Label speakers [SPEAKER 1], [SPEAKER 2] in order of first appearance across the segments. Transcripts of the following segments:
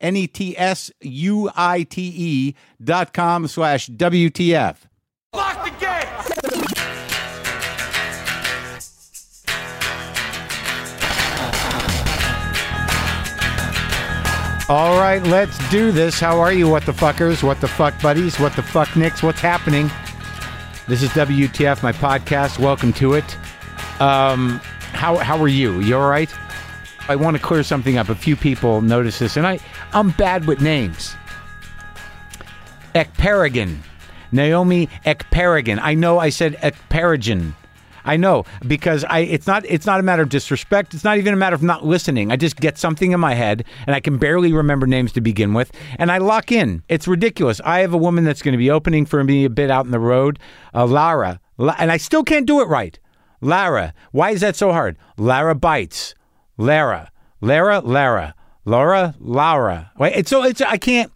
[SPEAKER 1] N E T S U I T E dot com slash WTF.
[SPEAKER 2] Lock the gate!
[SPEAKER 1] All right, let's do this. How are you, what the fuckers? What the fuck buddies? What the fuck nicks? What's happening? This is WTF, my podcast. Welcome to it. Um, how how are you? You all right? I want to clear something up. A few people noticed this, and I I'm bad with names. Ekparagon, Naomi Ekparagon. I know I said Ekparagon. I know because I it's not it's not a matter of disrespect. It's not even a matter of not listening. I just get something in my head and I can barely remember names to begin with, and I lock in. It's ridiculous. I have a woman that's going to be opening for me a bit out in the road, uh, Lara, La- and I still can't do it right. Lara, why is that so hard? Lara bites. Lara, Lara, Lara, Laura, Laura. Wait, it's so it's I can't.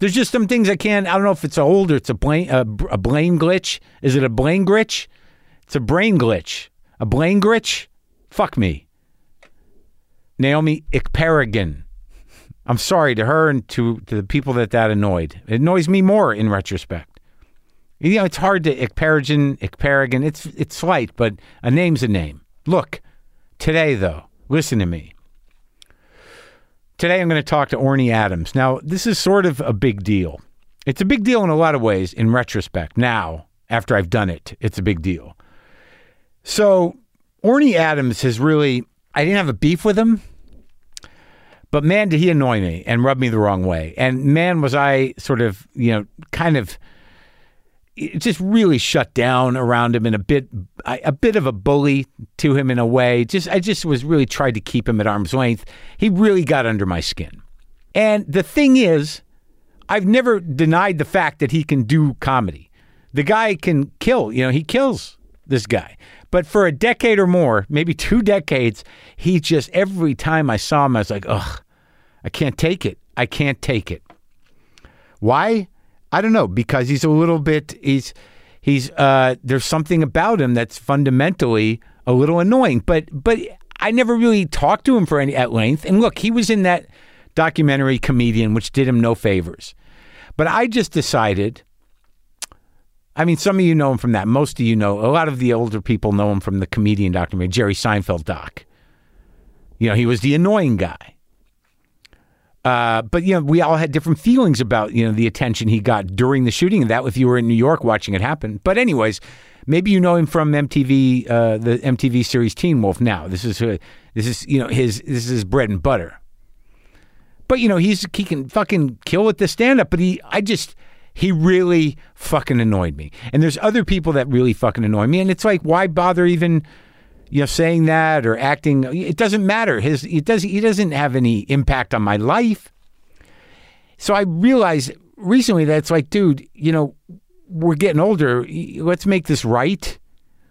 [SPEAKER 1] There's just some things I can't. I don't know if it's old or it's a blame a, br- a blame glitch. Is it a blame glitch? It's a brain glitch. A brain glitch? Fuck me. Naomi Ikparagon. I'm sorry to her and to, to the people that that annoyed. It annoys me more in retrospect. You know, it's hard to Ikparagon, Ikparagon. It's it's slight, but a name's a name. Look, today though, listen to me. Today I'm going to talk to Orny Adams. Now, this is sort of a big deal. It's a big deal in a lot of ways in retrospect. Now, after I've done it, it's a big deal. So, Orny Adams has really, I didn't have a beef with him, but man, did he annoy me and rub me the wrong way. And man, was I sort of, you know, kind of it just really shut down around him and a bit I- a bit of a bully to him in a way just i just was really tried to keep him at arm's length he really got under my skin and the thing is i've never denied the fact that he can do comedy the guy can kill you know he kills this guy but for a decade or more maybe two decades he just every time i saw him i was like ugh i can't take it i can't take it why? I don't know. Because he's a little bit. He's he's. Uh, there's something about him that's fundamentally a little annoying. But but I never really talked to him for any at length. And look, he was in that documentary comedian, which did him no favors. But I just decided. I mean, some of you know him from that. Most of you know. A lot of the older people know him from the comedian documentary, Jerry Seinfeld doc. You know, he was the annoying guy. Uh, but you know, we all had different feelings about you know the attention he got during the shooting of that. If you were in New York watching it happen, but anyways, maybe you know him from MTV, uh, the MTV series Teen Wolf. Now this is uh, this is you know his this is his bread and butter. But you know he's he can fucking kill with the stand up. But he I just he really fucking annoyed me. And there's other people that really fucking annoy me. And it's like why bother even you know saying that or acting it doesn't matter his it does he doesn't have any impact on my life so i realized recently that it's like dude you know we're getting older Y- let's make this right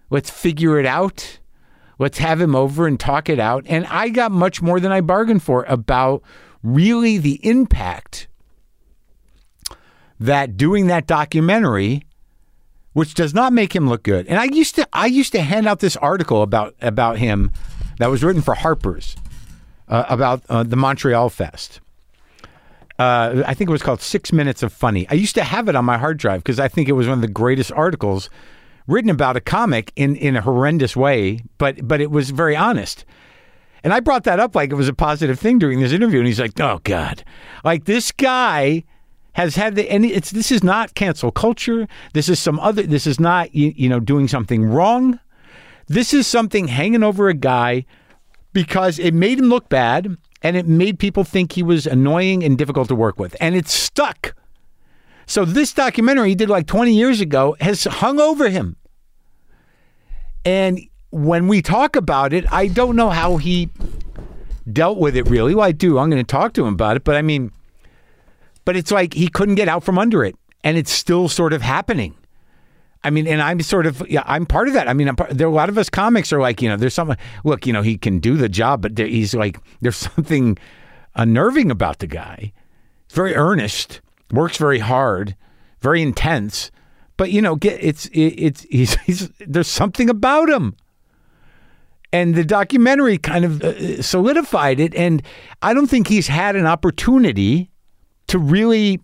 [SPEAKER 1] let's figure it out let's have him over and talk it out and i got much more than i bargained for about really the impact that doing that documentary which does not make him look good. And I used to I used to hand out this article about about him that was written for Harper's uh, about uh, the Montreal Fest. Uh, I think it was called Six Minutes of Funny. I used to have it on my hard drive because I think it was one of the greatest articles written about a comic in in a horrendous way, but but it was very honest. And I brought that up like it was a positive thing during this interview. And he's like, oh, God. Like, this guy has had the and it's this is not cancel culture. This is some other. This is not you, you know doing something wrong. This is something hanging over a guy because it made him look bad and it made people think he was annoying and difficult to work with, and it stuck. So this documentary he did like 20 years ago has hung over him. And when we talk about it, I don't know how he dealt with it really. Well, I do. I'm going to talk to him about it, but I mean, but it's like he couldn't get out from under it, and it's still sort of happening. I mean, and I'm sort of, yeah, I'm part of that. I mean, I'm part, there are a lot of us comics are like, you know, there's something. Look, you know, he can do the job, but there, he's like, there's something unnerving about the guy. He's very earnest, works very hard, very intense, but you know, get it's it, it's he's, he's there's something about him and the documentary kind of uh, solidified it and i don't think he's had an opportunity to really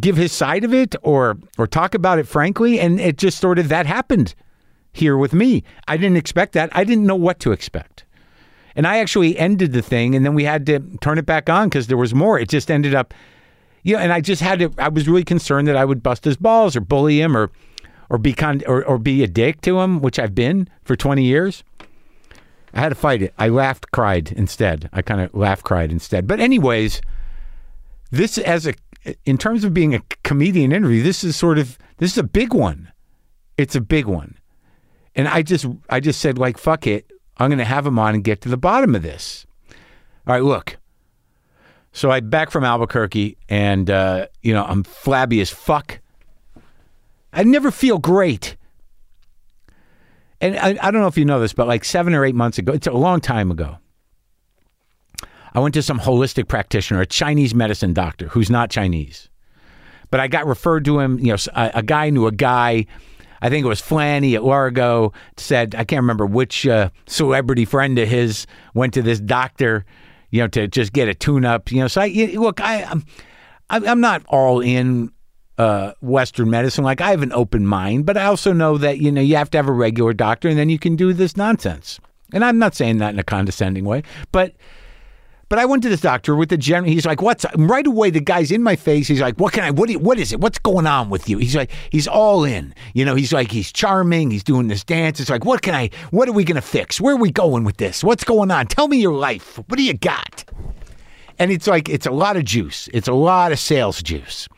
[SPEAKER 1] give his side of it or or talk about it frankly and it just sort of that happened here with me i didn't expect that i didn't know what to expect and i actually ended the thing and then we had to turn it back on because there was more it just ended up you know and i just had to i was really concerned that i would bust his balls or bully him or or be con- or, or be a dick to him which i've been for 20 years I had to fight it. I laughed, cried instead. I kind of laughed, cried instead. But anyways, this as a in terms of being a comedian interview, this is sort of this is a big one. It's a big one, and I just I just said like fuck it. I'm going to have him on and get to the bottom of this. All right, look. So I'm back from Albuquerque, and uh, you know I'm flabby as fuck. I never feel great and I, I don't know if you know this, but like seven or eight months ago, it's a long time ago. I went to some holistic practitioner, a Chinese medicine doctor who's not Chinese, but I got referred to him. You know, a, a guy knew a guy. I think it was Flanny at Largo said I can't remember which uh, celebrity friend of his went to this doctor, you know, to just get a tune up. You know, so I you- look, I, I'm, I'm not all in uh, Western medicine. Like I have an open mind, but I also know that you know you have to have a regular doctor, and then you can do this nonsense. And I'm not saying that in a condescending way, but but I went to this doctor with the general. He's like, "What's and right away?" The guy's in my face. He's like, "What can I? What? do- What is it? What's going on with you?" He's like, he's all in. You know, he's like, he's charming. He's doing this dance. It's like, what can I? What are we gonna fix? Where are we going with this? What's going on? Tell me your life. What do you got? And it's like it's a lot of juice. It's a lot of sales juice.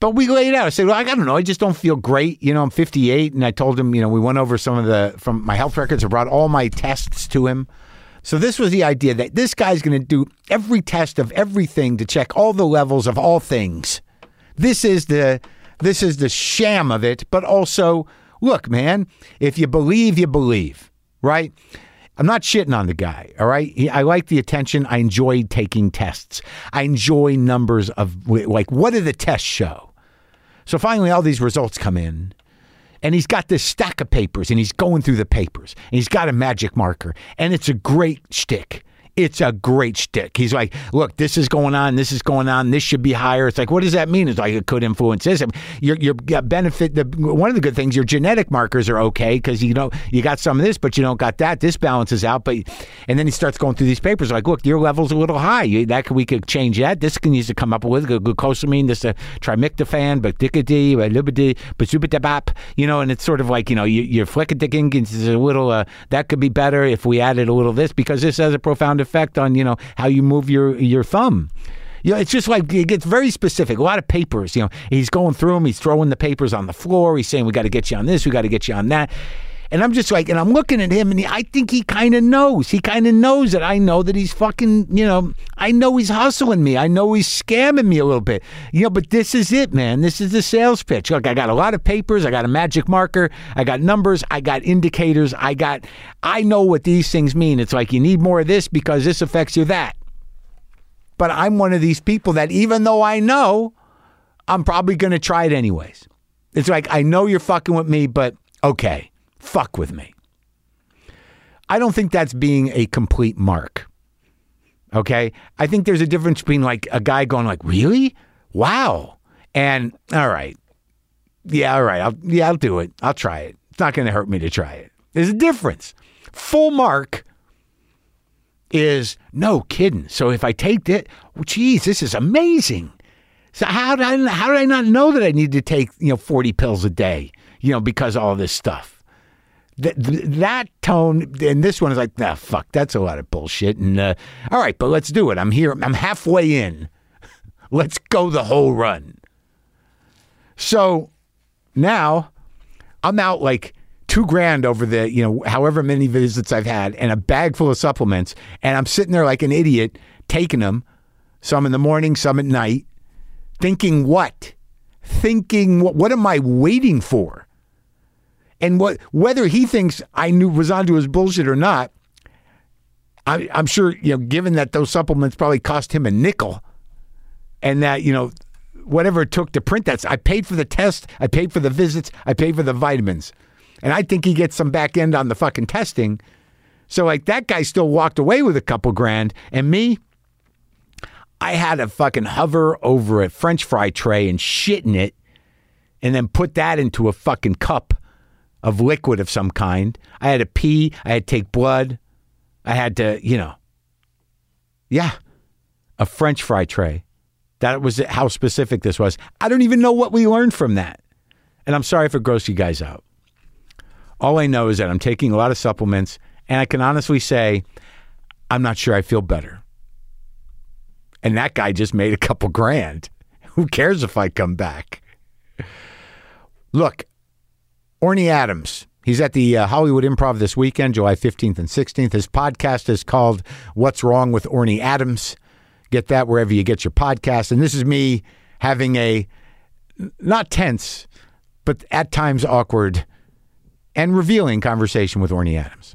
[SPEAKER 1] But we laid out. I said, well, I don't know. I just don't feel great. You know, I'm 58. And I told him, you know, we went over some of the, from my health records. I brought all my tests to him. So this was the idea that this guy's going to do every test of everything to check all the levels of all things. This is the, this is the sham of it. But also, look, man, if you believe, you believe, right? I'm not shitting on the guy, all right? He, I like the attention. I enjoy taking tests. I enjoy numbers of, like, what do the tests show? So finally, all these results come in. And he's got this stack of papers and he's going through the papers and he's got a magic marker and it's a great shtick. It's a great shtick. He's like, look, this is going on, this is going on, this should be higher. It's like, what does that mean? It's like it could influence this. Your your benefit. The, one of the good things, your genetic markers are okay because you know you got some of this, but you don't got that. This balances out. But and then he starts going through these papers like, look, your level's a little high. You, that could, we could change that. This can use to come up with glucosamine. This uh, trimictophan, bacticity, libidi, bazubidabap. You know, and it's sort of like you know you, your flickadicking is a little uh, that could be better if we added a little this because this has a profound effect on you know how you move your your thumb. You know, it's just like it gets very specific. A lot of papers. You know, he's going through them. He's throwing the papers on the floor. He's saying, "We got to get you on this. We got to get you on that." And I'm just like, and I'm looking at him, and he, I think he kind of knows. He kind of knows that I know that he's fucking. You know, I know he's hustling me. I know he's scamming me a little bit. You know, but this is it, man. This is the sales pitch. Look, I got a lot of papers. I got a magic marker. I got numbers. I got indicators. I got. I know what these things mean. It's like you need more of this because this affects your that but I'm one of these people that even though I know, I'm probably going to try it anyways. It's like, I know you're fucking with me, but okay, fuck with me. I don't think that's being a complete mark. Okay? I think there's a difference between like a guy going like, "Really? Wow." And all right. Yeah, all right. I'll yeah, I'll do it. I'll try it. It's not going to hurt me to try it. There's a difference. Full mark is no kidding. So if I take it, geez, this is amazing. So how did I, how did I not know that I needed to take you know forty pills a day? You know because all this stuff. Th- th- that tone and this one is like, nah, fuck, that's a lot of bullshit. And uh, all right, but let's do it. I'm here. I'm halfway in. let's go the whole run. So now I'm out like two grand over the, you know, however many visits I've had and a bag full of supplements. And I'm sitting there like an idiot taking them, some in the morning, some at night, thinking what? Thinking what, what am I waiting for? And what whether he thinks I knew was onto his bullshit or not, I, I'm sure, you know, given that those supplements probably cost him a nickel and that you know whatever it took to print that i paid for the test i paid for the visits i paid for the vitamins and i think he gets some back end on the fucking testing so like that guy still walked away with a couple grand and me i had to fucking hover over a french fry tray and shit in it and then put that into a fucking cup of liquid of some kind i had to pee i had to take blood i had to you know yeah a french fry tray that was how specific this was. I don't even know what we learned from that. And I'm sorry if it grossed you guys out. All I know is that I'm taking a lot of supplements, and I can honestly say I'm not sure I feel better. And that guy just made a couple grand. Who cares if I come back? Look, Orny Adams. He's at the uh, Hollywood Improv this weekend, July 15th and 16th. His podcast is called What's Wrong with Orny Adams get that wherever you get your podcast. And this is me having a not tense, but at times awkward and revealing conversation with Orny Adams.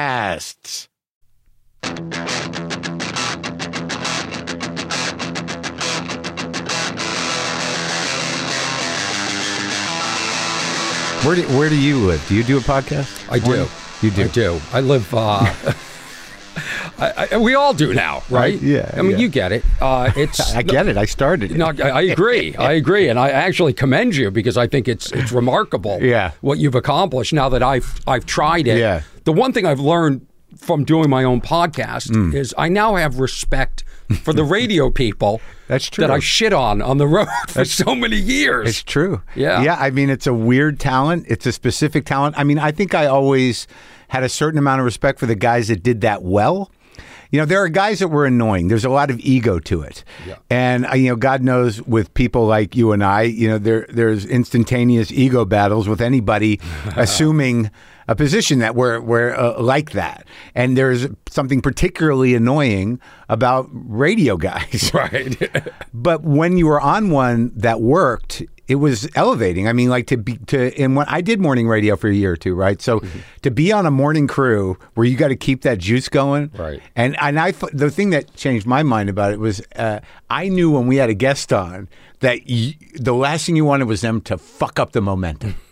[SPEAKER 1] podcasts. Where do, where do you live? Do you do a podcast?
[SPEAKER 3] I do.
[SPEAKER 1] Orny? You do.
[SPEAKER 3] I do. I live. Uh, I, I, we all do now, right?
[SPEAKER 1] Right, yeah,
[SPEAKER 3] I mean,
[SPEAKER 1] yeah.
[SPEAKER 3] you get it. Uh, it's.
[SPEAKER 1] I get it. I started. it.
[SPEAKER 3] No, I, I agree. I agree, and I actually commend you because I think it's it's remarkable.
[SPEAKER 1] Yeah.
[SPEAKER 3] What you've accomplished now that I've I've tried it.
[SPEAKER 1] Yeah.
[SPEAKER 3] The one thing I've learned from doing my own podcast
[SPEAKER 1] Mm.
[SPEAKER 3] is I now have respect for the radio people.
[SPEAKER 1] That's
[SPEAKER 3] That
[SPEAKER 1] true.
[SPEAKER 3] I shit on on the road for so many years.
[SPEAKER 1] It's true.
[SPEAKER 3] Yeah.
[SPEAKER 1] Yeah. I mean, it's a weird talent. It's a specific talent. I mean, I think I always had a certain amount of respect for the guys that did that well. You know, there are guys that were annoying. There's a lot of ego to it, and uh, you know, God knows, with people like you and I, you know, there there's instantaneous ego battles with anybody assuming a position that we're we're uh, like that. And there's something particularly annoying about radio guys,
[SPEAKER 3] right.
[SPEAKER 1] but when you were on one that worked, it was elevating. I mean, like to be to and when I did morning radio for a year or two, right? So to be on a morning crew where you got to keep that juice going,
[SPEAKER 3] Right.
[SPEAKER 1] And and I th- the thing that changed my mind about it was uh, I knew when we had a guest on that y- the last thing you wanted was them to fuck up the momentum.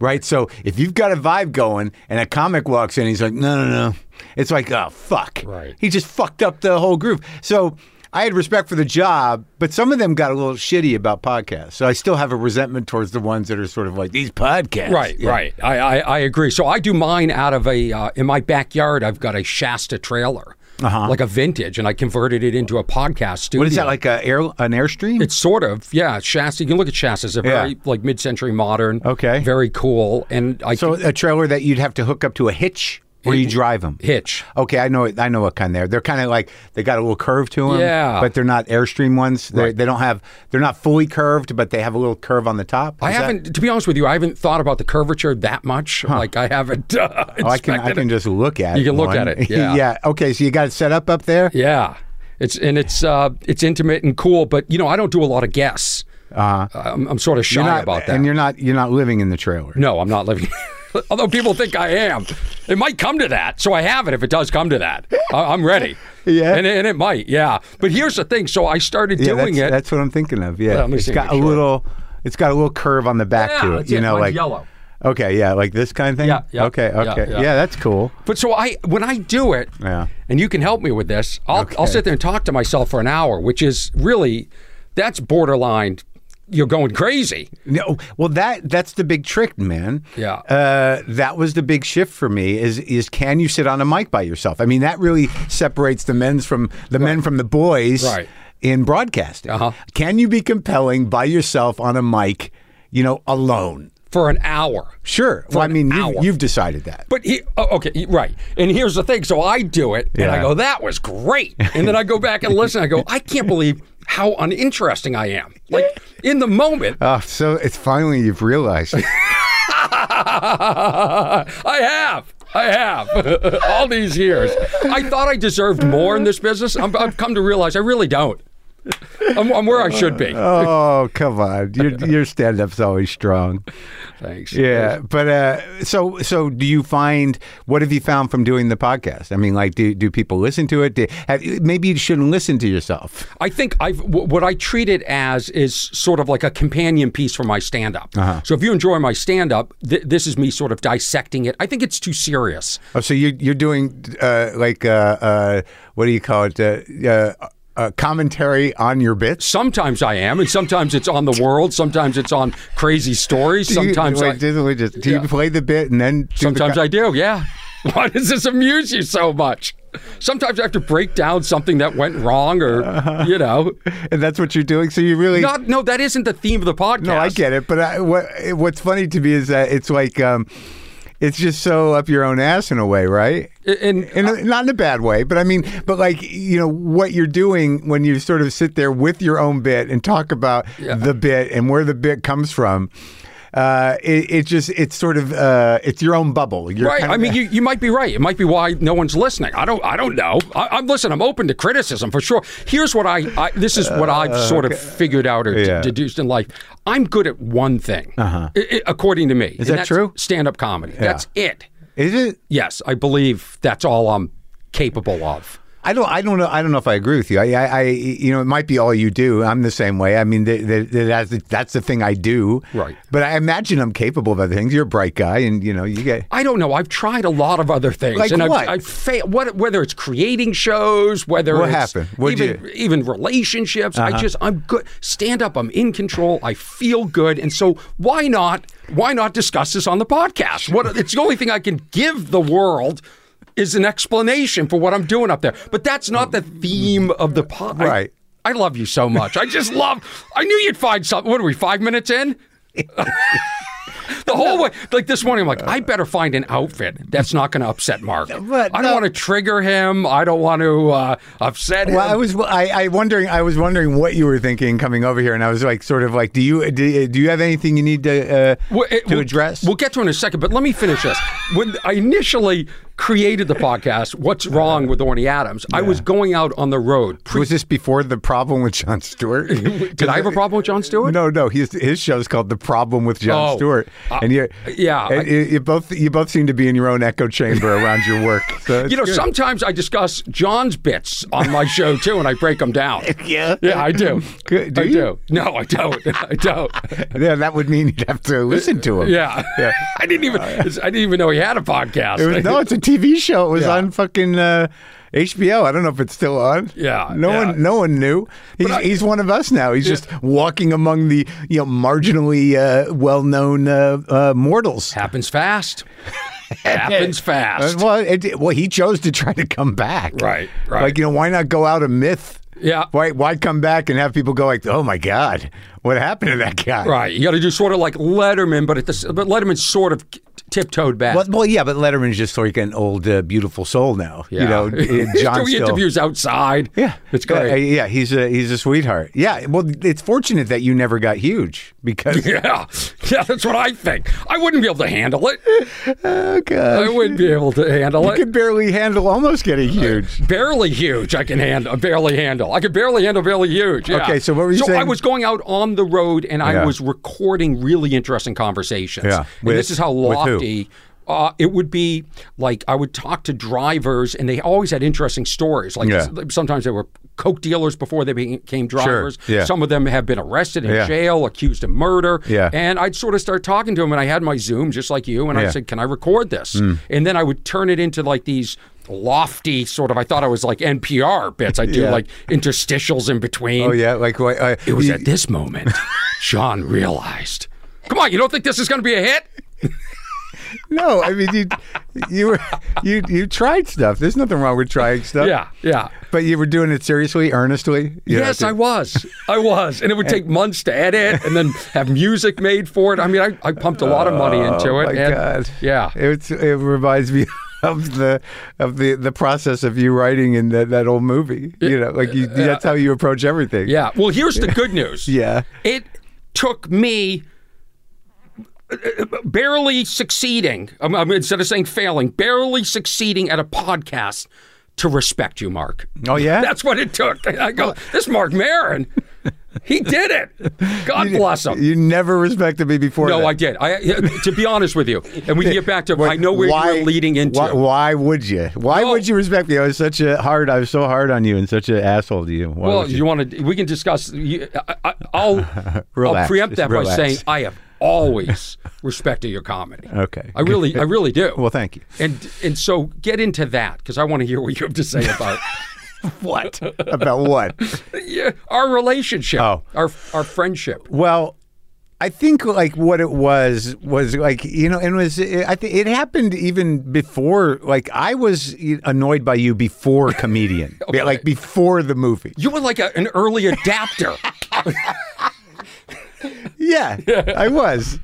[SPEAKER 1] Right, so if you've got a vibe going and a comic walks in, he's like, "No, no, no," it's like, "Oh, fuck!"
[SPEAKER 3] Right.
[SPEAKER 1] He just fucked up the whole group. So I had respect for the job, but some of them got a little shitty about podcasts. So I still have a resentment towards the ones that are sort of like these podcasts.
[SPEAKER 3] Right,
[SPEAKER 1] Yeah.
[SPEAKER 3] right. I, I, I agree. So I do mine out of a uh, in my backyard. I've got a Shasta trailer,
[SPEAKER 1] Uh-huh.
[SPEAKER 3] like a vintage, and I converted it into a podcast studio.
[SPEAKER 1] What is that like a air an airstream?
[SPEAKER 3] It's sort of yeah. Shasta. You can look at Shasta. It's a very
[SPEAKER 1] Yeah.
[SPEAKER 3] like mid-century modern.
[SPEAKER 1] Okay.
[SPEAKER 3] Very cool. And I
[SPEAKER 1] so a trailer that you'd have to hook up to a hitch. Where you drive them?
[SPEAKER 3] Hitch.
[SPEAKER 1] Okay, I know. I know what kind they're. They're kind of like they got a little curve to them.
[SPEAKER 3] Yeah.
[SPEAKER 1] but they're not airstream ones. They
[SPEAKER 3] Right.
[SPEAKER 1] they don't have. They're not fully curved, but they have a little curve on the top.
[SPEAKER 3] I
[SPEAKER 1] Is that-
[SPEAKER 3] haven't, to be honest with you, I haven't thought about the curvature that much. Like I haven't. Uh,
[SPEAKER 1] Oh, I can. I
[SPEAKER 3] inspected
[SPEAKER 1] can
[SPEAKER 3] it.
[SPEAKER 1] just look at.
[SPEAKER 3] You can look
[SPEAKER 1] one.
[SPEAKER 3] at it, yeah.
[SPEAKER 1] yeah. Okay. So you got it set up up there.
[SPEAKER 3] Yeah, it's and it's uh, it's intimate and cool. But you know, I don't do a lot of guests. Uh, I'm, I'm sort of shy
[SPEAKER 1] Uh-huh. You're not-
[SPEAKER 3] about that.
[SPEAKER 1] And you're not. You're not living in the trailer.
[SPEAKER 3] no, I'm not living. Although people think I am, it might come to that. So I have it. If it does come to that, I, I'm ready.
[SPEAKER 1] Yeah.
[SPEAKER 3] and, and it might. Yeah, but here's the thing. So I started
[SPEAKER 1] Yeah,
[SPEAKER 3] doing
[SPEAKER 1] that's,
[SPEAKER 3] it.
[SPEAKER 1] That's what I'm thinking of.
[SPEAKER 3] Well,
[SPEAKER 1] Yeah,
[SPEAKER 3] let me
[SPEAKER 1] it's
[SPEAKER 3] see,
[SPEAKER 1] got a
[SPEAKER 3] make sure.
[SPEAKER 1] little. It's got a little curve on the back
[SPEAKER 3] Yeah,
[SPEAKER 1] to it.
[SPEAKER 3] that's
[SPEAKER 1] You
[SPEAKER 3] it,
[SPEAKER 1] know,
[SPEAKER 3] like
[SPEAKER 1] like
[SPEAKER 3] yellow.
[SPEAKER 1] Okay. Yeah, like this kind of thing.
[SPEAKER 3] Yeah, yeah,
[SPEAKER 1] okay.
[SPEAKER 3] yeah,
[SPEAKER 1] Okay.
[SPEAKER 3] yeah.
[SPEAKER 1] that's cool.
[SPEAKER 3] But so I, when I do it,
[SPEAKER 1] Yeah.
[SPEAKER 3] and you can help me with this, I'll, I'll
[SPEAKER 1] Okay.
[SPEAKER 3] sit there and talk to myself for an hour, which is really, that's borderline. You're going crazy.
[SPEAKER 1] No, well that that's the big trick, man.
[SPEAKER 3] Yeah.
[SPEAKER 1] Uh, that was the big shift for me. Is is can you sit on a mic by yourself? I mean, that really separates the men's from the men from the boys.
[SPEAKER 3] Right.
[SPEAKER 1] In broadcasting,
[SPEAKER 3] Uh-huh.
[SPEAKER 1] can you be compelling by yourself on a mic? You know, alone.
[SPEAKER 3] for an hour.
[SPEAKER 1] Sure. well, I
[SPEAKER 3] an
[SPEAKER 1] mean,
[SPEAKER 3] hour.
[SPEAKER 1] you've, you've decided that.
[SPEAKER 3] But he, oh, okay, he- right. And here's the thing. So I do it, and I
[SPEAKER 1] Yeah.
[SPEAKER 3] go, "That was great." And then I go back and listen. I go, "I can't believe how uninteresting I am." Like in the moment,
[SPEAKER 1] Oh, so it's finally you've realized. it.
[SPEAKER 3] I have. I have all these years. I thought I deserved more in this business. I'm, I've come to realize I really don't. I'm, I'm where I should be.
[SPEAKER 1] oh, come on. Your, your stand up's always strong.
[SPEAKER 3] Thanks.
[SPEAKER 1] Yeah. But uh, so, so do you find, what have you found from doing the podcast? I mean, like, do, do people listen to it? Do, have, maybe you shouldn't listen to yourself.
[SPEAKER 3] I think I've w- what I treat it as is sort of like a companion piece for my stand up.
[SPEAKER 1] Uh-huh.
[SPEAKER 3] So if you enjoy my stand up, th- this is me sort of dissecting it. I think it's too serious.
[SPEAKER 1] Oh, so you're, you're doing uh, like, uh, uh, what do you call it? Uh, uh, uh, commentary on your bits?
[SPEAKER 3] Sometimes I am, and sometimes it's on the world. Sometimes it's on crazy stories.
[SPEAKER 1] Do you-
[SPEAKER 3] Sometimes
[SPEAKER 1] wait,
[SPEAKER 3] I,
[SPEAKER 1] just- wait, just- do you
[SPEAKER 3] Yeah.
[SPEAKER 1] play the bit and then do the
[SPEAKER 3] sometimes
[SPEAKER 1] co-
[SPEAKER 3] I do. Yeah. Why does this amuse you so much? Sometimes I have to break down something that went wrong,
[SPEAKER 1] Uh-huh.
[SPEAKER 3] or you know,
[SPEAKER 1] and that's what you're doing. So you really
[SPEAKER 3] not no. That isn't the theme of the podcast.
[SPEAKER 1] No, I get it, but I, what what's funny to me is that it's like um, it's just so up your own ass in a way, right?
[SPEAKER 3] And,
[SPEAKER 1] In a, not in a bad way, but I mean, but like you know what you're doing when you sort of sit there with your own bit and talk about
[SPEAKER 3] Yeah.
[SPEAKER 1] the bit and where the bit comes from. Uh, it, it just it's sort of uh, it's your own bubble. You're
[SPEAKER 3] Right.
[SPEAKER 1] kind
[SPEAKER 3] I
[SPEAKER 1] of-
[SPEAKER 3] mean, you, you might be right. It might be why no one's listening. I don't. I don't know. I, I'm listen. I'm open to criticism for sure. Here's what I. I this is what I've sort of figured out or de-
[SPEAKER 1] Uh, Yeah.
[SPEAKER 3] deduced in life. I'm good at one thing, uh-huh. according to me. Is
[SPEAKER 1] that true?
[SPEAKER 3] Stand up comedy. That's it.
[SPEAKER 1] is it?
[SPEAKER 3] Yes, I believe that's all I'm capable of.
[SPEAKER 1] I don't. I don't know. I don't know if I agree with you. I. I. I you know, it might be all you do. I'm the same way. I mean, th th th that's the, that's the thing I do.
[SPEAKER 3] Right.
[SPEAKER 1] But I imagine I'm capable of other things. You're a bright guy, and you know, you get.
[SPEAKER 3] I don't know. I've tried a lot of other things,
[SPEAKER 1] Like
[SPEAKER 3] and
[SPEAKER 1] what?
[SPEAKER 3] I've, I've failed. What, whether it's creating shows, whether
[SPEAKER 1] What
[SPEAKER 3] it's
[SPEAKER 1] happened? What'd Uh-huh.
[SPEAKER 3] even even relationships. I just I'm good. Stand up. I'm in control. I feel good, and so why not? Why not discuss this on the podcast? What it's the only thing I can give the world. Is an explanation for what I'm doing up there, but that's not the theme of the podcast.
[SPEAKER 1] Right.
[SPEAKER 3] I, love you so much. I just love. I knew you'd find something. What are we? Five minutes in? The whole way, like this morning, I'm like, I better find an outfit that's not going to upset Mark.
[SPEAKER 1] But
[SPEAKER 3] I don't
[SPEAKER 1] no-
[SPEAKER 3] want to trigger him. I don't want to uh, upset him.
[SPEAKER 1] Well, I was. I, I wondering. I was wondering what you were thinking coming over here, and I was like, sort of like, do you do, do you have anything you need to uh,
[SPEAKER 3] Well, it-
[SPEAKER 1] to
[SPEAKER 3] we'll-
[SPEAKER 1] address?
[SPEAKER 3] We'll get to it in a second, but let me finish this. When I initially created the podcast, What's Wrong with Orny Adams, I was going out on the road. Pre-
[SPEAKER 1] was this before the problem with John Stewart?
[SPEAKER 3] Did I have a problem with John Stewart?
[SPEAKER 1] No, no. His his show is called "The Problem with John
[SPEAKER 3] Oh,
[SPEAKER 1] Stewart,"
[SPEAKER 3] uh,
[SPEAKER 1] and you,
[SPEAKER 3] yeah,
[SPEAKER 1] and
[SPEAKER 3] I-
[SPEAKER 1] you, you both you both seem to be in your own echo chamber around your work. So it's
[SPEAKER 3] You know,
[SPEAKER 1] good.
[SPEAKER 3] sometimes I discuss John's bits on my show too, and I break them down.
[SPEAKER 1] Yeah.
[SPEAKER 3] yeah, I do.
[SPEAKER 1] Good. Do
[SPEAKER 3] I
[SPEAKER 1] you?
[SPEAKER 3] do. No, I don't. I don't.
[SPEAKER 1] yeah, that would mean you'd have to listen to him.
[SPEAKER 3] Yeah. I didn't even I didn't even know he had a podcast.
[SPEAKER 1] It was, no, it's a TV show. It was
[SPEAKER 3] Yeah.
[SPEAKER 1] on fucking uh, HBO. I don't know if it's still on.
[SPEAKER 3] Yeah,
[SPEAKER 1] No
[SPEAKER 3] yeah.
[SPEAKER 1] one, no one knew. He's,
[SPEAKER 3] I-
[SPEAKER 1] he's one of us now. He's just walking among the you know marginally uh, well-known uh, uh, mortals.
[SPEAKER 3] happens fast. happens
[SPEAKER 1] Uh,
[SPEAKER 3] fast.
[SPEAKER 1] Well, it, well, he chose to try to come back.
[SPEAKER 3] Right, right.
[SPEAKER 1] Like you know, why not go out a myth?
[SPEAKER 3] Yeah.
[SPEAKER 1] Why why come back and have people go like, oh my god, what happened to that guy?
[SPEAKER 3] Right. You got to do sort of like Letterman, but at the, s- but Letterman sort of t- tiptoed back.
[SPEAKER 1] Well, well, yeah, but Letterman's just like an old, uh, beautiful soul now. You know, uh,
[SPEAKER 3] He's
[SPEAKER 1] John
[SPEAKER 3] doing
[SPEAKER 1] still-
[SPEAKER 3] interviews outside.
[SPEAKER 1] Yeah,
[SPEAKER 3] it's
[SPEAKER 1] Uh,
[SPEAKER 3] great.
[SPEAKER 1] yeah, he's a he's a sweetheart. Yeah, well, it's fortunate that you never got huge because
[SPEAKER 3] yeah, yeah, that's what I think. I wouldn't be able to handle it.
[SPEAKER 1] oh
[SPEAKER 3] I
[SPEAKER 1] god,
[SPEAKER 3] wouldn't be able to handle
[SPEAKER 1] I
[SPEAKER 3] it.
[SPEAKER 1] could barely handle almost getting huge.
[SPEAKER 3] Barely huge. I can handle. uh, Barely handle. I could barely handle. Barely huge. yeah.
[SPEAKER 1] Okay, so what were you
[SPEAKER 3] so I
[SPEAKER 1] saying?
[SPEAKER 3] was going out on the road and I
[SPEAKER 1] Yeah.
[SPEAKER 3] was recording really interesting conversations.
[SPEAKER 1] Yeah,
[SPEAKER 3] and
[SPEAKER 1] with-
[SPEAKER 3] this is how
[SPEAKER 1] with who?
[SPEAKER 3] lofty. Uh, it would be like I would talk to drivers, and they always had interesting stories. Like
[SPEAKER 1] Yeah.
[SPEAKER 3] s- sometimes they were coke dealers before they became drivers.
[SPEAKER 1] yeah.
[SPEAKER 3] Some of them have been arrested in
[SPEAKER 1] Yeah.
[SPEAKER 3] jail, accused of murder.
[SPEAKER 1] Yeah.
[SPEAKER 3] And I'd sort of start talking to them, and I had my Zoom just like you, and I
[SPEAKER 1] Yeah. Hmm.
[SPEAKER 3] said, "Can I record this?" And then I would turn it into like these lofty sort of. I thought I was like NPR bits. I do
[SPEAKER 1] Yeah.
[SPEAKER 3] like interstitials in between.
[SPEAKER 1] Oh yeah, like what? Uh,
[SPEAKER 3] It was at this moment John realized. Come on, you don't think this is going to be a hit?
[SPEAKER 1] no. I mean, you you were you you tried stuff. There's nothing wrong with trying stuff.
[SPEAKER 3] Yeah, yeah.
[SPEAKER 1] but you were doing it seriously, earnestly. You know,
[SPEAKER 3] yes,
[SPEAKER 1] to-
[SPEAKER 3] I was. I was. And it would take months to edit and then have music made for it. I mean, I, I pumped a lot of money into
[SPEAKER 1] Oh my
[SPEAKER 3] it. and-
[SPEAKER 1] god!
[SPEAKER 3] Yeah.
[SPEAKER 1] it's, it reminds me of the of the the process of you writing in that, that old movie. You know, like you, that's how you approach everything.
[SPEAKER 3] Yeah. Well, here's the good news.
[SPEAKER 1] Yeah.
[SPEAKER 3] It took me barely succeeding. I'm, I'm- instead of saying failing, barely succeeding at a podcast to respect you, Mark.
[SPEAKER 1] Oh yeah.
[SPEAKER 3] That's what it took. I go, this Mark Marin, he did it. God bless him.
[SPEAKER 1] You never respected me before.
[SPEAKER 3] No,
[SPEAKER 1] that.
[SPEAKER 3] I did. I to be honest with you, and we can get back to. I know where
[SPEAKER 1] why,
[SPEAKER 3] you were leading into.
[SPEAKER 1] Why, why would you? Why
[SPEAKER 3] No.
[SPEAKER 1] would you respect me? I was such a hard. I was so hard on you and such an asshole to you. Why
[SPEAKER 3] Well,
[SPEAKER 1] would you?
[SPEAKER 3] you want to? We can discuss. You, I, I, I'll, I'll
[SPEAKER 1] Relax, just
[SPEAKER 3] preempt that by
[SPEAKER 1] relax.
[SPEAKER 3] saying I have always respected your comedy.
[SPEAKER 1] Okay.
[SPEAKER 3] I really, I really do.
[SPEAKER 1] Well, thank you.
[SPEAKER 3] And and so get into that because I want to hear what you have to say about
[SPEAKER 1] What about what?
[SPEAKER 3] yeah, our relationship,
[SPEAKER 1] Oh.
[SPEAKER 3] our our friendship.
[SPEAKER 1] Well, I think like what it was was like you know, and it was I think it happened even before. Like I was annoyed by you before comedian, like before the movie.
[SPEAKER 3] You were like a, an early adapter.
[SPEAKER 1] Yeah, I was.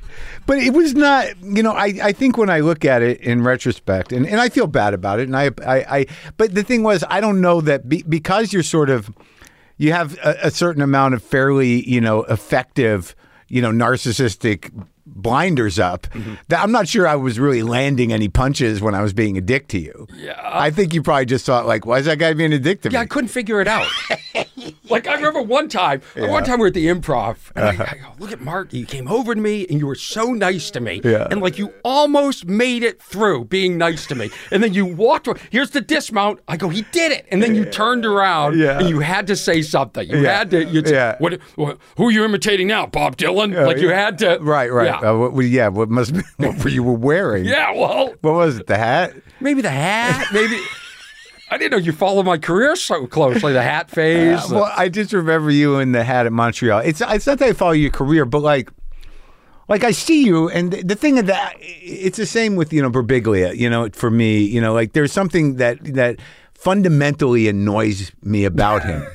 [SPEAKER 1] But it was not, you know, I, I think when I look at it in retrospect, and, and I feel bad about it, and I, I, I but the thing was, I don't know that be, because you're sort of, you have a, a certain amount of fairly, you know, effective, you know, narcissistic blinders up
[SPEAKER 3] Mm-hmm.
[SPEAKER 1] that I'm not sure I was really landing any punches when I was being a dick to you. Yeah. I think you probably just thought, like, why is that guy being a dick to me?
[SPEAKER 3] Yeah, I couldn't figure it out. like I remember one time, uh, one time we were at the improv, and
[SPEAKER 1] Uh-huh.
[SPEAKER 3] I, I go, "Look at Mark, you came over to me, and you were so nice to me,
[SPEAKER 1] Yeah.
[SPEAKER 3] and like you almost made it through being nice to me, and then you walked. aw- Here's the dismount. I go, he did it, and then you turned around,
[SPEAKER 1] Yeah.
[SPEAKER 3] and you had to say something. You
[SPEAKER 1] Yeah.
[SPEAKER 3] had to. You'd,
[SPEAKER 1] Yeah.
[SPEAKER 3] what, what? Who you imitating now, Bob Dylan? like you had to.
[SPEAKER 1] Right, right.
[SPEAKER 3] Yeah.
[SPEAKER 1] Uh, what, well, yeah, what must be what were you were wearing?
[SPEAKER 3] yeah. Well,
[SPEAKER 1] What was it? The hat?
[SPEAKER 3] maybe the hat. Maybe. I didn't know you follow my career so closely. The hat phase. the-
[SPEAKER 1] Uh, Well, I just remember you in the hat at Montreal. It's it's not that I follow your career, but like, like I see you, and the, the thing of that, it's the same with you know Berbiglia. You know, for me, you know, like there's something that that fundamentally annoys me about him.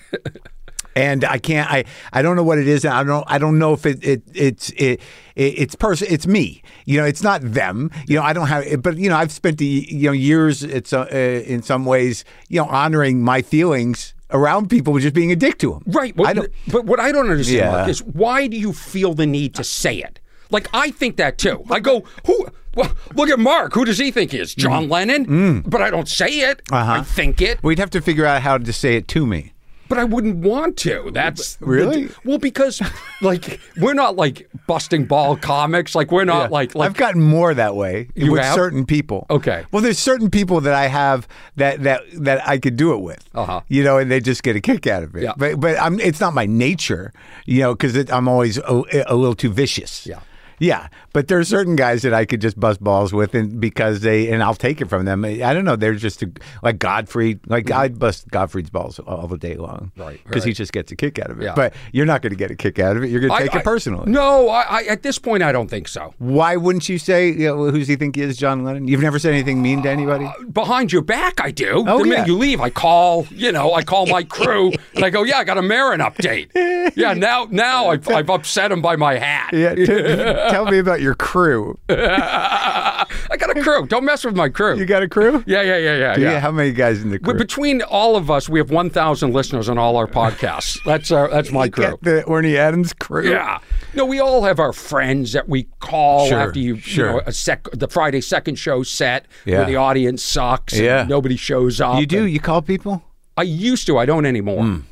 [SPEAKER 1] and I can't. I, I don't know what it is. and I don't. I don't know if it, it it's it, it it's person. It's me. You know, it's not them. You know, I don't have. But you know, I've spent the you know years. It's uh, in some ways you know honoring my feelings around people with just being a dick to them.
[SPEAKER 3] Right. Well,
[SPEAKER 1] I don't.
[SPEAKER 3] but what I don't understand, Mark,
[SPEAKER 1] Yeah.
[SPEAKER 3] is why do you feel the need to say it? Like I think that too. I go, who? Well, look at Mark. Who does he think he is?
[SPEAKER 1] Mm.
[SPEAKER 3] John Lennon. But I don't say it.
[SPEAKER 1] Uh-huh.
[SPEAKER 3] I think it.
[SPEAKER 1] We'd have to figure out how to say it to me.
[SPEAKER 3] But I wouldn't want to. That's
[SPEAKER 1] Really?
[SPEAKER 3] well because like we're not like busting ball comics. Like we're not like like
[SPEAKER 1] I've gotten more that way with
[SPEAKER 3] have?
[SPEAKER 1] certain people.
[SPEAKER 3] Okay.
[SPEAKER 1] Well, there's certain people that I have that that that I could do it with.
[SPEAKER 3] Uh-huh.
[SPEAKER 1] You know, and they just get a kick out of it.
[SPEAKER 3] Yeah.
[SPEAKER 1] But but I'm, it's not my nature, you know, because I'm always a, a little too vicious.
[SPEAKER 3] Yeah.
[SPEAKER 1] Yeah, but there's certain guys that I could just bust balls with, and because they and I'll take it from them. I I don't know. They're just a, like Godfrey. Like I'd bust Godfrey's balls all the day long,
[SPEAKER 3] Mm-hmm. Right,
[SPEAKER 1] Because he
[SPEAKER 3] right.
[SPEAKER 1] just gets a kick out of it.
[SPEAKER 3] Yeah.
[SPEAKER 1] But you're not going to get a kick out of it. You're going to
[SPEAKER 3] I-
[SPEAKER 1] take
[SPEAKER 3] I-
[SPEAKER 1] it personally.
[SPEAKER 3] No, I, I at this point I don't think so.
[SPEAKER 1] Why wouldn't you say, you know, who's he think he is, John Lennon? You've never said anything mean to anybody?
[SPEAKER 3] behind your back I do.
[SPEAKER 1] Oh,
[SPEAKER 3] the minute
[SPEAKER 1] yeah.
[SPEAKER 3] you leave, I call, you know, I call my crew and I go, yeah, I got a Marin update. Yeah, now now I've, I've upset him by my hat.
[SPEAKER 1] Yeah, t- tell me about your crew.
[SPEAKER 3] I I got a crew. Don't mess with my crew.
[SPEAKER 1] You got a crew?
[SPEAKER 3] yeah, yeah, yeah, yeah.
[SPEAKER 1] Do you-
[SPEAKER 3] yeah.
[SPEAKER 1] how many guys in the
[SPEAKER 3] We-
[SPEAKER 1] crew?
[SPEAKER 3] between all of us, we have 1,000 listeners on all our podcasts. That's our, that's my
[SPEAKER 1] You
[SPEAKER 3] crew.
[SPEAKER 1] got the Orny Adams crew.
[SPEAKER 3] Yeah. No, we all have our friends that we call
[SPEAKER 1] Sure,
[SPEAKER 3] after you,
[SPEAKER 1] sure.
[SPEAKER 3] you know, a sec, the Friday second show set
[SPEAKER 1] Yeah.
[SPEAKER 3] where the audience sucks
[SPEAKER 1] Yeah.
[SPEAKER 3] and nobody shows up.
[SPEAKER 1] You do. Hmm.
[SPEAKER 3] and-
[SPEAKER 1] You call people.
[SPEAKER 3] I used to. I don't anymore.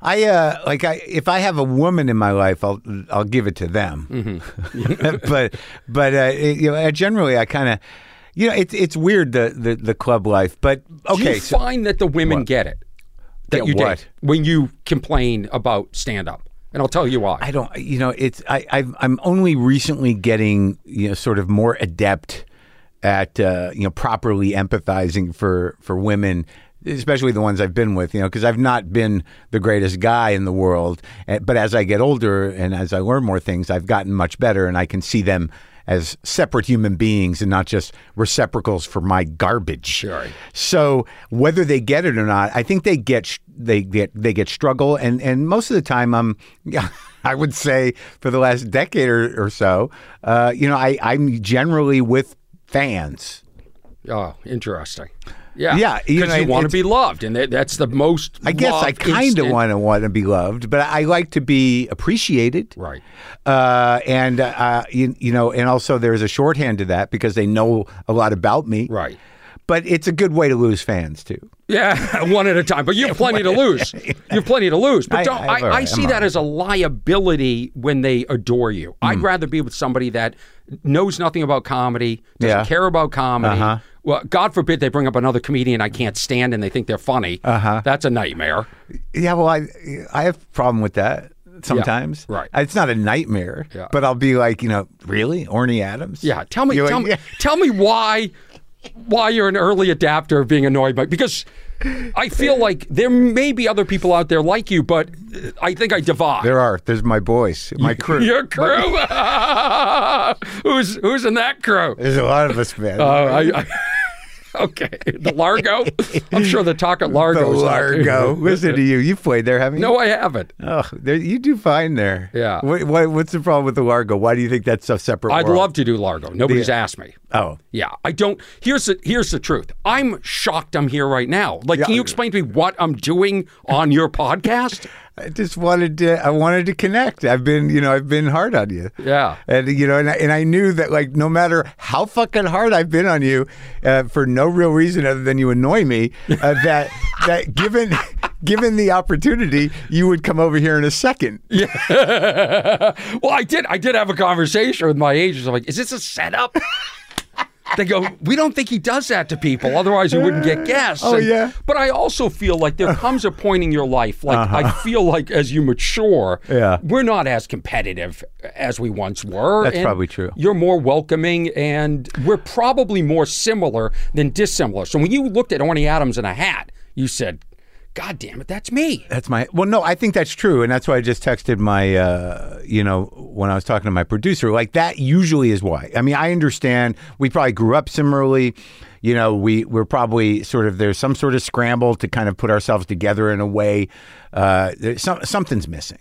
[SPEAKER 1] I uh like I if I have a woman in my life, I'll I'll give it to them.
[SPEAKER 3] Mm-hmm.
[SPEAKER 1] but but uh, it- you know, I generally I kind of you know it's it's weird the, the the club life, but
[SPEAKER 3] Do
[SPEAKER 1] okay.
[SPEAKER 3] you
[SPEAKER 1] so-
[SPEAKER 3] find that the women get it that
[SPEAKER 1] Get
[SPEAKER 3] you
[SPEAKER 1] what?
[SPEAKER 3] did when you complain about stand up, and I'll tell you why.
[SPEAKER 1] I don't. You know, it's I. I've, I'm only recently getting you know sort of more adept at uh, you know properly empathizing for for women, especially the ones I've been with. You know, because I've not been the greatest guy in the world. Eh, But as I get older and as I learn more things, I've gotten much better, and I can see them as separate human beings and not just reciprocals for my garbage.
[SPEAKER 3] Sure.
[SPEAKER 1] So whether they get it or not, I think they get they get they get struggle, and and most of the time, I'm yeah, I would say for the last decade or, or so, uh, you know, I I'm generally with fans.
[SPEAKER 3] oh, interesting. Yeah,
[SPEAKER 1] Yeah, you know,
[SPEAKER 3] because you
[SPEAKER 1] it-
[SPEAKER 3] want to
[SPEAKER 1] it's-
[SPEAKER 3] be loved, and that, that's the most.
[SPEAKER 1] I guess I kind of want to want to be loved, but I like to be appreciated.
[SPEAKER 3] Right.
[SPEAKER 1] Uh, and uh, you, you know, and also there's a shorthand to that because they know a lot about me.
[SPEAKER 3] Right.
[SPEAKER 1] But it's a good way to lose fans too.
[SPEAKER 3] Yeah, one at a time. But you have plenty to lose. You have plenty to lose. But
[SPEAKER 1] I-
[SPEAKER 3] don't,
[SPEAKER 1] I'm
[SPEAKER 3] I, Mm. I,
[SPEAKER 1] all right.
[SPEAKER 3] see
[SPEAKER 1] I'm all
[SPEAKER 3] that as a liability when they adore you. I'd rather be with somebody that knows nothing about comedy, doesn't
[SPEAKER 1] Yeah.
[SPEAKER 3] care about comedy. Well, God forbid they bring up another comedian I can't stand and they think they're funny. Uh-huh. That's a nightmare.
[SPEAKER 1] Yeah, well, I I have a problem with that sometimes.
[SPEAKER 3] right.
[SPEAKER 1] It's not a nightmare,
[SPEAKER 3] Yeah.
[SPEAKER 1] but I'll be like, you know, really, Orny Adams.
[SPEAKER 3] Yeah, tell me,
[SPEAKER 1] You're
[SPEAKER 3] tell
[SPEAKER 1] like,
[SPEAKER 3] me, tell me why, why you're an early adapter of being annoyed by because I feel like there may be other people out there like you, but uh, I think I divide.
[SPEAKER 1] There are. There's my boys, my crew.
[SPEAKER 3] Your crew. who's who's in that crew?
[SPEAKER 1] There's a lot of us, man.
[SPEAKER 3] Uh, I, I, okay, the Largo. I'm sure the talk at
[SPEAKER 1] the
[SPEAKER 3] Largo.
[SPEAKER 1] Largo. Listen to you. You played there, haven't you?
[SPEAKER 3] no, I haven't.
[SPEAKER 1] Oh, there, you do fine there.
[SPEAKER 3] Yeah.
[SPEAKER 1] What, what, what's the problem with the Largo? Why do you think that's a separate?
[SPEAKER 3] I'd
[SPEAKER 1] world?
[SPEAKER 3] love to do Largo. Nobody's asked me.
[SPEAKER 1] Oh,
[SPEAKER 3] Yeah, I don't. Here's the here's the truth. I'm shocked. I'm here right now. Like, can
[SPEAKER 1] Yeah.
[SPEAKER 3] you explain to me what I'm doing on your podcast?
[SPEAKER 1] I just wanted to. I wanted to connect. I've been, you know, I've been hard on you.
[SPEAKER 3] Yeah.
[SPEAKER 1] And you know, and I, and I knew that, like, no matter how fucking hard I've been on you, uh, for no real reason other than you annoy me, uh, that that given given the opportunity, you would come over here in a second.
[SPEAKER 3] well, I did. I did have a conversation with my agents. I'm like, is this a setup? they go, we don't think he does that to people. Otherwise, you wouldn't get guests.
[SPEAKER 1] Oh, yeah.
[SPEAKER 3] But I also feel like there comes a point in your life. Like I feel like as you mature,
[SPEAKER 1] Uh-huh. Yeah.
[SPEAKER 3] we're not as competitive as we once were.
[SPEAKER 1] That's
[SPEAKER 3] and
[SPEAKER 1] probably true.
[SPEAKER 3] You're more welcoming, and we're probably more similar than dissimilar. So when you looked at Orny Adams in a hat, you said, "God damn it, that's me."
[SPEAKER 1] That's my well. No, I think that's true, and that's why I just texted my. Uh, you know, when I was talking to my producer, like that usually is why. I mean, I understand we probably grew up similarly. You know, we we're probably sort of there's some sort of scramble to kind of put ourselves together in a way. Uh, there's some, something's missing,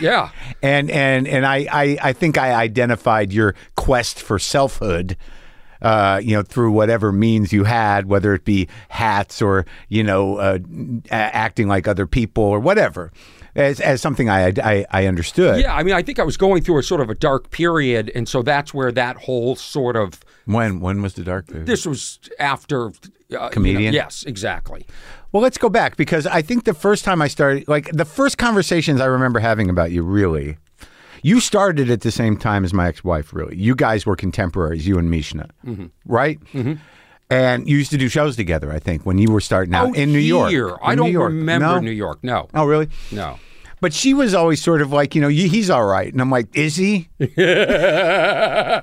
[SPEAKER 3] Yeah.
[SPEAKER 1] and and and I, I I think I identified your quest for selfhood. Uh, you know, through whatever means you had, whether it be hats or you know, uh, a- acting like other people or whatever, as, as something I, I I understood.
[SPEAKER 3] Yeah, I mean, I think I was going through a sort of a dark period, and so that's where that whole sort of
[SPEAKER 1] When when was the dark period?
[SPEAKER 3] this was after uh, you know,
[SPEAKER 1] Comedian? Uh,
[SPEAKER 3] yes, exactly.
[SPEAKER 1] Well, let's go back because I think the first time I started, like the first conversations I remember having about you, really, you started at the same time as my ex-wife. Really, you guys were contemporaries, you and Mishna, right? Mm-hmm. And you used to do shows together, I think, when you were starting out
[SPEAKER 3] Oh,
[SPEAKER 1] in New York.
[SPEAKER 3] here. I
[SPEAKER 1] In
[SPEAKER 3] don't
[SPEAKER 1] New York.
[SPEAKER 3] remember
[SPEAKER 1] No?
[SPEAKER 3] New York. No,
[SPEAKER 1] Oh, really?
[SPEAKER 3] no.
[SPEAKER 1] But she was always sort of like, you know, "You- he's all right, and I'm like, is he?
[SPEAKER 3] Did I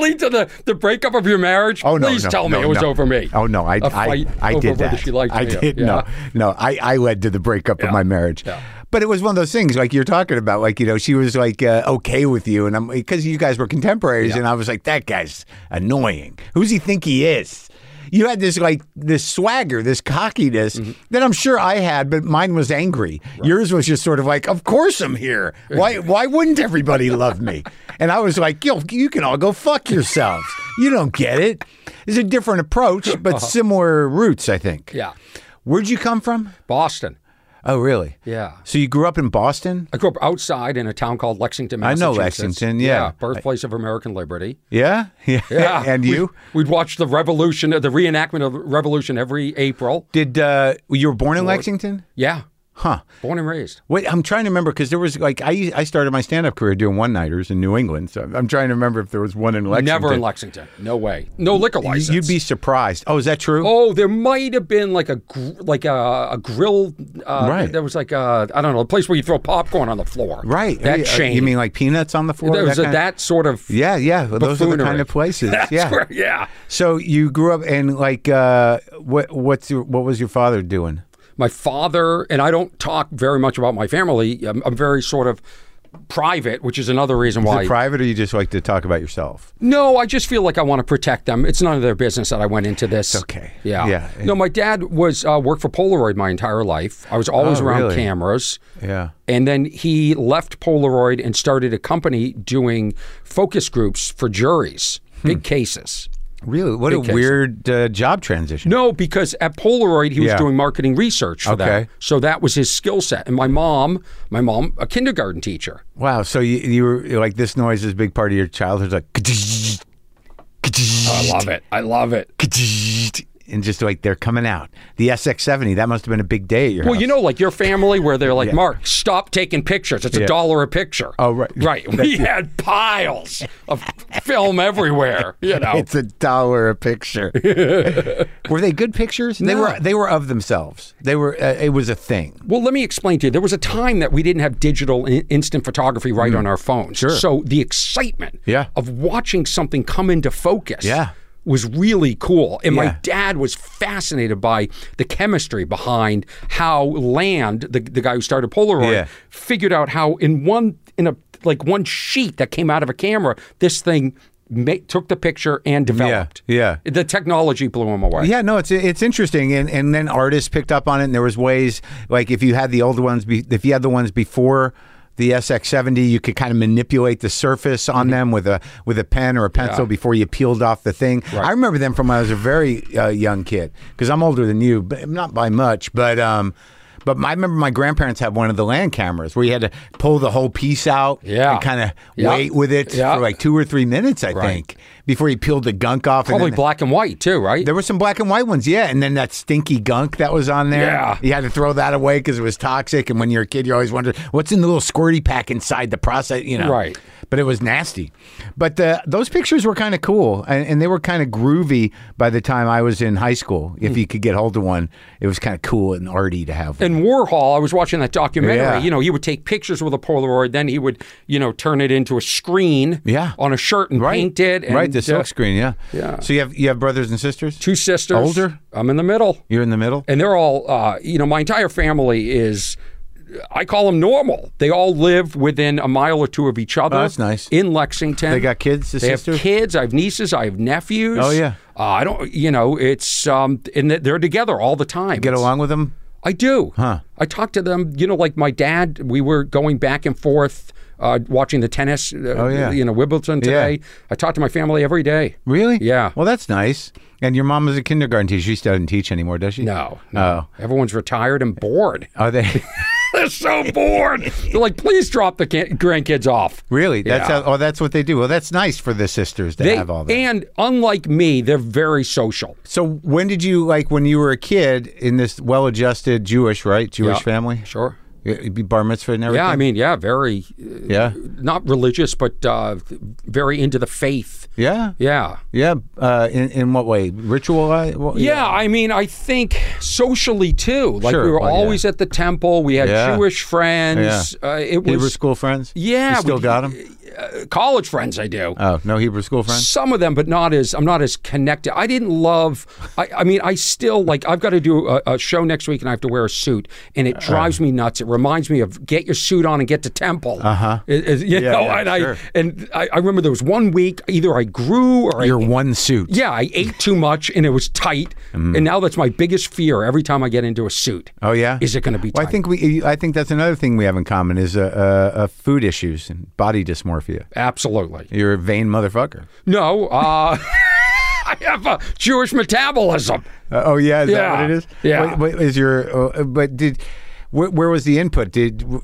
[SPEAKER 3] lead to the, the breakup of your marriage?
[SPEAKER 1] Oh no!
[SPEAKER 3] Please
[SPEAKER 1] no,
[SPEAKER 3] tell me
[SPEAKER 1] no,
[SPEAKER 3] it was
[SPEAKER 1] no.
[SPEAKER 3] over me.
[SPEAKER 1] Oh no! I
[SPEAKER 3] A
[SPEAKER 1] I,
[SPEAKER 3] fight
[SPEAKER 1] I
[SPEAKER 3] over
[SPEAKER 1] did
[SPEAKER 3] whether
[SPEAKER 1] that.
[SPEAKER 3] She liked
[SPEAKER 1] I
[SPEAKER 3] me or-
[SPEAKER 1] did
[SPEAKER 3] yeah.
[SPEAKER 1] no no. I I led to the breakup of my marriage.
[SPEAKER 3] Yeah.
[SPEAKER 1] But it was one of those things like you're talking about. Like you know, she was like uh, okay with you, and I'm because you guys were contemporaries, and I was like, that guy's annoying. Who's he think he is? You had this like this swagger, this cockiness
[SPEAKER 3] Mm-hmm.
[SPEAKER 1] that I'm sure I had, but mine was angry. Yours was just sort of like, "Of course I'm here. Why? why wouldn't everybody love me?" And I was like, "Yo, you can all go fuck yourselves. You don't get it. It's a different approach,
[SPEAKER 3] Uh-huh.
[SPEAKER 1] but similar roots, I think.
[SPEAKER 3] Yeah.
[SPEAKER 1] Where'd you come from?
[SPEAKER 3] Boston.
[SPEAKER 1] Oh, really?
[SPEAKER 3] Yeah.
[SPEAKER 1] So you grew up in Boston?
[SPEAKER 3] I grew up outside in a town called Lexington,
[SPEAKER 1] I know
[SPEAKER 3] Massachusetts.
[SPEAKER 1] Lexington, yeah.
[SPEAKER 3] birthplace of American liberty.
[SPEAKER 1] Yeah? Yeah. and
[SPEAKER 3] we-
[SPEAKER 1] you?
[SPEAKER 3] We'd watch the revolution, the reenactment of the revolution every April.
[SPEAKER 1] Did uh, you were born in Lexington?
[SPEAKER 3] Yeah,
[SPEAKER 1] Huh.
[SPEAKER 3] born and raised.
[SPEAKER 1] Wait, I'm trying to remember because there was like I I started my stand up career doing one nighters in New England, so I'm- I'm trying to remember if there was one in Lexington.
[SPEAKER 3] Never in Lexington. No way. No liquor
[SPEAKER 1] Y-
[SPEAKER 3] license.
[SPEAKER 1] You'd be surprised. Oh, is that true?
[SPEAKER 3] Oh, there might have been like a gr- like a, a grill. Uh,
[SPEAKER 1] Right.
[SPEAKER 3] There was like a I don't know a place where you throw popcorn on the floor.
[SPEAKER 1] right.
[SPEAKER 3] That
[SPEAKER 1] Uh,
[SPEAKER 3] chain.
[SPEAKER 1] You mean like peanuts on the floor?
[SPEAKER 3] there was a,
[SPEAKER 1] kind of-
[SPEAKER 3] that sort of
[SPEAKER 1] Yeah, yeah. Well, those are the kind
[SPEAKER 3] buffoonery.
[SPEAKER 1] of places. yeah.
[SPEAKER 3] Where- yeah.
[SPEAKER 1] So you grew up and like uh, what what's your, what was your father doing?
[SPEAKER 3] my father and I don't talk very much about my family. I'm, I'm very sort of private, which is another reason
[SPEAKER 1] Is
[SPEAKER 3] why.
[SPEAKER 1] it private or you just like to talk about yourself?
[SPEAKER 3] no, I just feel like I want to protect them. It's none of their business that I went into this.
[SPEAKER 1] okay.
[SPEAKER 3] Yeah.
[SPEAKER 1] Yeah.
[SPEAKER 3] No, my dad was uh, worked for Polaroid my entire life. I was always
[SPEAKER 1] Oh,
[SPEAKER 3] around
[SPEAKER 1] really?
[SPEAKER 3] cameras.
[SPEAKER 1] Yeah.
[SPEAKER 3] And then he left Polaroid and started a company doing focus groups for juries,
[SPEAKER 1] Hmm.
[SPEAKER 3] big cases.
[SPEAKER 1] Really? What a
[SPEAKER 3] Big case.
[SPEAKER 1] weird uh, job transition.
[SPEAKER 3] No, because at Polaroid he
[SPEAKER 1] Yeah.
[SPEAKER 3] was doing marketing research for
[SPEAKER 1] Okay.
[SPEAKER 3] them. So that was his skill set. And my mom, my mom, a kindergarten teacher.
[SPEAKER 1] Wow. So you you were like this noise is a big part of your childhood like
[SPEAKER 3] I love it. I love it.
[SPEAKER 1] and just like they're coming out. The SX70, that must have been a big day at your
[SPEAKER 3] Well,
[SPEAKER 1] house.
[SPEAKER 3] you know, like your family, where they're like, Mark, stop taking pictures. It's a dollar a picture.
[SPEAKER 1] Oh, right.
[SPEAKER 3] Right. We had piles of film everywhere, you know.
[SPEAKER 1] it's a dollar a picture. were they good pictures? They
[SPEAKER 3] No.
[SPEAKER 1] were they were of themselves. They were uh, it was a thing.
[SPEAKER 3] Well, let me explain to you. There was a time that we didn't have digital in- instant photography right on our phones. Sure. So the excitement
[SPEAKER 1] Mm. Yeah.
[SPEAKER 3] of watching something come into focus
[SPEAKER 1] Yeah.
[SPEAKER 3] was really cool. And
[SPEAKER 1] Yeah.
[SPEAKER 3] my dad was fascinated by the chemistry behind how Land, the, the guy who started Polaroid,
[SPEAKER 1] Yeah.
[SPEAKER 3] figured out how in one in a like one sheet that came out of a camera, this thing ma- took the picture and developed.
[SPEAKER 1] yeah.
[SPEAKER 3] The technology blew him away.
[SPEAKER 1] Yeah, no, it's it's interesting, and and then artists picked up on it, and there was ways like if you had the old ones, be, if you had the ones before the SX70, you could kind of manipulate the surface on
[SPEAKER 3] Mm-hmm.
[SPEAKER 1] them with a with a pen or a pencil before you peeled off the thing. I remember them from when I was a very uh, young kid because I'm older than you, but not by much, but. um but my, I remember my grandparents had one of the land cameras where you had to pull the whole piece out
[SPEAKER 3] Yeah.
[SPEAKER 1] and kind of
[SPEAKER 3] Yeah.
[SPEAKER 1] wait with it
[SPEAKER 3] Yeah.
[SPEAKER 1] for like two or three minutes, I think, before you peeled the gunk off. and
[SPEAKER 3] Probably
[SPEAKER 1] then-
[SPEAKER 3] black and white too, right?
[SPEAKER 1] there were some black and white ones, yeah. And then that stinky gunk that was on there.
[SPEAKER 3] Yeah.
[SPEAKER 1] You had to throw that away because it was toxic. And when you're a kid, you always wonder what's in the little squirty pack inside the process, you know.
[SPEAKER 3] Right.
[SPEAKER 1] But it was nasty. But the, those pictures were kind of cool and, and they were kind of groovy by the time I was in high school.
[SPEAKER 3] Hmm.
[SPEAKER 1] If you could get hold of one, it was kind of cool and arty to have one.
[SPEAKER 3] And Warhol, I was watching that documentary.
[SPEAKER 1] Yeah.
[SPEAKER 3] You know, he would take pictures with a Polaroid, then he would, you know, turn it into a screen
[SPEAKER 1] Yeah.
[SPEAKER 3] on a shirt and paint it. And,
[SPEAKER 1] right, the
[SPEAKER 3] uh,
[SPEAKER 1] silk screen, yeah.
[SPEAKER 3] yeah.
[SPEAKER 1] So you have you have brothers and sisters?
[SPEAKER 3] Two sisters.
[SPEAKER 1] Older?
[SPEAKER 3] I'm in the middle.
[SPEAKER 1] You're in the middle?
[SPEAKER 3] And they're all, uh, you know, my entire family is. I call them normal. They all live within a mile or two of each other.
[SPEAKER 1] Oh, that's nice.
[SPEAKER 3] In Lexington,
[SPEAKER 1] They got kids, the
[SPEAKER 3] they have
[SPEAKER 1] sisters?
[SPEAKER 3] kids. I have nieces. I have nephews.
[SPEAKER 1] Oh, yeah.
[SPEAKER 3] Uh, I don't. You know, it's um, and they're together all the time.
[SPEAKER 1] Get
[SPEAKER 3] It's-
[SPEAKER 1] along with them?
[SPEAKER 3] I do.
[SPEAKER 1] Huh.
[SPEAKER 3] I talked to them, you know, like my dad, we were going back and forth uh, watching the tennis, uh,
[SPEAKER 1] Oh, yeah.
[SPEAKER 3] you know, Wimbledon
[SPEAKER 1] Yeah.
[SPEAKER 3] today. I talk to my family every day.
[SPEAKER 1] Really?
[SPEAKER 3] Yeah.
[SPEAKER 1] Well, that's nice. And your mom is a kindergarten teacher. She still doesn't teach anymore, does she?
[SPEAKER 3] No, no. Everyone's retired and bored.
[SPEAKER 1] Oh. Are they
[SPEAKER 3] They're so bored. They're like, please drop the ki- grandkids off.
[SPEAKER 1] really? That's
[SPEAKER 3] Yeah.
[SPEAKER 1] how. Oh, that's what they do. Well, that's nice for the sisters to
[SPEAKER 3] They-
[SPEAKER 1] have all that.
[SPEAKER 3] And unlike me, they're very social.
[SPEAKER 1] so, when did you like when you were a kid in this well-adjusted Jewish, right, Jewish
[SPEAKER 3] Yeah.
[SPEAKER 1] family?
[SPEAKER 3] Sure.
[SPEAKER 1] You'd be bar mitzvah and everything.
[SPEAKER 3] Yeah, I mean, yeah, very, uh,
[SPEAKER 1] yeah,
[SPEAKER 3] not religious, but uh, very into the faith.
[SPEAKER 1] yeah,
[SPEAKER 3] Yeah.
[SPEAKER 1] yeah. Uh, in in what way? Ritual? uh, Well,
[SPEAKER 3] Yeah, I mean, I think socially too. Like
[SPEAKER 1] Sure,
[SPEAKER 3] we were
[SPEAKER 1] well, yeah.
[SPEAKER 3] always at the temple. We had
[SPEAKER 1] Yeah.
[SPEAKER 3] Jewish friends. Uh, it
[SPEAKER 1] Hebrew
[SPEAKER 3] was
[SPEAKER 1] school friends.
[SPEAKER 3] Yeah,
[SPEAKER 1] You
[SPEAKER 3] we-
[SPEAKER 1] still got 'em? got them.
[SPEAKER 3] college friends. I do
[SPEAKER 1] Oh, no Hebrew school friends.
[SPEAKER 3] some of them, but not as I'm not as connected. I didn't love. I, I mean, I still like. I've got to do a, a show next week, and I have to wear a suit, and
[SPEAKER 1] Uh-huh.
[SPEAKER 3] it drives me nuts. It reminds me of get your suit on and get to temple. Uh huh. You
[SPEAKER 1] Uh-huh. Yeah,
[SPEAKER 3] know,
[SPEAKER 1] yeah,
[SPEAKER 3] and
[SPEAKER 1] sure.
[SPEAKER 3] I and I, I remember there was one week either I grew or I
[SPEAKER 1] Your one suit.
[SPEAKER 3] Yeah, I ate too much and it was tight.
[SPEAKER 1] Mm.
[SPEAKER 3] And now that's my biggest fear every time I get into a suit.
[SPEAKER 1] Oh yeah,
[SPEAKER 3] Is it going to be
[SPEAKER 1] Well,
[SPEAKER 3] tight?
[SPEAKER 1] I think we. I think that's another thing we have in common is uh, uh, uh, food issues and body dysmorphia.
[SPEAKER 3] Absolutely.
[SPEAKER 1] You're a vain motherfucker.
[SPEAKER 3] No. Uh, I have a Jewish metabolism.
[SPEAKER 1] Uh, oh yeah, is that
[SPEAKER 3] Yeah.
[SPEAKER 1] what it is?
[SPEAKER 3] Yeah.
[SPEAKER 1] What- what is your? Uh, but did where, where was the input? Did w-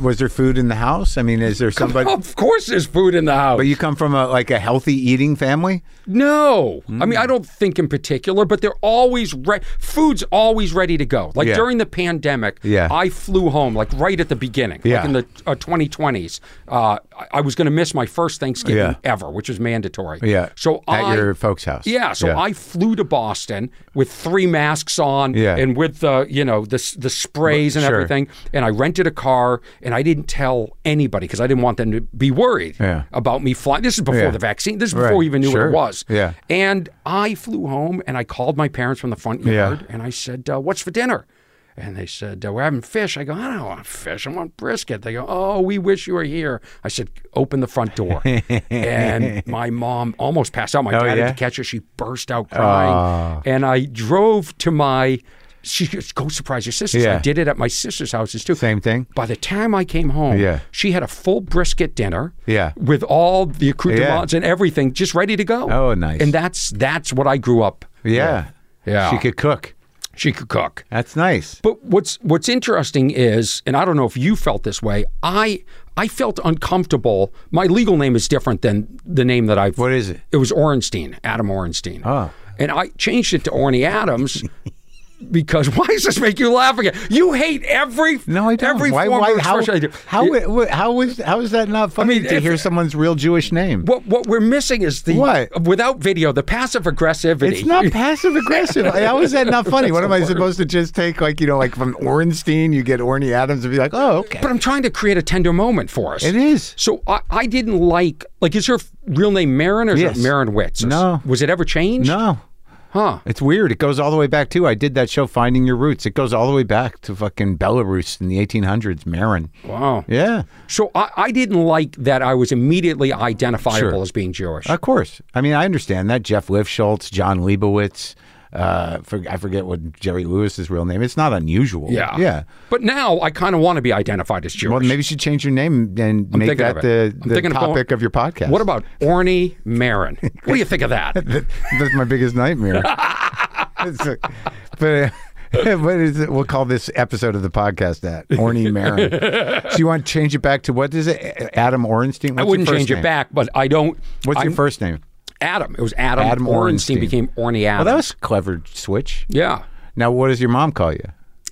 [SPEAKER 1] was there food in the house? I mean, is there somebody?
[SPEAKER 3] of course, there's food in the house.
[SPEAKER 1] But you come from a like a healthy eating family.
[SPEAKER 3] No, I
[SPEAKER 1] Hmm.
[SPEAKER 3] mean I don't think in particular, but they're always re- food's always ready to go. Like
[SPEAKER 1] Yeah.
[SPEAKER 3] during the pandemic,
[SPEAKER 1] Yeah.
[SPEAKER 3] I flew home like right at the beginning,
[SPEAKER 1] Yeah.
[SPEAKER 3] like in the uh, 2020s. Uh, I, I was going to miss my first Thanksgiving
[SPEAKER 1] Yeah.
[SPEAKER 3] ever, which was mandatory.
[SPEAKER 1] Yeah.
[SPEAKER 3] so
[SPEAKER 1] at
[SPEAKER 3] I,
[SPEAKER 1] your folks' house.
[SPEAKER 3] yeah, so I flew to Boston with three masks on
[SPEAKER 1] Yeah.
[SPEAKER 3] and with the you know the s- the sprays and
[SPEAKER 1] Sure.
[SPEAKER 3] everything, and I rented a car and I didn't tell anybody because I didn't want them to be worried
[SPEAKER 1] Yeah.
[SPEAKER 3] about me flying. This is before
[SPEAKER 1] Yeah.
[SPEAKER 3] the vaccine. This is
[SPEAKER 1] Right.
[SPEAKER 3] before we even knew what
[SPEAKER 1] Sure.
[SPEAKER 3] it was.
[SPEAKER 1] Yeah.
[SPEAKER 3] And I flew home and I called my parents from the front
[SPEAKER 1] Yeah.
[SPEAKER 3] yard and I said, uh, "What's for dinner?" And they said, uh, "We're having fish." I go, "I don't want fish. I want brisket." They go, "Oh, we wish you were here." I said, "Open the front door." and my mom almost passed out. My dad
[SPEAKER 1] Oh, yeah?
[SPEAKER 3] had to catch her. She burst out crying,
[SPEAKER 1] Ah.
[SPEAKER 3] and I drove to my. She goes, "Go surprise your sisters."
[SPEAKER 1] Yeah.
[SPEAKER 3] I did it at my sister's houses too.
[SPEAKER 1] Same thing?
[SPEAKER 3] By the time I came home,
[SPEAKER 1] Yeah.
[SPEAKER 3] she had a full brisket dinner.
[SPEAKER 1] Yeah.
[SPEAKER 3] With all the accoutrements
[SPEAKER 1] Yeah.
[SPEAKER 3] and everything just ready to go.
[SPEAKER 1] Oh, nice.
[SPEAKER 3] And that's that's what I grew up.
[SPEAKER 1] Yeah.
[SPEAKER 3] with. Yeah.
[SPEAKER 1] She could cook.
[SPEAKER 3] she could cook.
[SPEAKER 1] That's nice.
[SPEAKER 3] But what's what's interesting is, and I don't know if you felt this way. I I felt uncomfortable. My legal name is different than the name that I've.
[SPEAKER 1] What is it?
[SPEAKER 3] It was Orenstein, Adam Orenstein.
[SPEAKER 1] Ah.
[SPEAKER 3] And I changed it to Orny Adams. Because why does this make you laugh again? You hate every
[SPEAKER 1] No, I don't.
[SPEAKER 3] Every
[SPEAKER 1] why?
[SPEAKER 3] form
[SPEAKER 1] why?
[SPEAKER 3] of
[SPEAKER 1] How?
[SPEAKER 3] expression I do.
[SPEAKER 1] How? wh- How is? How is that not funny
[SPEAKER 3] mean,
[SPEAKER 1] to
[SPEAKER 3] if-
[SPEAKER 1] hear someone's real Jewish name?
[SPEAKER 3] What what we're missing is the
[SPEAKER 1] What?
[SPEAKER 3] without video, the passive aggressivity.
[SPEAKER 1] It's not passive aggressive. Like, How is that not funny? What am I supposed to just take like you know like from Orenstein? You get Orny Adams and be like, oh okay.
[SPEAKER 3] But I'm trying to create a tender moment for us.
[SPEAKER 1] It is.
[SPEAKER 3] So I, I didn't like like is her f- real name Marin or is
[SPEAKER 1] Yes.
[SPEAKER 3] it Marin Witz?
[SPEAKER 1] No.
[SPEAKER 3] Was it ever changed?
[SPEAKER 1] No,
[SPEAKER 3] Huh.
[SPEAKER 1] it's weird. It goes all the way back too. I did that show Finding Your Roots. It goes all the way back to fucking Belarus in the 1800s. Marin.
[SPEAKER 3] Wow.
[SPEAKER 1] Yeah,
[SPEAKER 3] So I, I didn't like that I was immediately identifiable
[SPEAKER 1] Sure.
[SPEAKER 3] as being Jewish.
[SPEAKER 1] of course. I mean, I understand that. Jeff Lifschultz, John Leibowitz. Uh, for, I forget what Jerry Lewis's real name. It's not unusual.
[SPEAKER 3] yeah.
[SPEAKER 1] yeah.
[SPEAKER 3] But now I kind of want to be identified as Jewish.
[SPEAKER 1] Well, maybe you should change your name and make
[SPEAKER 3] thinking
[SPEAKER 1] that
[SPEAKER 3] of
[SPEAKER 1] the,
[SPEAKER 3] it. I'm
[SPEAKER 1] the
[SPEAKER 3] thinking of going-
[SPEAKER 1] topic of your podcast.
[SPEAKER 3] what about Orny Marin? what do you think of that?
[SPEAKER 1] That's my biggest nightmare. It's a- but uh, what is it? We'll call this episode of the podcast that Orny Marin. so you want to change it back to what is it? A- Adam Orenstein.
[SPEAKER 3] I wouldn't change it back, but I don't.
[SPEAKER 1] What's
[SPEAKER 3] I'm
[SPEAKER 1] your first name?
[SPEAKER 3] Adam? It was Adam.
[SPEAKER 1] Adam Orenstein.
[SPEAKER 3] Orenstein became Orny Adam.
[SPEAKER 1] Well, that was a clever switch.
[SPEAKER 3] yeah.
[SPEAKER 1] Now, what does your mom call you?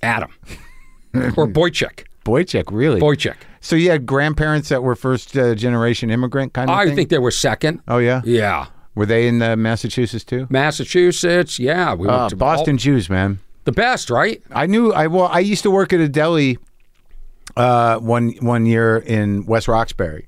[SPEAKER 3] Adam or Boychik.
[SPEAKER 1] Boychik, really?
[SPEAKER 3] Boychik.
[SPEAKER 1] So you had grandparents that were first uh, generation immigrant kind of
[SPEAKER 3] I
[SPEAKER 1] thing?
[SPEAKER 3] think they were second.
[SPEAKER 1] Oh, yeah?
[SPEAKER 3] Yeah.
[SPEAKER 1] Were they in uh, Massachusetts too?
[SPEAKER 3] Massachusetts. Yeah. We
[SPEAKER 1] Uh,
[SPEAKER 3] went to
[SPEAKER 1] Boston
[SPEAKER 3] all-
[SPEAKER 1] Jews, man.
[SPEAKER 3] the best, right?
[SPEAKER 1] I knew I well. I used to work at a deli uh, one one year in West Roxbury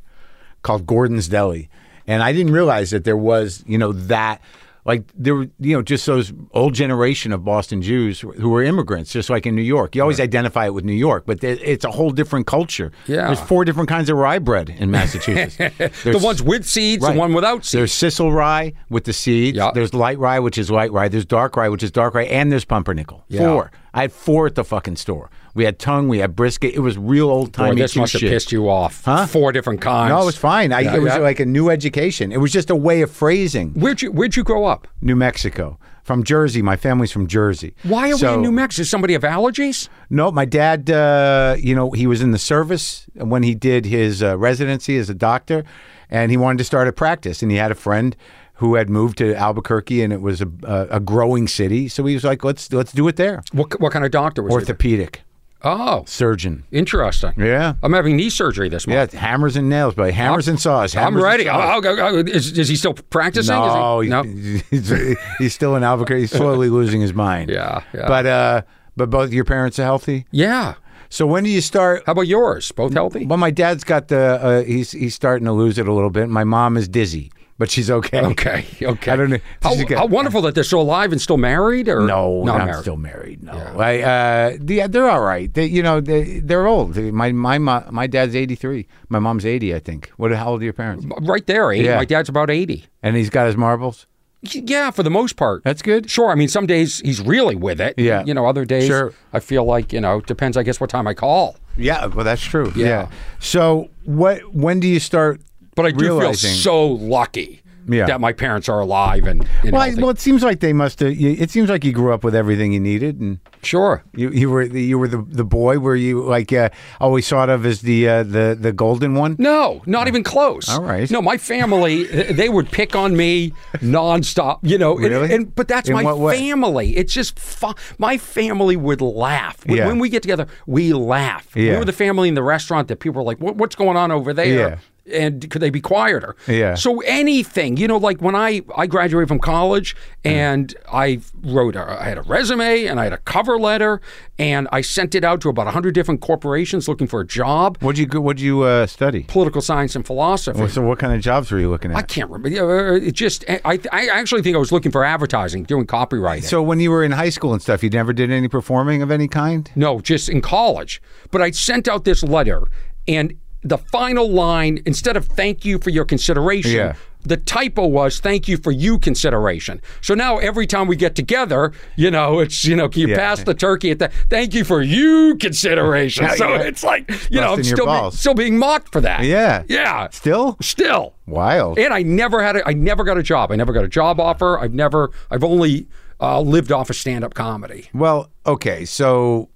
[SPEAKER 1] called Gordon's Deli, and I didn't realize that there was you know that like there were you know just those old generation of Boston Jews who were immigrants, just like in New York. You always identify it with New York, but there, it's a whole different culture.
[SPEAKER 3] Yeah.
[SPEAKER 1] there's four different kinds of rye bread in Massachusetts.
[SPEAKER 3] The
[SPEAKER 1] There's-
[SPEAKER 3] ones with seeds,
[SPEAKER 1] Right.
[SPEAKER 3] the one without
[SPEAKER 1] there's
[SPEAKER 3] seeds.
[SPEAKER 1] sisal rye with the seeds.
[SPEAKER 3] Yeah.
[SPEAKER 1] There's light rye, which is light rye. There's dark rye, which is dark rye, and there's pumpernickel. Four. I had four at the fucking store. We had tongue. We had brisket. It was real old
[SPEAKER 3] Boy,
[SPEAKER 1] timey.
[SPEAKER 3] this must have
[SPEAKER 1] shit.
[SPEAKER 3] pissed you off. Four different kinds.
[SPEAKER 1] No, it was fine. I,
[SPEAKER 3] Yeah,
[SPEAKER 1] it was
[SPEAKER 3] yeah.
[SPEAKER 1] like a new education. It was just a way of phrasing.
[SPEAKER 3] Where'd you Where'd you grow up?
[SPEAKER 1] New Mexico. From Jersey, my family's from Jersey.
[SPEAKER 3] Why are we
[SPEAKER 1] So-
[SPEAKER 3] in New Mexico? Does somebody have allergies?
[SPEAKER 1] No, my dad. Uh, you know, he was in the service when he did his uh, residency as a doctor, and he wanted to start a practice. And he had a friend who had moved to Albuquerque, and it was a, a, a growing city. So he was like, "Let's let's do it there."
[SPEAKER 3] What What kind of doctor was it?
[SPEAKER 1] Orthopedic
[SPEAKER 3] Oh,
[SPEAKER 1] surgeon.
[SPEAKER 3] interesting.
[SPEAKER 1] Yeah.
[SPEAKER 3] I'm having knee surgery this month.
[SPEAKER 1] Yeah, it's hammers and nails, but hammers and saws.
[SPEAKER 3] I'm
[SPEAKER 1] hammers and
[SPEAKER 3] ready.
[SPEAKER 1] saws.
[SPEAKER 3] I'll- I'll- I'll- is, is he still practicing? Is he-
[SPEAKER 1] No, he-
[SPEAKER 3] no.
[SPEAKER 1] he's, he's still in Albuquerque. He's slowly losing his mind.
[SPEAKER 3] Yeah, yeah.
[SPEAKER 1] But uh, but both your parents are healthy.
[SPEAKER 3] Yeah.
[SPEAKER 1] So when do you start?
[SPEAKER 3] How about yours? Both healthy?
[SPEAKER 1] Well, my dad's got the uh, he's he's starting to lose it a little bit. My mom is dizzy, but she's okay.
[SPEAKER 3] Okay. Okay.
[SPEAKER 1] I don't know.
[SPEAKER 3] How,
[SPEAKER 1] She's okay.
[SPEAKER 3] how wonderful that they're still alive and still married, or
[SPEAKER 1] No,
[SPEAKER 3] not
[SPEAKER 1] I'm
[SPEAKER 3] married.
[SPEAKER 1] still married. No, I uh, yeah, they're all right. They, you know, they they're old. They- My my mo- my dad's 83. My mom's 80, I think. What? How old are your parents?
[SPEAKER 3] right there. eh?
[SPEAKER 1] Yeah.
[SPEAKER 3] My dad's about eighty.
[SPEAKER 1] And he's got his marbles.
[SPEAKER 3] Y- Yeah, for the most part.
[SPEAKER 1] That's good.
[SPEAKER 3] Sure. I mean, some days he's really with it.
[SPEAKER 1] Yeah.
[SPEAKER 3] You know, other days
[SPEAKER 1] Sure.
[SPEAKER 3] I feel like you know depends. I guess what time I call.
[SPEAKER 1] Yeah, well, that's true.
[SPEAKER 3] Yeah.
[SPEAKER 1] So what? When do you start?
[SPEAKER 3] But I do
[SPEAKER 1] realizing,
[SPEAKER 3] feel so lucky
[SPEAKER 1] Yeah.
[SPEAKER 3] that my parents are alive and, and
[SPEAKER 1] Well, I,
[SPEAKER 3] healthy.
[SPEAKER 1] well, it seems like they must have. It seems like you grew up with everything you needed, and
[SPEAKER 3] sure.
[SPEAKER 1] you, you were the- you were the, the boy where you like uh, always thought of as the uh, the the golden one.
[SPEAKER 3] No, not even close.
[SPEAKER 1] All right.
[SPEAKER 3] No, my family, th- they would pick on me nonstop. You know, and- and,
[SPEAKER 1] Really?
[SPEAKER 3] but that's
[SPEAKER 1] In
[SPEAKER 3] my
[SPEAKER 1] what way?
[SPEAKER 3] family. It's just fu- my family would laugh when,
[SPEAKER 1] Yeah.
[SPEAKER 3] when we get together. We laugh.
[SPEAKER 1] Yeah.
[SPEAKER 3] We were the family in the restaurant that people were like, what, "What's going on over there?" And could they be quieter?
[SPEAKER 1] Yeah.
[SPEAKER 3] So anything, you know, like when I I graduated from college
[SPEAKER 1] Mm.
[SPEAKER 3] and I wrote, a, I had a resume and I had a cover letter and I sent it out to about hundred different corporations looking for a job,
[SPEAKER 1] What'd you go- What'd you uh, study?
[SPEAKER 3] political science and philosophy.
[SPEAKER 1] So what kind of jobs were you looking
[SPEAKER 3] I
[SPEAKER 1] at?
[SPEAKER 3] can't remember. uh, It just I, I actually think I was looking for advertising, doing copywriting.
[SPEAKER 1] So when you were in high school and stuff, you never did any performing of any kind.
[SPEAKER 3] no, just in college. But I sent out this letter, and the final line instead of "Thank you for your consideration."
[SPEAKER 1] Yeah.
[SPEAKER 3] The typo was "Thank you for you consideration." So now every time we get together, you know, it's you know, can you
[SPEAKER 1] Yeah.
[SPEAKER 3] pass the turkey at the "Thank you for you consideration"? so
[SPEAKER 1] yeah.
[SPEAKER 3] it's like you know, I'm
[SPEAKER 1] Busting your
[SPEAKER 3] still be,
[SPEAKER 1] balls.
[SPEAKER 3] still being mocked for that.
[SPEAKER 1] Yeah.
[SPEAKER 3] yeah,
[SPEAKER 1] Still
[SPEAKER 3] still.
[SPEAKER 1] wild.
[SPEAKER 3] And I never had a, I never got a job. I never got a job offer. I've never I've only uh, lived off of stand up comedy.
[SPEAKER 1] well, okay. So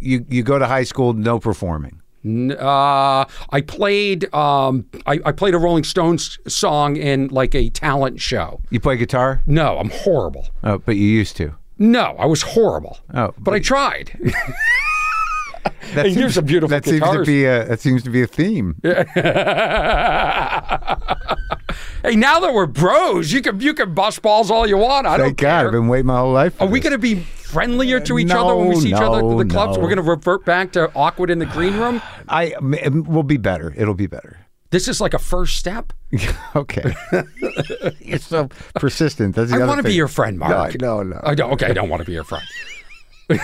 [SPEAKER 1] you you go to high school, no performing.
[SPEAKER 3] N- Uh, I played um, I, I played a Rolling Stones song in like a talent show.
[SPEAKER 1] You play guitar,
[SPEAKER 3] No, I'm horrible.
[SPEAKER 1] oh, but you used to.
[SPEAKER 3] No, I was horrible.
[SPEAKER 1] Oh,
[SPEAKER 3] but I tried.
[SPEAKER 1] That
[SPEAKER 3] And here's a beautiful
[SPEAKER 1] That seems to
[SPEAKER 3] guitarist.
[SPEAKER 1] be a that seems to be a theme.
[SPEAKER 3] hey, now that we're bros, you can you can bust balls all you want. I
[SPEAKER 1] Thank
[SPEAKER 3] don't
[SPEAKER 1] God,
[SPEAKER 3] care.
[SPEAKER 1] I've been waiting my whole life. for
[SPEAKER 3] Are we
[SPEAKER 1] this.
[SPEAKER 3] going to be friendlier to each other when we
[SPEAKER 1] No,
[SPEAKER 3] see each other
[SPEAKER 1] no,
[SPEAKER 3] at the clubs?
[SPEAKER 1] no.
[SPEAKER 3] We're going to revert back to awkward in the green room.
[SPEAKER 1] I m- m- will be better. It'll be better.
[SPEAKER 3] This is like a first step.
[SPEAKER 1] okay. You're so persistent. That's the
[SPEAKER 3] I
[SPEAKER 1] other
[SPEAKER 3] want to be
[SPEAKER 1] thing.
[SPEAKER 3] your friend, Mark.
[SPEAKER 1] No, no,
[SPEAKER 3] I don't. Okay, I don't want to be your friend.
[SPEAKER 1] no.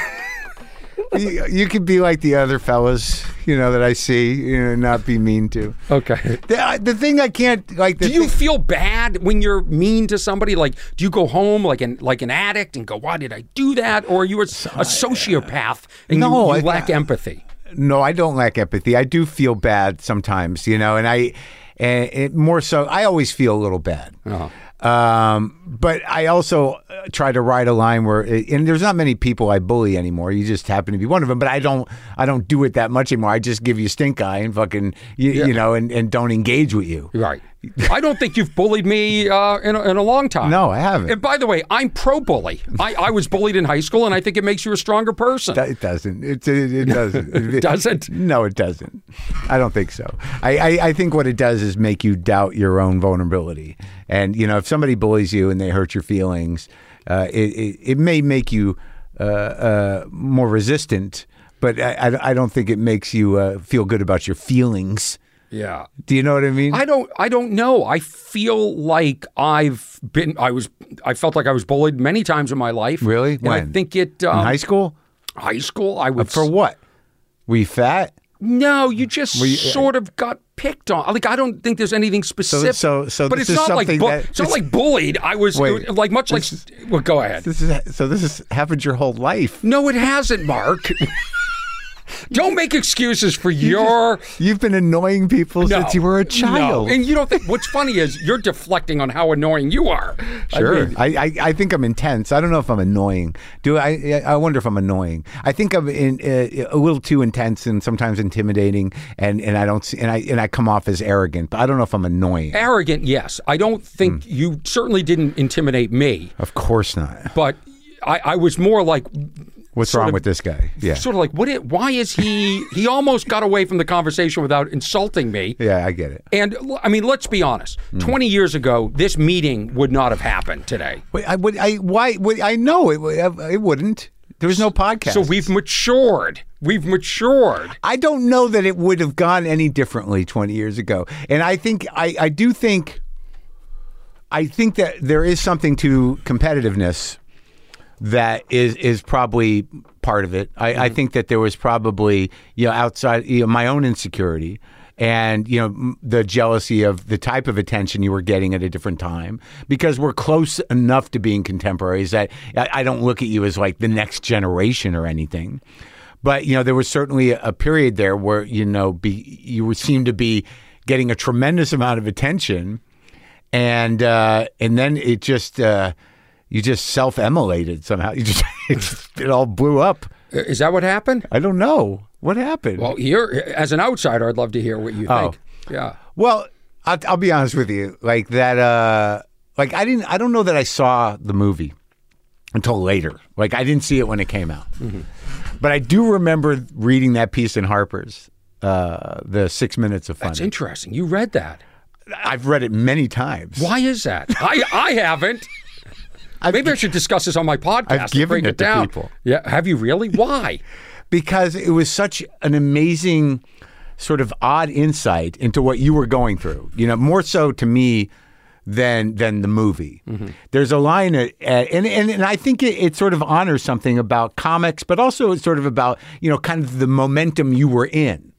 [SPEAKER 1] you, you could be like the other fellas, you know, that I see, you know, not be mean to.
[SPEAKER 3] Okay.
[SPEAKER 1] The, uh, the thing I can't like. The
[SPEAKER 3] Do you
[SPEAKER 1] thing-
[SPEAKER 3] feel bad when you're mean to somebody? Like, do you go home like an like an addict and go, "Why did I do that?" Or you are a sociopath and you-
[SPEAKER 1] No,
[SPEAKER 3] you,
[SPEAKER 1] I-
[SPEAKER 3] lack empathy.
[SPEAKER 1] no, I don't lack empathy. I do feel bad sometimes, you know, and I, and it, more so, I always feel a little bad. Um, but I also uh, try to ride a line where, uh, and there's not many people I bully anymore. You just happen to be one of them. But I don't, I don't do it that much anymore. I just give you stink eye and fucking, you, you know, and, and don't engage with you.
[SPEAKER 3] Right. I don't think you've bullied me uh, in, a, in a long time.
[SPEAKER 1] No, I haven't.
[SPEAKER 3] And by the way, I'm pro bully. I, I was bullied in high school, and I think it makes you a stronger person.
[SPEAKER 1] It doesn't. It, it, it doesn't. It
[SPEAKER 3] doesn't?
[SPEAKER 1] No, it doesn't. I don't think so. I, I, I think what it does is make you doubt your own vulnerability. And, you know, if somebody bullies you and they hurt your feelings, uh, it, it, it may make you uh, uh, more resistant, but I, I, I don't think it makes you uh, feel good about your feelings.
[SPEAKER 3] yeah.
[SPEAKER 1] Do you know what I mean?
[SPEAKER 3] I don't I don't know. I feel like I've been I was I felt like I was bullied many times in my life.
[SPEAKER 1] Really?
[SPEAKER 3] And I
[SPEAKER 1] When?
[SPEAKER 3] think it um,
[SPEAKER 1] In high school?
[SPEAKER 3] high school I would
[SPEAKER 1] For what? Were you fat?
[SPEAKER 3] No, you just sort of got picked on. Like I don't think there's anything specific.
[SPEAKER 1] uh, so- so
[SPEAKER 3] but
[SPEAKER 1] this
[SPEAKER 3] it's
[SPEAKER 1] is
[SPEAKER 3] not like
[SPEAKER 1] something
[SPEAKER 3] bu-
[SPEAKER 1] that-
[SPEAKER 3] it's not
[SPEAKER 1] this-
[SPEAKER 3] like bullied. I was
[SPEAKER 1] Wait.
[SPEAKER 3] like much like well go ahead.
[SPEAKER 1] This is so. This has happened your whole life.
[SPEAKER 3] No it hasn't, Mark. don't make excuses for your
[SPEAKER 1] You've been annoying people
[SPEAKER 3] No.
[SPEAKER 1] since you were a
[SPEAKER 3] No.
[SPEAKER 1] child.
[SPEAKER 3] And you don't think what's funny is you're deflecting on how annoying you are. I
[SPEAKER 1] Sure.
[SPEAKER 3] mean,
[SPEAKER 1] I, I, I think I'm intense. I don't know if I'm annoying. Do I? I- I wonder if I'm annoying. I think I'm in, uh, a little too intense and sometimes intimidating, and, and I don't see, and I and I come off as arrogant. But I don't know if I'm annoying.
[SPEAKER 3] arrogant, yes. I don't think
[SPEAKER 1] Hmm.
[SPEAKER 3] you certainly didn't intimidate me,
[SPEAKER 1] Of course not.
[SPEAKER 3] but I, I was more like
[SPEAKER 1] What's
[SPEAKER 3] Sort
[SPEAKER 1] wrong
[SPEAKER 3] of-
[SPEAKER 1] with this guy? Yeah.
[SPEAKER 3] sort of like what? It, why is he? He almost got away from the conversation without insulting me.
[SPEAKER 1] yeah, Hmm. I get it.
[SPEAKER 3] And l- I mean, let's be honest. Twenty years ago, this meeting would not have happened today.
[SPEAKER 1] Wait, I would. I why would I know it? would- It wouldn't. There was no podcast.
[SPEAKER 3] So we've matured. We've matured.
[SPEAKER 1] I don't know that it would have gone any differently 20 years ago. And I think I, I do think I think that there is something to competitiveness that is is probably part of it. I, I think that there was probably you know outside you know, my own insecurity and you know m- the jealousy of the type of attention you were getting at a different time because we're close enough to being contemporaries that I, I don't look at you as like the next generation or anything. But you know there was certainly a period there where you know be, you seemed to be getting a tremendous amount of attention and uh, and then it just uh, you just self-immolated somehow. You just it, just- it all blew up.
[SPEAKER 3] Is that what happened?
[SPEAKER 1] I don't know what happened.
[SPEAKER 3] Well, here as an outsider, I'd love to hear what you
[SPEAKER 1] Oh.
[SPEAKER 3] think. Yeah.
[SPEAKER 1] Well, I'll, I'll be honest with you. Like that. Uh, like I didn't. I don't know that I saw the movie until later. Like I didn't see it when it came out. But I do remember reading that piece in Harper's, uh, the Six Minutes of Fun.
[SPEAKER 3] It's interesting. You read that.
[SPEAKER 1] I've read it many times.
[SPEAKER 3] Why is that? I, I haven't. Maybe I should discuss this on my podcast. and
[SPEAKER 1] given
[SPEAKER 3] break
[SPEAKER 1] it
[SPEAKER 3] it,
[SPEAKER 1] to
[SPEAKER 3] down.
[SPEAKER 1] people.
[SPEAKER 3] Yeah, have you really? Why?
[SPEAKER 1] because it was such an amazing sort of odd insight into what you were going through you know more so to me than than the movie there's a line at, at, and, and and i think it, it sort of honors something about comics but also it's sort of about you know kind of the momentum you were in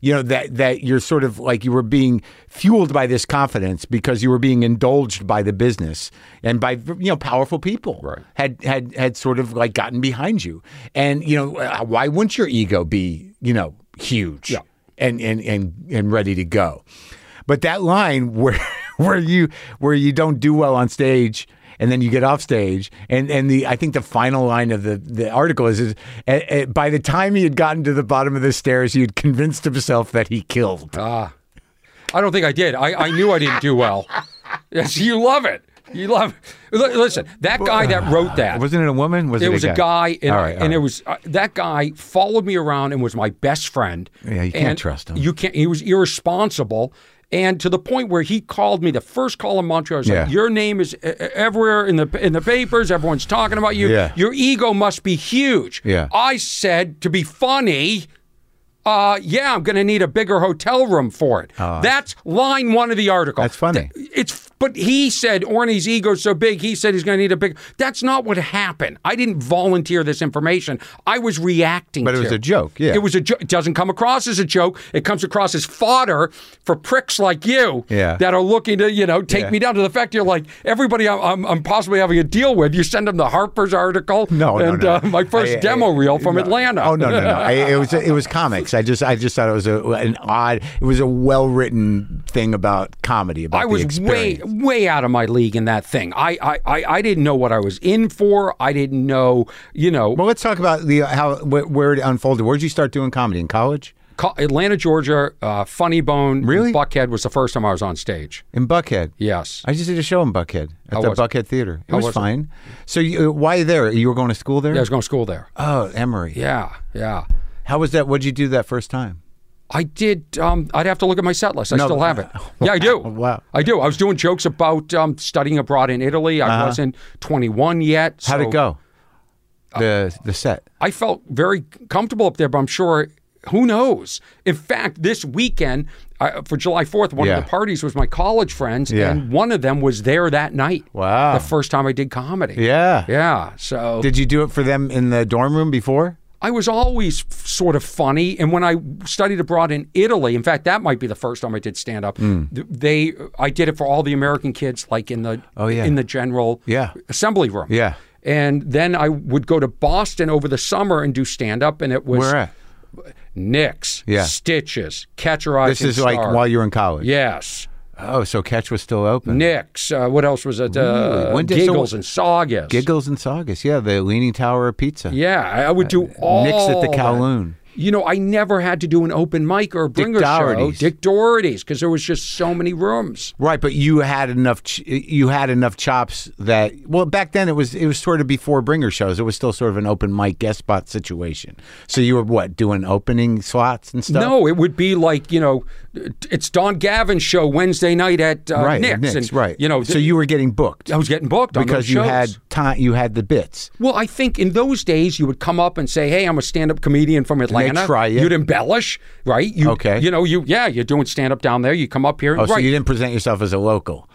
[SPEAKER 1] you know that that you're sort of like you were being fueled by this confidence because you were being indulged by the business and by you know powerful people
[SPEAKER 3] Right.
[SPEAKER 1] had had had sort of like gotten behind you and you know uh, why wouldn't your ego be you know huge
[SPEAKER 3] Yeah.
[SPEAKER 1] and and and and ready to go but that line where where you where you don't do well on stage and then you get off stage and and the I think the final line of the the article is, is eh, eh, by the time he had gotten to the bottom of the stairs he had convinced himself that he killed
[SPEAKER 3] Ah, I don't think I did. I, I knew I didn't do well. Yes, you love it. You love. It. Li- Listen, that guy that wrote that.
[SPEAKER 1] wasn't it a woman was it,
[SPEAKER 3] It was a guy, and,
[SPEAKER 1] all right, all
[SPEAKER 3] and it
[SPEAKER 1] right.
[SPEAKER 3] was uh, that guy followed me around and was my best friend.
[SPEAKER 1] Yeah, you can't
[SPEAKER 3] And
[SPEAKER 1] trust him.
[SPEAKER 3] You can't. He was irresponsible, and to the point where he called me the first call in Montreal. I was
[SPEAKER 1] Yeah.
[SPEAKER 3] like, "Your name is uh, uh, everywhere in the in the papers. Everyone's talking about you.
[SPEAKER 1] Yeah.
[SPEAKER 3] Your ego must be huge."
[SPEAKER 1] Yeah.
[SPEAKER 3] I said to be funny. Uh, yeah, I'm going to need a bigger hotel room for it. That's line one of the article.
[SPEAKER 1] Oh, That's funny.
[SPEAKER 3] Th- it's but he said Orny's ego's so big. He said he's going to need a big. That's not what happened. I didn't volunteer this information. I was reacting.
[SPEAKER 1] But it
[SPEAKER 3] to
[SPEAKER 1] was a joke, yeah.
[SPEAKER 3] it was a. Jo- it doesn't come across as a joke. It comes across as fodder for pricks like you
[SPEAKER 1] Yeah.
[SPEAKER 3] that are looking to you know take
[SPEAKER 1] Yeah.
[SPEAKER 3] me down to the fact you're like everybody I'm, I'm, I'm possibly having a deal with. You send them the Harper's article.
[SPEAKER 1] No, no,
[SPEAKER 3] and
[SPEAKER 1] no.
[SPEAKER 3] Uh, my first
[SPEAKER 1] I- I-
[SPEAKER 3] demo reel from
[SPEAKER 1] no.
[SPEAKER 3] Atlanta.
[SPEAKER 1] Oh no, no, no! I, it was it was comics. I just I just thought it was a, an odd. It was a well written thing about comedy. About
[SPEAKER 3] I
[SPEAKER 1] the
[SPEAKER 3] was way
[SPEAKER 1] experience.
[SPEAKER 3] way out of my league in that thing. I, I I I didn't know what I was in for. I didn't know, you know,
[SPEAKER 1] Well, let's talk about the how wh- where it unfolded. Where did you start doing comedy in college?
[SPEAKER 3] Co- Atlanta, Georgia, uh, Funny Bone,
[SPEAKER 1] Really?
[SPEAKER 3] Buckhead was the first time I was on stage.
[SPEAKER 1] In Buckhead.
[SPEAKER 3] Yes.
[SPEAKER 1] I just did a show in Buckhead at the
[SPEAKER 3] was it?
[SPEAKER 1] Buckhead Theater. It was,
[SPEAKER 3] was it?
[SPEAKER 1] fine. So you, uh, why there? You were going to school there?
[SPEAKER 3] I was going to school there.
[SPEAKER 1] Oh, Emory.
[SPEAKER 3] Yeah, yeah.
[SPEAKER 1] How was that? What did you do that first time?
[SPEAKER 3] I did. Um, I'd have to look at my set list. I
[SPEAKER 1] No, uh,
[SPEAKER 3] still have it. Yeah, I do.
[SPEAKER 1] Wow.
[SPEAKER 3] I do. I was doing jokes about um, studying abroad in Italy. I wasn't 21 yet.
[SPEAKER 1] Uh-huh. How'd
[SPEAKER 3] so
[SPEAKER 1] it go? The the set.
[SPEAKER 3] I felt very comfortable up there, but I'm sure who knows. In fact, this weekend uh, for July 4th, one
[SPEAKER 1] Yeah.
[SPEAKER 3] of the parties was my college friends,
[SPEAKER 1] Yeah.
[SPEAKER 3] and one of them was there that night.
[SPEAKER 1] Wow.
[SPEAKER 3] the first time I did comedy.
[SPEAKER 1] Yeah.
[SPEAKER 3] yeah. So
[SPEAKER 1] Did you do it for them in the dorm room before?
[SPEAKER 3] I was always f- sort of funny, and when I studied abroad in Italy, in fact, that might be the first time I did stand up.
[SPEAKER 1] Hmm.
[SPEAKER 3] They, I did it for all the American kids, like in the
[SPEAKER 1] Oh, yeah.
[SPEAKER 3] in the general
[SPEAKER 1] Yeah.
[SPEAKER 3] assembly room.
[SPEAKER 1] Yeah.
[SPEAKER 3] and then I would go to Boston over the summer and do stand up, and it was
[SPEAKER 1] Where at?
[SPEAKER 3] Nicks,
[SPEAKER 1] Yeah.
[SPEAKER 3] Stitches, Catch Your Eye.
[SPEAKER 1] This is like while you're in college.
[SPEAKER 3] yes,
[SPEAKER 1] Oh, so Catch was still open.
[SPEAKER 3] Nicks. Uh, what else was it? Uh,
[SPEAKER 1] Really? When did
[SPEAKER 3] Giggles
[SPEAKER 1] someone-
[SPEAKER 3] and Saugus.
[SPEAKER 1] Giggles and Saugus. Yeah, the Leaning Tower of Pizza.
[SPEAKER 3] Yeah, Oh. I I would do all
[SPEAKER 1] Nick's Uh, at the
[SPEAKER 3] that.
[SPEAKER 1] Kowloon.
[SPEAKER 3] You know, I never had to do an open mic or a bringer show.
[SPEAKER 1] Doherty's.
[SPEAKER 3] Dick Doherty's, because there was just so many rooms.
[SPEAKER 1] Right, but you had enough. Ch- you had enough chops that. Well, back then it was it was sort of before bringer shows. It was still sort of an open mic guest spot situation. So you were what doing opening slots and stuff.
[SPEAKER 3] No, uh, it would be like you know, it's Don Gavin's show Wednesday night at uh,
[SPEAKER 1] right,
[SPEAKER 3] Nick's,
[SPEAKER 1] Nick's,
[SPEAKER 3] and
[SPEAKER 1] right.
[SPEAKER 3] you know,
[SPEAKER 1] so you were getting booked
[SPEAKER 3] I was getting booked on
[SPEAKER 1] because
[SPEAKER 3] those
[SPEAKER 1] you
[SPEAKER 3] shows.
[SPEAKER 1] had time. You had the bits.
[SPEAKER 3] Well, I think in those days you would come up and say, "Hey, I'm a stand-up comedian from
[SPEAKER 1] they
[SPEAKER 3] Atlanta."
[SPEAKER 1] try you?
[SPEAKER 3] You'd embellish, right? You,
[SPEAKER 1] Okay.
[SPEAKER 3] You know, you yeah, you're doing stand-up down there. You come up here,
[SPEAKER 1] Oh,
[SPEAKER 3] right?
[SPEAKER 1] so you didn't present yourself as a local.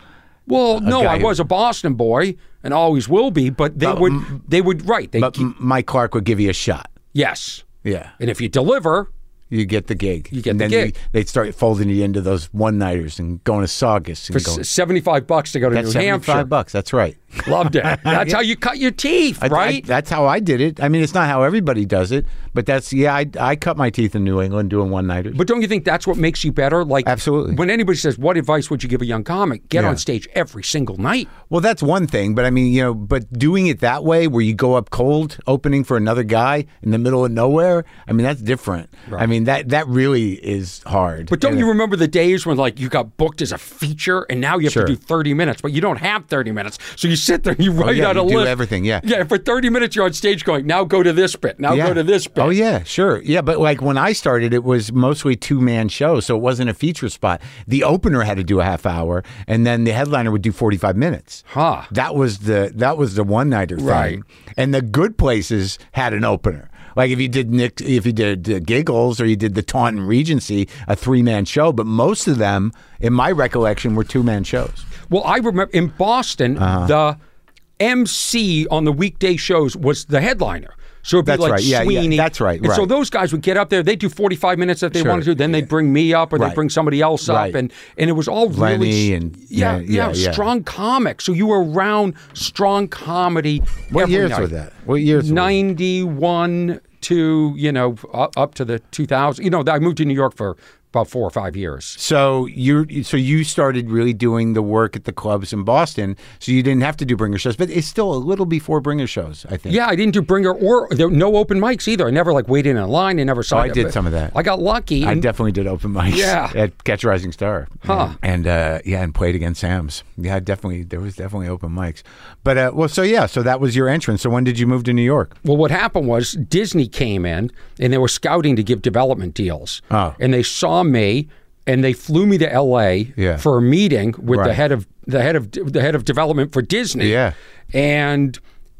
[SPEAKER 3] well, no,
[SPEAKER 1] guy
[SPEAKER 3] I
[SPEAKER 1] who-
[SPEAKER 3] was a Boston boy and always will be, but they would, they would, right? They
[SPEAKER 1] But M- Mike Clark would give you a shot.
[SPEAKER 3] yes,
[SPEAKER 1] Yeah,
[SPEAKER 3] and if you deliver,
[SPEAKER 1] you get the gig. You
[SPEAKER 3] get
[SPEAKER 1] and
[SPEAKER 3] the
[SPEAKER 1] then
[SPEAKER 3] gig.
[SPEAKER 1] you- they'd start folding you into those one nighters and going to Saugus and
[SPEAKER 3] s-
[SPEAKER 1] going.
[SPEAKER 3] seventy-five bucks to go to
[SPEAKER 1] That's
[SPEAKER 3] New
[SPEAKER 1] seventy
[SPEAKER 3] Hampshire.
[SPEAKER 1] five bucks. That's right.
[SPEAKER 3] Loved it. That's how you cut your teeth,
[SPEAKER 1] I- I-
[SPEAKER 3] right?
[SPEAKER 1] that's how I did it. I mean, it's not how everybody does it, but that's yeah. I, I cut my teeth in New England doing one nighters.
[SPEAKER 3] But don't you think that's what makes you better? Like
[SPEAKER 1] Absolutely.
[SPEAKER 3] When anybody says, "What advice would you give a young comic?" Get
[SPEAKER 1] Yeah.
[SPEAKER 3] on stage every single night.
[SPEAKER 1] Well, that's one thing, but I mean, you know, but doing it that way, where you go up cold, opening for another guy in the middle of nowhere, I mean, that's different. I mean, that that really is hard.
[SPEAKER 3] But don't
[SPEAKER 1] And-
[SPEAKER 3] you remember the days when like you got booked as a feature and now you have
[SPEAKER 1] Sure. Oh,
[SPEAKER 3] to do 30 minutes, but you don't have 30 minutes. So you sit there and you write
[SPEAKER 1] yeah,
[SPEAKER 3] out a
[SPEAKER 1] you do
[SPEAKER 3] list.
[SPEAKER 1] everything, yeah.
[SPEAKER 3] Yeah, for 30 minutes you're on stage going, "Now go to this bit. Now
[SPEAKER 1] yeah.
[SPEAKER 3] go to this bit."
[SPEAKER 1] Oh yeah, sure. Yeah, but like when I started, it was mostly two man shows, so it wasn't a feature spot. The opener had to do a half hour, and then the headliner would do forty five minutes.
[SPEAKER 3] Huh.
[SPEAKER 1] That was the that was the one nighter
[SPEAKER 3] Right.
[SPEAKER 1] thing. And the good places had an opener. Like if you did Nick, if you did uh, Giggles or you did the Taunton Regency, a three man show. But most of them, in my recollection, were two man shows.
[SPEAKER 3] Well, I remember in Boston,
[SPEAKER 1] Uh-huh.
[SPEAKER 3] the MC on the weekday shows was the headliner. So it'd be
[SPEAKER 1] That's
[SPEAKER 3] like
[SPEAKER 1] right. Yeah, yeah.
[SPEAKER 3] Sweeney.
[SPEAKER 1] That's right,
[SPEAKER 3] And so
[SPEAKER 1] right.
[SPEAKER 3] those guys would get up there. They'd do 45 minutes if they
[SPEAKER 1] Sure.
[SPEAKER 3] wanted to. Then they'd bring me up or
[SPEAKER 1] Right.
[SPEAKER 3] they'd bring somebody else
[SPEAKER 1] Right.
[SPEAKER 3] up. And, and it was all really.
[SPEAKER 1] Lenny
[SPEAKER 3] s-
[SPEAKER 1] and-
[SPEAKER 3] yeah,
[SPEAKER 1] yeah, yeah, yeah.
[SPEAKER 3] strong comics. So you were around strong comedy.
[SPEAKER 1] What
[SPEAKER 3] every
[SPEAKER 1] years
[SPEAKER 3] night.
[SPEAKER 1] were that? What years? were-
[SPEAKER 3] 91 to, you know, up, up to the 2000. You know, I moved to New York for about four or five years.
[SPEAKER 1] So you so you started really doing the work at the clubs in Boston. So you didn't have to do bringer shows, but it's still a little before bringer shows, I think.
[SPEAKER 3] Yeah, I didn't do bringer or there, were no open mics either. I never like waited in a line. I never saw.
[SPEAKER 1] Oh, I
[SPEAKER 3] it,
[SPEAKER 1] did
[SPEAKER 3] but
[SPEAKER 1] some of that.
[SPEAKER 3] I got lucky.
[SPEAKER 1] I
[SPEAKER 3] and-
[SPEAKER 1] definitely did open mics
[SPEAKER 3] Yeah.
[SPEAKER 1] at Catch a Rising Star.
[SPEAKER 3] Huh.
[SPEAKER 1] And uh, yeah, and played against Sam's. Yeah, I definitely there was definitely open mics. But uh, well, so yeah, so that was your entrance. So when did you move to New York?
[SPEAKER 3] well, what happened was Disney came in and they were scouting to give development deals.
[SPEAKER 1] Oh.
[SPEAKER 3] And they saw me and they flew me to L.A.
[SPEAKER 1] Yeah.
[SPEAKER 3] for a meeting with the
[SPEAKER 1] Right.
[SPEAKER 3] head of the head of the head of development for Disney.
[SPEAKER 1] Yeah.
[SPEAKER 3] And.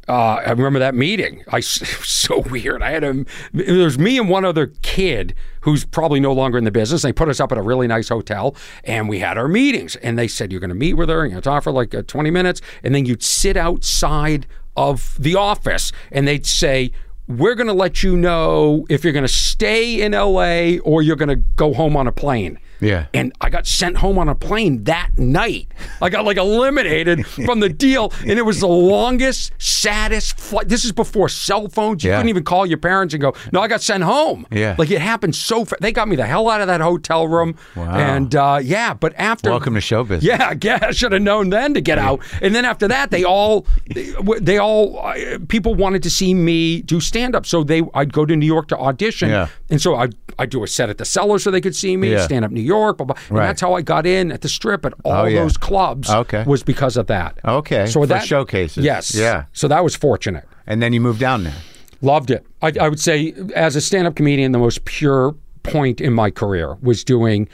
[SPEAKER 3] Uh, I remember that meeting. I s- it was so weird. I had a there's me and one other kid who's probably no longer in the business. They put us up at a really nice hotel, and we had our meetings. And they said you're going to meet with her, and you're going to talk for like uh, 20 minutes, and then you'd sit outside of the office, and they'd say. We're going to let you know if you're going to stay in LA or you're going to go home on a plane.
[SPEAKER 1] Yeah.
[SPEAKER 3] And I got sent home on a plane that night. I got like eliminated from the deal. And it was the longest, saddest flight. This is before cell phones. You
[SPEAKER 1] Yeah.
[SPEAKER 3] couldn't even call your parents and go, no, I got sent home.
[SPEAKER 1] Yeah.
[SPEAKER 3] Like it happened so fast. They got me the hell out of that hotel room.
[SPEAKER 1] Wow.
[SPEAKER 3] And uh, yeah, but after.
[SPEAKER 1] Welcome to show business.
[SPEAKER 3] Yeah, I guess I should have known then to get out. And then after that, they all, they, they all, uh, people wanted to see me do stand up. So they, I'd go to New York to audition,
[SPEAKER 1] Yeah.
[SPEAKER 3] and so I, I do a set at the cellar so they could see me.
[SPEAKER 1] Yeah.
[SPEAKER 3] Stand up New York, blah blah. And
[SPEAKER 1] Right.
[SPEAKER 3] that's how I got in at the strip at all
[SPEAKER 1] Oh, yeah.
[SPEAKER 3] those clubs.
[SPEAKER 1] Okay.
[SPEAKER 3] was because of that.
[SPEAKER 1] Okay,
[SPEAKER 3] so
[SPEAKER 1] for
[SPEAKER 3] that
[SPEAKER 1] showcases.
[SPEAKER 3] Yes.
[SPEAKER 1] Yeah.
[SPEAKER 3] So that was fortunate.
[SPEAKER 1] And then you moved down there.
[SPEAKER 3] Loved it. I, I would say, as a stand up comedian, the most pure point in my career was doing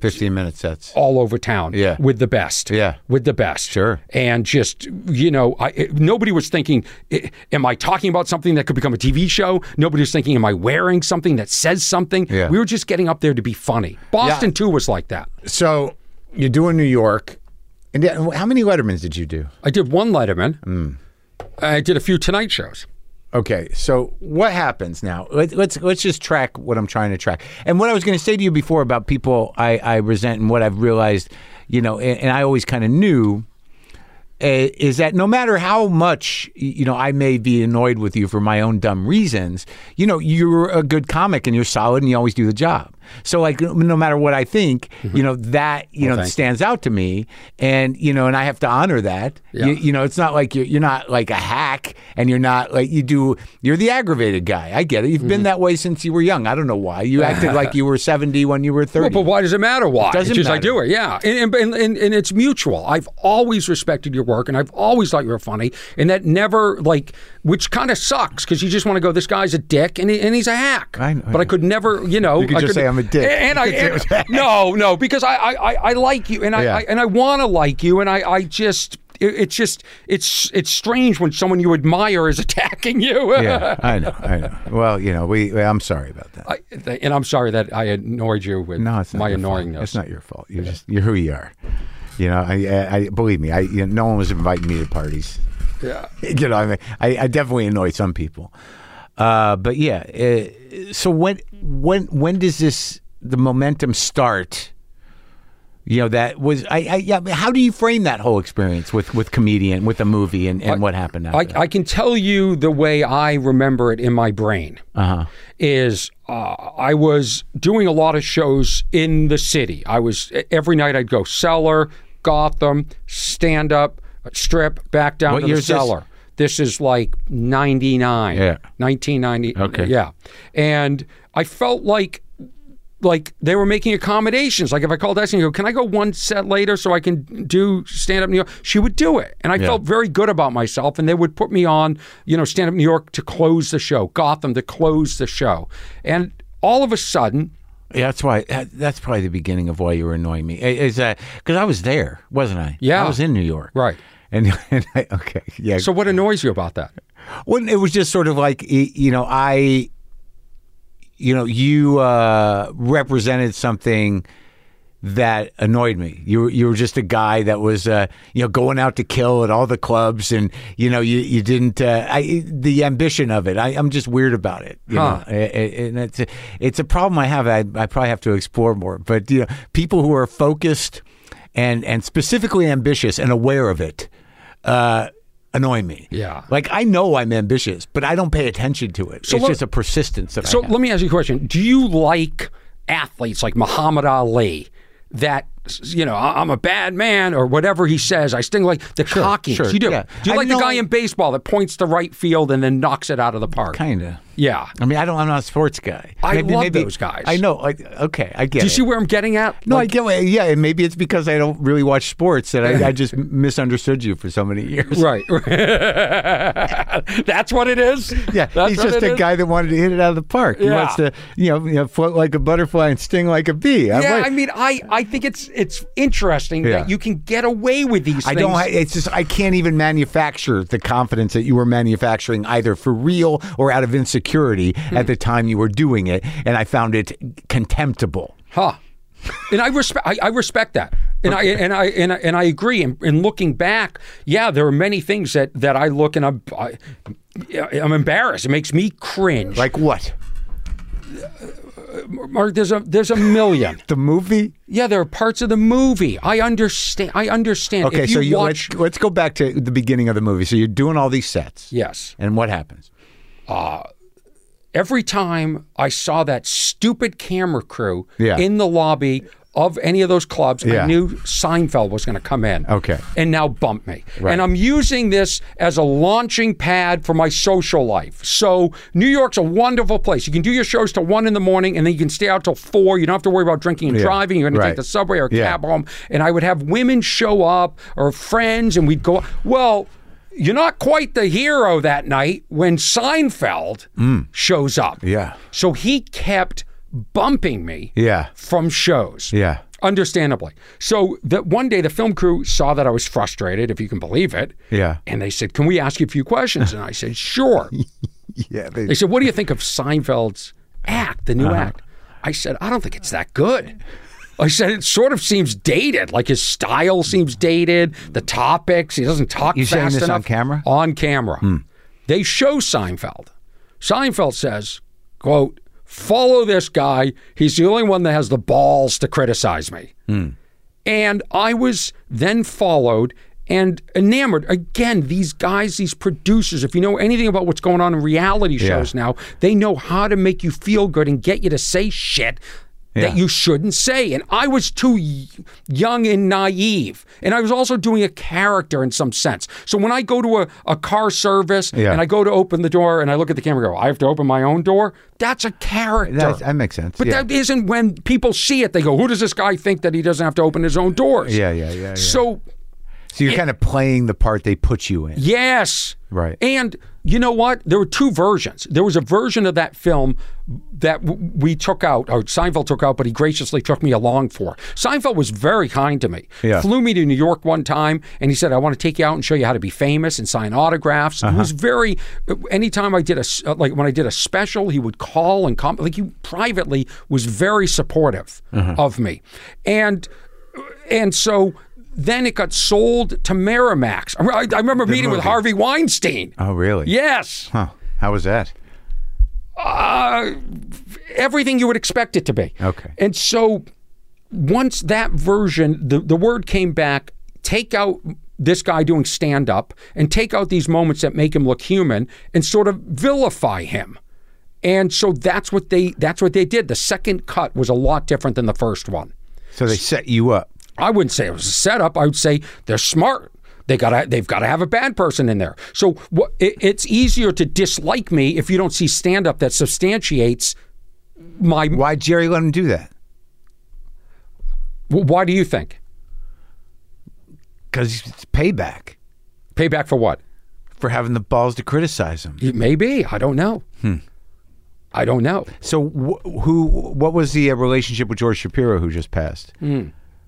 [SPEAKER 1] Fifteen minute sets.
[SPEAKER 3] all over town
[SPEAKER 1] Yeah.
[SPEAKER 3] with the best.
[SPEAKER 1] Yeah.
[SPEAKER 3] With the best.
[SPEAKER 1] Sure.
[SPEAKER 3] And just, you know, I, it- nobody was thinking, "I- am I talking about something that could become a TV show? Nobody was thinking, am I wearing something that says something?
[SPEAKER 1] Yeah.
[SPEAKER 3] We were just getting up there to be funny. Boston, too, was like that.
[SPEAKER 1] So you're doing New York. And then- how many Lettermans did you do?
[SPEAKER 3] I did one Letterman.
[SPEAKER 1] Mm.
[SPEAKER 3] I did a few Tonight shows.
[SPEAKER 1] Okay, so what happens now? Let, let's let's just track what I'm trying to track. And what I was going to say to you before about people I, I resent and what I've realized, you know, and, and I always kind of knew, uh, is that no matter how much y- you know I may be annoyed with you for my own dumb reasons, you know, you're a good comic and you're solid and you always do the job. So like, no matter what I think, you know that you know
[SPEAKER 3] Mm-hmm. thank
[SPEAKER 1] stands out to me, and you know, and I have to honor that.
[SPEAKER 3] Yeah.
[SPEAKER 1] You, you know, it's not like you're, you're not like a hack and you're not like you do, you're the aggravated guy. I get it. You've
[SPEAKER 3] Mm-hmm.
[SPEAKER 1] been that way since you were young. I don't know why. You acted like you were 70 when you were 30.
[SPEAKER 3] But why does it matter why?
[SPEAKER 1] doesn't
[SPEAKER 3] it's just I
[SPEAKER 1] matter.
[SPEAKER 3] do it, yeah. And, and, and, and it's mutual. I've always respected your work and I've always thought you were funny. And that never, like, which kind of sucks because you just want to go, this guy's a dick and, he, and he's a hack.
[SPEAKER 1] I know.
[SPEAKER 3] But I could never, you know.
[SPEAKER 1] You could
[SPEAKER 3] I
[SPEAKER 1] just say, "I'm a dick."
[SPEAKER 3] And, and I,
[SPEAKER 1] You could say
[SPEAKER 3] and-
[SPEAKER 1] it was a hack.
[SPEAKER 3] no, no, because I, I, I, I like you and I,
[SPEAKER 1] Yeah.
[SPEAKER 3] I and I want to like you and I, I just. it- It's just it's it's strange when someone you admire is attacking you.
[SPEAKER 1] yeah, I know. I know. Well, you know, we, well, I'm sorry about that.
[SPEAKER 3] I, and I'm sorry that I annoyed you with
[SPEAKER 1] No, it's not
[SPEAKER 3] my
[SPEAKER 1] your fault.
[SPEAKER 3] annoyingness.
[SPEAKER 1] It's not your fault. You're just you're who you are. You know, I, I, I believe me. I you know, no one was inviting me to parties.
[SPEAKER 3] Yeah.
[SPEAKER 1] you know, I mean, I, I definitely annoy some people. Uh, but yeah, uh, so when when when does this the momentum start? You know that was I, I yeah. but How do you frame that whole experience with with comedian with the movie and, and what happened? After
[SPEAKER 3] I,
[SPEAKER 1] that?
[SPEAKER 3] I can tell you the way I remember it in my brain
[SPEAKER 1] Uh-huh.
[SPEAKER 3] is uh, I was doing a lot of shows in the city. I was e, every night I'd go cellar, Gotham, stand up, strip, back down
[SPEAKER 1] What
[SPEAKER 3] to
[SPEAKER 1] year
[SPEAKER 3] the
[SPEAKER 1] is this?
[SPEAKER 3] cellar. This is like 99.
[SPEAKER 1] Yeah.
[SPEAKER 3] 1990.
[SPEAKER 1] Okay.
[SPEAKER 3] Yeah. And I felt like like they were making accommodations. Like if I called Essie and go, "Can I go one set later so I can do stand up New York?" She would do it, and I felt very good about myself. And they would put me on, you know, stand up New York to close the show, Gotham to close the show, and all of a sudden,
[SPEAKER 1] Yeah, that's why. that- That's probably the beginning of why you were annoying me. I- Is that because I was there, wasn't I?
[SPEAKER 3] Yeah.
[SPEAKER 1] I was in New York,
[SPEAKER 3] Right.
[SPEAKER 1] And, and I, okay, yeah.
[SPEAKER 3] so what annoys you about that?
[SPEAKER 1] When it was just sort of like y- you know, I, you know, you uh, represented something that annoyed me. You were, you were just a guy that was uh, you know going out to kill at all the clubs, and you know you you didn't uh, I the ambition of it. I, I'm just weird about it. You
[SPEAKER 3] Huh.
[SPEAKER 1] know? A- a- and it's a, it's a problem I have. I, I probably have to explore more. But you know, people who are focused and and specifically ambitious and aware of it. Uh, annoy me
[SPEAKER 3] Yeah.
[SPEAKER 1] like i know i'm ambitious but i don't pay attention to it it's
[SPEAKER 3] let-
[SPEAKER 1] just a persistence that
[SPEAKER 3] So
[SPEAKER 1] i have
[SPEAKER 3] let me ask you a question: Do you like athletes like Muhammad Ali? That you know, "I- I'm a bad man, or whatever he says. I sting like the cockiness.
[SPEAKER 1] sure,
[SPEAKER 3] you do.
[SPEAKER 1] yeah.
[SPEAKER 3] Do you
[SPEAKER 1] I
[SPEAKER 3] like the
[SPEAKER 1] know-
[SPEAKER 3] guy in baseball that points to right field and then knocks it out of the park?
[SPEAKER 1] kinda
[SPEAKER 3] Yeah. Do
[SPEAKER 1] I mean, I don't. I'm not a sports guy.
[SPEAKER 3] I love those guys.
[SPEAKER 1] I know. I, okay, I get.
[SPEAKER 3] you
[SPEAKER 1] it.
[SPEAKER 3] see where I'm getting at?
[SPEAKER 1] No,
[SPEAKER 3] Like,
[SPEAKER 1] I get. What, yeah, and maybe it's because I don't really watch sports that I, I just misunderstood you for so many years.
[SPEAKER 3] right. That's what it is.
[SPEAKER 1] Yeah,
[SPEAKER 3] That's
[SPEAKER 1] he's
[SPEAKER 3] what
[SPEAKER 1] just
[SPEAKER 3] it
[SPEAKER 1] a
[SPEAKER 3] is?
[SPEAKER 1] guy that wanted to hit it out of the park. He
[SPEAKER 3] Yeah.
[SPEAKER 1] wants to, you know, you know, float like a butterfly and sting like a bee. I'm
[SPEAKER 3] Yeah,
[SPEAKER 1] like-
[SPEAKER 3] I mean, I, I think it's it's interesting
[SPEAKER 1] Yeah.
[SPEAKER 3] that you can get away with these
[SPEAKER 1] I
[SPEAKER 3] things.
[SPEAKER 1] don't. ha- It's just I can't even manufacture the confidence that you were manufacturing either for real or out of insecurity at the time you were doing it, and I found it contemptible.
[SPEAKER 3] Huh. And I respect I, I respect that. And I and I and I, and I agree. And, and looking back, yeah, there are many things that that I look and I'm I, I'm embarrassed. It makes me cringe.
[SPEAKER 1] Like what?
[SPEAKER 3] Mark, there's a there's a million.
[SPEAKER 1] The movie?
[SPEAKER 3] yeah, there are parts of the movie. I understand. I understand.
[SPEAKER 1] Okay,
[SPEAKER 3] if
[SPEAKER 1] so you,
[SPEAKER 3] watch.
[SPEAKER 1] let's, let's go back to the beginning of the movie. So you're doing all these sets.
[SPEAKER 3] yes.
[SPEAKER 1] And what happens?
[SPEAKER 3] every time I saw that stupid camera crew
[SPEAKER 1] Yeah.
[SPEAKER 3] in the lobby of any of those clubs,
[SPEAKER 1] Yeah.
[SPEAKER 3] I knew Seinfeld was going to come in.
[SPEAKER 1] Okay.
[SPEAKER 3] And now bump me.
[SPEAKER 1] Right.
[SPEAKER 3] And I'm using this as a launching pad for my social life. So New York's a wonderful place. You can do your shows till one in the morning and then you can stay out till four. You don't have to worry about drinking and
[SPEAKER 1] Yeah.
[SPEAKER 3] driving. You're going to
[SPEAKER 1] Right.
[SPEAKER 3] take the subway or a
[SPEAKER 1] Yeah.
[SPEAKER 3] cab home. And I would have women show up or friends and we'd go, well, you're not quite the hero that night when Seinfeld shows up.
[SPEAKER 1] Mm. Yeah.
[SPEAKER 3] So he kept bumping me
[SPEAKER 1] Yeah.
[SPEAKER 3] from shows.
[SPEAKER 1] Yeah.
[SPEAKER 3] Understandably. So that one day the film crew saw that I was frustrated, if you can believe it.
[SPEAKER 1] Yeah.
[SPEAKER 3] And they said, Can we ask you a few questions? And I said, Sure.
[SPEAKER 1] Yeah.
[SPEAKER 3] They said, What do you think of Seinfeld's act, the new
[SPEAKER 1] Uh-huh.
[SPEAKER 3] act? I said, I don't think it's that good. I said it sort of seems dated. Like his style seems dated. The topics he doesn't talk
[SPEAKER 1] You saying
[SPEAKER 3] fast
[SPEAKER 1] this on
[SPEAKER 3] enough.
[SPEAKER 1] camera? Hmm.
[SPEAKER 3] On camera, they show Seinfeld. Seinfeld says, "quote Follow this guy. He's the only one that has the balls to criticize me."
[SPEAKER 1] Hmm.
[SPEAKER 3] And I was then followed and enamored. Again, these guys, these producers, if you know anything about what's going on in reality shows now, they know how to make you feel good and get you to say shit.
[SPEAKER 1] Yeah.
[SPEAKER 3] That you shouldn't say. And I was too y- young and naive. And I was also doing a character in some sense. So when I go to a, a car service
[SPEAKER 1] Yeah.
[SPEAKER 3] and I go to open the door and I look at the camera and go, I have to open my own door, that's a character.
[SPEAKER 1] That, that makes sense.
[SPEAKER 3] But
[SPEAKER 1] yeah.
[SPEAKER 3] that isn't when people see it. They go, "Who does this guy think that he doesn't have to open his own doors?"
[SPEAKER 1] Yeah, yeah, yeah, yeah.
[SPEAKER 3] So
[SPEAKER 1] so you're kind of playing the part they put you in.
[SPEAKER 3] yes,
[SPEAKER 1] Right.
[SPEAKER 3] And you know what? There were two versions. There was a version of that film that w- we took out, or Seinfeld took out, but he graciously took me along for. Seinfeld was very kind to me.
[SPEAKER 1] Yeah.
[SPEAKER 3] Flew me to New York one time, and he said, "I want to take you out and show you how to be famous and sign autographs." He
[SPEAKER 1] Uh-huh.
[SPEAKER 3] was very. Anytime I did a s- uh, like when I did a special, he would call and come. Like he privately was very supportive
[SPEAKER 1] Uh-huh.
[SPEAKER 3] of me, and and so. Then it got sold to Merrimax. I, I I remember meeting with
[SPEAKER 1] movie.
[SPEAKER 3] Harvey Weinstein.
[SPEAKER 1] Oh, really?
[SPEAKER 3] Yes.
[SPEAKER 1] Huh. How was that?
[SPEAKER 3] Uh, everything you would expect it to be.
[SPEAKER 1] Okay.
[SPEAKER 3] And so once that version, the, the word came back, take out this guy doing stand up and take out these moments that make him look human and sort of vilify him. And so that's what they that's what they did. The second cut was a lot different than the first one.
[SPEAKER 1] So they set you up.
[SPEAKER 3] I wouldn't say it was a setup. I would say they're smart. They got they've got to have a bad person in there. So what, it, it's easier to dislike me if you don't see stand up that substantiates my.
[SPEAKER 1] Why Jerry let him do that?
[SPEAKER 3] Why do you think
[SPEAKER 1] Because it's payback
[SPEAKER 3] payback for what?
[SPEAKER 1] for having the balls to criticize him.
[SPEAKER 3] Maybe I don't know.
[SPEAKER 1] Hmm.
[SPEAKER 3] I don't know.
[SPEAKER 1] So wh- who? What was the uh, relationship with George Shapiro who just passed?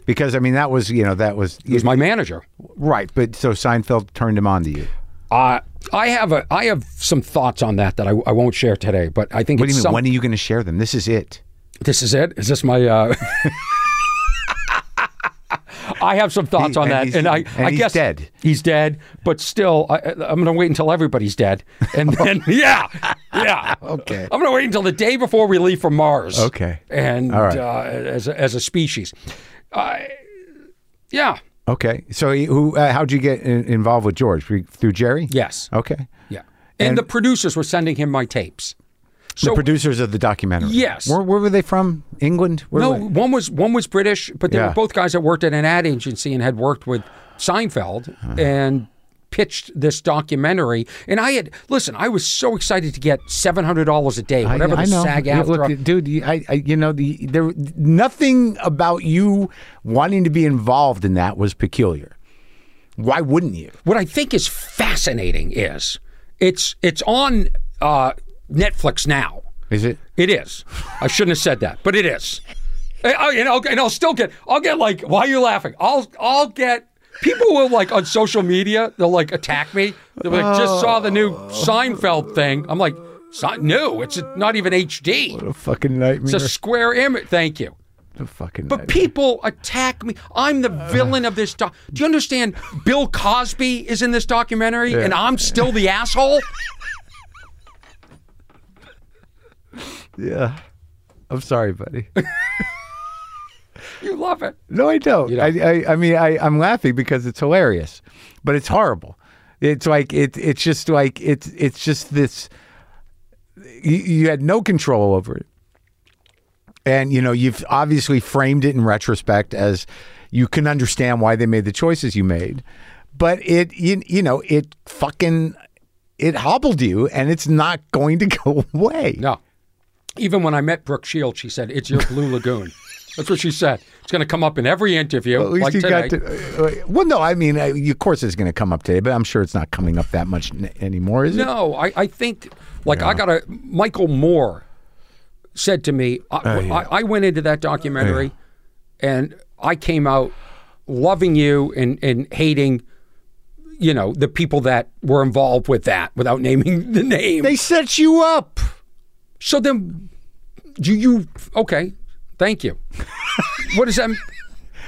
[SPEAKER 1] Because I mean, that was you know that was
[SPEAKER 3] He's Hmm. my manager.
[SPEAKER 1] right. But so Seinfeld turned him on to you.
[SPEAKER 3] Uh, I have a I have some thoughts on that that I, I won't share today, but I think
[SPEAKER 1] What do
[SPEAKER 3] it's
[SPEAKER 1] you mean?
[SPEAKER 3] some-
[SPEAKER 1] when are you going to share them? This is it.
[SPEAKER 3] this is it. Is this my? Uh, I have some thoughts
[SPEAKER 1] He-
[SPEAKER 3] on
[SPEAKER 1] and
[SPEAKER 3] that,
[SPEAKER 1] he's-
[SPEAKER 3] and I
[SPEAKER 1] and
[SPEAKER 3] I
[SPEAKER 1] he's
[SPEAKER 3] guess
[SPEAKER 1] dead.
[SPEAKER 3] He's dead, but still, I, I'm going to wait until everybody's dead, and then yeah, yeah,
[SPEAKER 1] Okay.
[SPEAKER 3] I'm going to wait until the day before we leave for Mars.
[SPEAKER 1] Okay.
[SPEAKER 3] and
[SPEAKER 1] All right.
[SPEAKER 3] uh, as a, as a species, I yeah,
[SPEAKER 1] Okay. So he- who? Uh, how'd you get in, involved with George Through- through Jerry?
[SPEAKER 3] yes,
[SPEAKER 1] Okay.
[SPEAKER 3] yeah, and, the producers were sending him my tapes.
[SPEAKER 1] the
[SPEAKER 3] So-
[SPEAKER 1] producers of the documentary.
[SPEAKER 3] Yes.
[SPEAKER 1] Where, where were they from? England. Where
[SPEAKER 3] No,
[SPEAKER 1] were they?
[SPEAKER 3] one was one was British, but they
[SPEAKER 1] Yeah.
[SPEAKER 3] were both guys that worked at an ad agency and had worked with Seinfeld and pitched this documentary. And I had listen, I was so excited to get seven hundred dollars a day, whatever
[SPEAKER 1] I, I
[SPEAKER 3] the
[SPEAKER 1] know.
[SPEAKER 3] SAG
[SPEAKER 1] Yeah,
[SPEAKER 3] after.
[SPEAKER 1] Look, dude, you- I, I, you know, the, there, nothing about you wanting to be involved in that was peculiar. Why wouldn't you?
[SPEAKER 3] what I think is fascinating is it's it's on uh, Netflix now.
[SPEAKER 1] Is it?
[SPEAKER 3] It is. I shouldn't have said that, but it is. And, I, and, I'll, and I'll still get. I'll get like. Why are you laughing? I'll. I'll get. People will like on social media. They'll like attack me. They'll be like, just saw the new Seinfeld thing. I'm like, it's not new. It's not even HD.
[SPEAKER 1] A fucking nightmare.
[SPEAKER 3] It's a square image. Thank you.
[SPEAKER 1] a fucking
[SPEAKER 3] But people attack me. I'm the villain of this. Doc- Do you understand? Bill Cosby is in this documentary, and I'm still the asshole.
[SPEAKER 1] yeah. I'm sorry, buddy.
[SPEAKER 3] You love it.
[SPEAKER 1] No, I don't. I, I, I mean, I, I'm laughing because it's hilarious, but it's horrible. It's like it. It's just like it's. It's just this. You, you had no control over it, and you know you've obviously framed it in retrospect as you can understand why they made the choices you made, but it. You, you know it fucking. It hobbled you, and it's not going to go away.
[SPEAKER 3] No. Even when I met Brooke Shield, she said, It's your Blue Lagoon. That's what she said. It's going to come up in every interview.
[SPEAKER 1] At least
[SPEAKER 3] like
[SPEAKER 1] you
[SPEAKER 3] today.
[SPEAKER 1] got to. uh, well, no, I mean, uh, you- of course it's going to come up today, but I'm sure it's not coming up that much n- anymore, is it?
[SPEAKER 3] No, I, I think, like, I got a. Michael Moore said to me, I,
[SPEAKER 1] Oh,
[SPEAKER 3] I, I went into that documentary and I came out loving you and, and hating, you know, the people that were involved with that without naming the name.
[SPEAKER 1] They set you up.
[SPEAKER 3] So then, do you. Okay, thank you. what does that mean?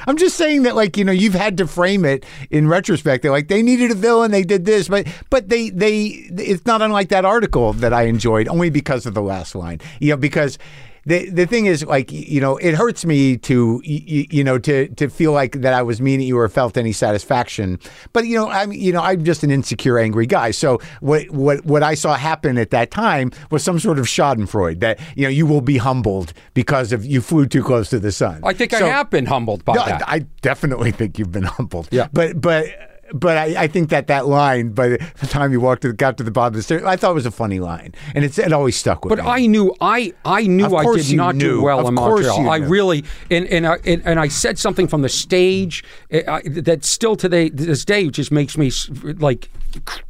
[SPEAKER 1] I'm just saying that, like, you know, you've had to frame it in retrospect. They're like, they needed a villain, they did this, but but they they it's not unlike that article that I enjoyed only because of the last line, you know, because. The, the thing is like y- you know it hurts me to y- y- you know to to feel like that I was mean at you or felt any satisfaction but you know I'm you know I'm just an insecure angry guy so what what what I saw happen at that time was some sort of Schadenfreude that you know you will be humbled because of you flew too close to the sun
[SPEAKER 3] I think
[SPEAKER 1] So-
[SPEAKER 3] I have been humbled by
[SPEAKER 1] no,
[SPEAKER 3] that.
[SPEAKER 1] I definitely think you've been humbled.
[SPEAKER 3] Yeah.
[SPEAKER 1] But but but I, I think that that line by the time you walked to the, got to the bottom of the stairs, I thought it was a funny line, and it's it always stuck with
[SPEAKER 3] But
[SPEAKER 1] me.
[SPEAKER 3] I knew I I
[SPEAKER 1] Of
[SPEAKER 3] knew I
[SPEAKER 1] course
[SPEAKER 3] did
[SPEAKER 1] you
[SPEAKER 3] not
[SPEAKER 1] knew.
[SPEAKER 3] do well
[SPEAKER 1] Of
[SPEAKER 3] in
[SPEAKER 1] course
[SPEAKER 3] Montreal.
[SPEAKER 1] you
[SPEAKER 3] I
[SPEAKER 1] knew.
[SPEAKER 3] really and and I, and, and I said something from the stage eh, I, that still today this day just makes me s- like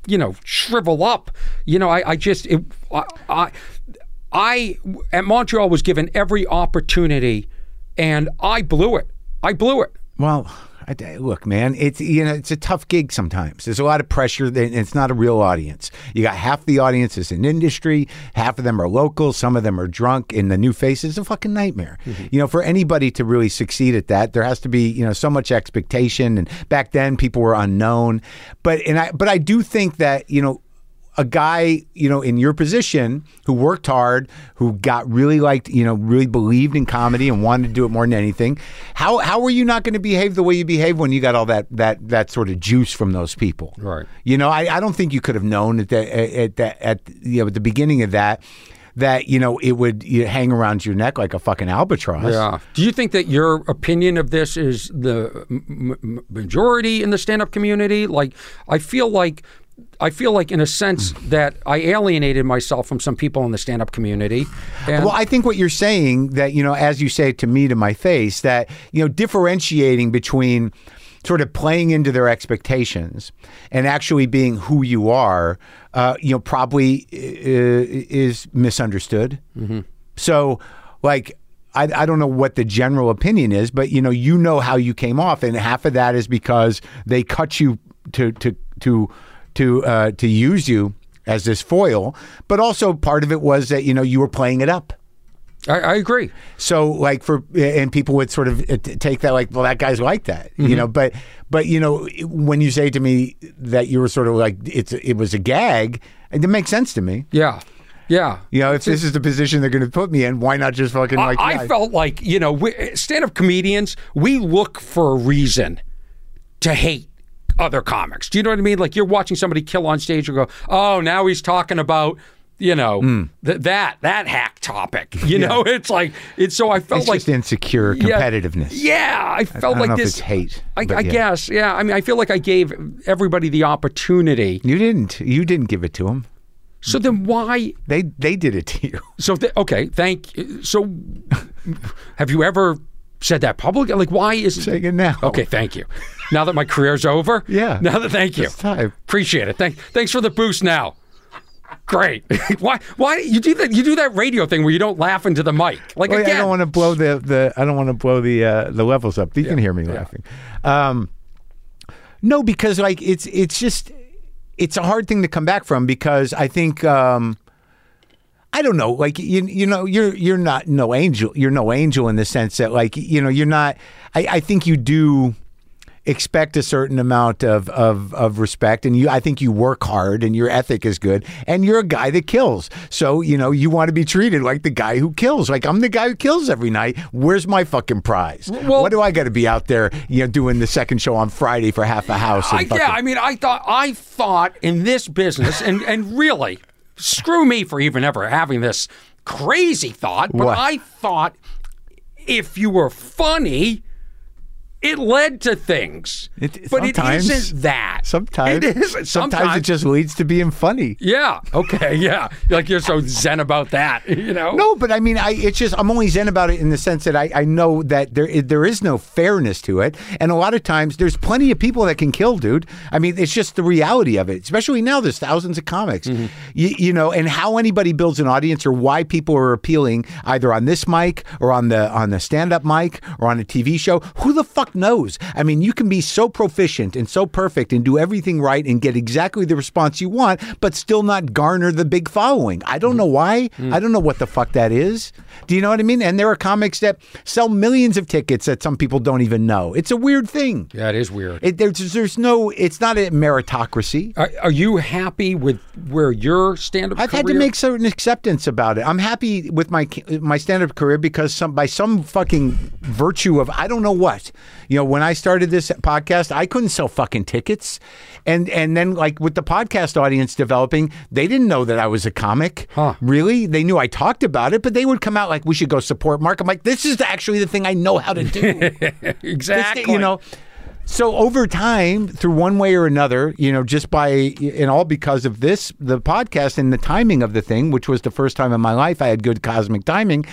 [SPEAKER 3] you know shrivel up. You know I I just it, I, I I at Montreal was given every opportunity and I blew it. I blew it.
[SPEAKER 1] Well, I, I- look, man, it's you know it's a tough gig sometimes. There's a lot of pressure, and it's not a real audience. You got half the audience is in industry, half of them are local, some of them are drunk, and the new face is a fucking nightmare. You know, for anybody to really succeed at that, there has to be you know so much expectation, and back then people were unknown, but and I but I do think that you know a guy, you know, in your position who worked hard, who got really liked, you know, really believed in comedy and wanted to do it more than anything, how how were you not going to behave the way you behave when you got all that that that sort of juice from those people?
[SPEAKER 3] Right.
[SPEAKER 1] You know, I, I don't think you could have known at the at that at you know at the beginning of that that you know it would you know, hang around your neck like a fucking albatross.
[SPEAKER 3] Yeah. Do you think that your opinion of this is the m- m- majority in the stand-up community? Like, I feel like. I feel like, in a sense, that I alienated myself from some people in the stand-up community. And
[SPEAKER 1] Well, I think what you're saying that you know, as you say to me to my face, that you know, differentiating between sort of playing into their expectations and actually being who you are, uh, you know, probably uh, is misunderstood. So, like. I, I don't know what the general opinion is, but you know, you know how you came off, and half of that is because they cut you to to to to uh, to use you as this foil, but also part of it was that you know you were playing it up.
[SPEAKER 3] I, I agree.
[SPEAKER 1] So like for and people would sort of uh, t- take that like well that guy's like that
[SPEAKER 3] Mm-hmm.
[SPEAKER 1] you know but but you know it- when you say to me that you were sort of like it's it was a gag it makes sense to me
[SPEAKER 3] Yeah, yeah.
[SPEAKER 1] you know if this is the position they're going to put me in why not just fucking like
[SPEAKER 3] I,
[SPEAKER 1] yeah.
[SPEAKER 3] I felt like you know, we, stand-up comedians, we look for a reason to hate other comics. Do you know what I mean? Like you're watching somebody kill on stage, you go, "Oh, now he's talking about." You know
[SPEAKER 1] Hmm.
[SPEAKER 3] th- that that hack topic. You know, it's like it's so. I felt
[SPEAKER 1] it's
[SPEAKER 3] like
[SPEAKER 1] just insecure
[SPEAKER 3] Yeah.
[SPEAKER 1] competitiveness
[SPEAKER 3] Yeah, I felt
[SPEAKER 1] don't
[SPEAKER 3] like
[SPEAKER 1] know if
[SPEAKER 3] this
[SPEAKER 1] it's hate,
[SPEAKER 3] I,
[SPEAKER 1] but
[SPEAKER 3] I
[SPEAKER 1] yeah.
[SPEAKER 3] guess. Yeah, I mean, I feel like I gave everybody the opportunity.
[SPEAKER 1] you didn't you didn't give it to them
[SPEAKER 3] So
[SPEAKER 1] Mm.
[SPEAKER 3] then, why?
[SPEAKER 1] they they did it to you
[SPEAKER 3] So th- okay, thank. So, have you ever said that publicly? Like, why is
[SPEAKER 1] Say it now.
[SPEAKER 3] Okay, thank you. Now that my career's over.
[SPEAKER 1] Yeah.
[SPEAKER 3] Now that thank you.
[SPEAKER 1] It's time.
[SPEAKER 3] Appreciate it. Thank, thanks for the boost. Now. Great. why? Why you do that? You do that radio thing where you don't laugh into the mic. Like
[SPEAKER 1] Wait,
[SPEAKER 3] again,
[SPEAKER 1] Oh, I don't want to blow the, the I don't want to blow the uh, the levels up. You can hear me laughing. Um, no, because like it's it's just it's a hard thing to come back from because I think um, I don't know like you you know you're you're not no angel you're no angel in the sense that like you know you're not I, I think you do expect a certain amount of, of of respect and you I think you work hard and your ethic is good and you're a guy that kills. So, you know, you want to be treated like the guy who kills. Like I'm the guy who kills every night. Where's my fucking prize?
[SPEAKER 3] well-
[SPEAKER 1] what do I got to be out there, you know, doing the second show on Friday for half a house and
[SPEAKER 3] I,
[SPEAKER 1] fucking-
[SPEAKER 3] yeah, I mean, I thought I thought in this business, and and really, screw me for even ever having this crazy thought. But
[SPEAKER 1] What?
[SPEAKER 3] I thought if you were funny, it led to things.
[SPEAKER 1] It-
[SPEAKER 3] but it
[SPEAKER 1] sometimes-
[SPEAKER 3] isn't that.
[SPEAKER 1] sometimes
[SPEAKER 3] it isn't.
[SPEAKER 1] sometimes it just leads to being funny.
[SPEAKER 3] Yeah. Okay. Yeah. Like you're so zen about that. You know.
[SPEAKER 1] No, but I mean, I it's just I'm only zen about it in the sense that I, I know that there is, there is no fairness to it, and a lot of times there's plenty of people that can kill, dude. I mean, it's just the reality of it. Especially now, there's thousands of comics, you, you know, and how anybody builds an audience or why people are appealing either on this mic or on the on the stand up mic or on a TV show. Who the fuck knows? I mean, you can be so proficient and so perfect and do everything right and get exactly the response you want, but still not garner the big following. I don't know why. I don't know what the fuck that is. Do you know what I mean? And there are comics that sell millions of tickets that some people don't even know. It's a weird thing.
[SPEAKER 3] Yeah, it is weird.
[SPEAKER 1] It, there's, there's no. It's not a meritocracy.
[SPEAKER 3] are, are you happy with where your stand-up?
[SPEAKER 1] I've had to
[SPEAKER 3] career-
[SPEAKER 1] make certain acceptance about it. I'm happy with my my stand up career because some by some fucking virtue of I don't know what. You know, when I started this podcast, I couldn't sell fucking tickets, and and then like with the podcast audience developing, they didn't know that I was a comic.
[SPEAKER 3] Huh.
[SPEAKER 1] Really, they knew I talked about it, but they would come out like, "We should go support Mark." I'm like, "This is actually the thing I know how to do." It's the-
[SPEAKER 3] exactly.
[SPEAKER 1] You know, so over time, through one way or another, you know, just by and all because of this, the podcast and the timing of the thing, which was the first time in my life I had good cosmic timing.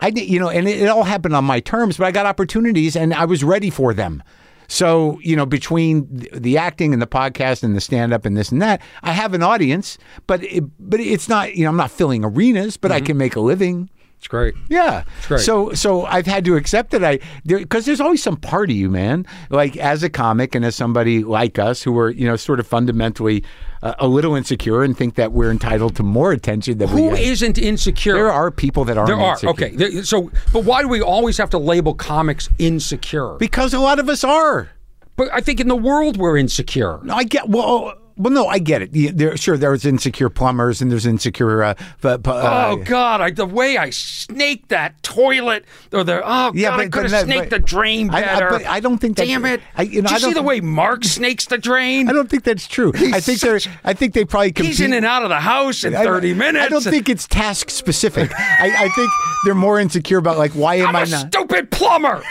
[SPEAKER 1] I did, you know, and it, it all happened on my terms, but I got opportunities and I was ready for them. So, you know, between th- the acting and the podcast and the stand up and this and that, I have an audience, but it, but it's not, you know, I'm not filling arenas, but I can make a living.
[SPEAKER 3] It's great.
[SPEAKER 1] Yeah.
[SPEAKER 3] great.
[SPEAKER 1] So so I've had to accept that I because there's always some part of you, man. Like as a comic and as somebody like us who are you know sort of fundamentally uh, a little insecure and think that we're entitled to more attention than we.
[SPEAKER 3] Who
[SPEAKER 1] get.
[SPEAKER 3] isn't insecure?
[SPEAKER 1] there are people that aren't.
[SPEAKER 3] There are.
[SPEAKER 1] insecure.
[SPEAKER 3] Okay. There- So, but why do we always have to label comics insecure?
[SPEAKER 1] Because a lot of us are.
[SPEAKER 3] But I think in the world we're insecure.
[SPEAKER 1] I get well. well, no, I get it. Yeah, There, sure, there's insecure plumbers and there's insecure. Uh, pu- pu- uh,
[SPEAKER 3] Oh God! I, the way I snaked that toilet, or the
[SPEAKER 1] Yeah,
[SPEAKER 3] oh God,
[SPEAKER 1] but-
[SPEAKER 3] I
[SPEAKER 1] but
[SPEAKER 3] could have
[SPEAKER 1] that- but-
[SPEAKER 3] snaked the drain
[SPEAKER 1] I- I-
[SPEAKER 3] better.
[SPEAKER 1] but I don't think that's-
[SPEAKER 3] Damn it!
[SPEAKER 1] I- you know,
[SPEAKER 3] Did you
[SPEAKER 1] I
[SPEAKER 3] see
[SPEAKER 1] don't-
[SPEAKER 3] the way Mark snakes the drain?
[SPEAKER 1] I don't think that's true. I think they're.
[SPEAKER 3] such-
[SPEAKER 1] I think they probably compete.
[SPEAKER 3] He's in and out of the house in
[SPEAKER 1] I-
[SPEAKER 3] thirty minutes.
[SPEAKER 1] I don't think it's task specific. I, I think they're more insecure about like why am
[SPEAKER 3] I'm
[SPEAKER 1] I
[SPEAKER 3] a
[SPEAKER 1] not?
[SPEAKER 3] stupid plumber.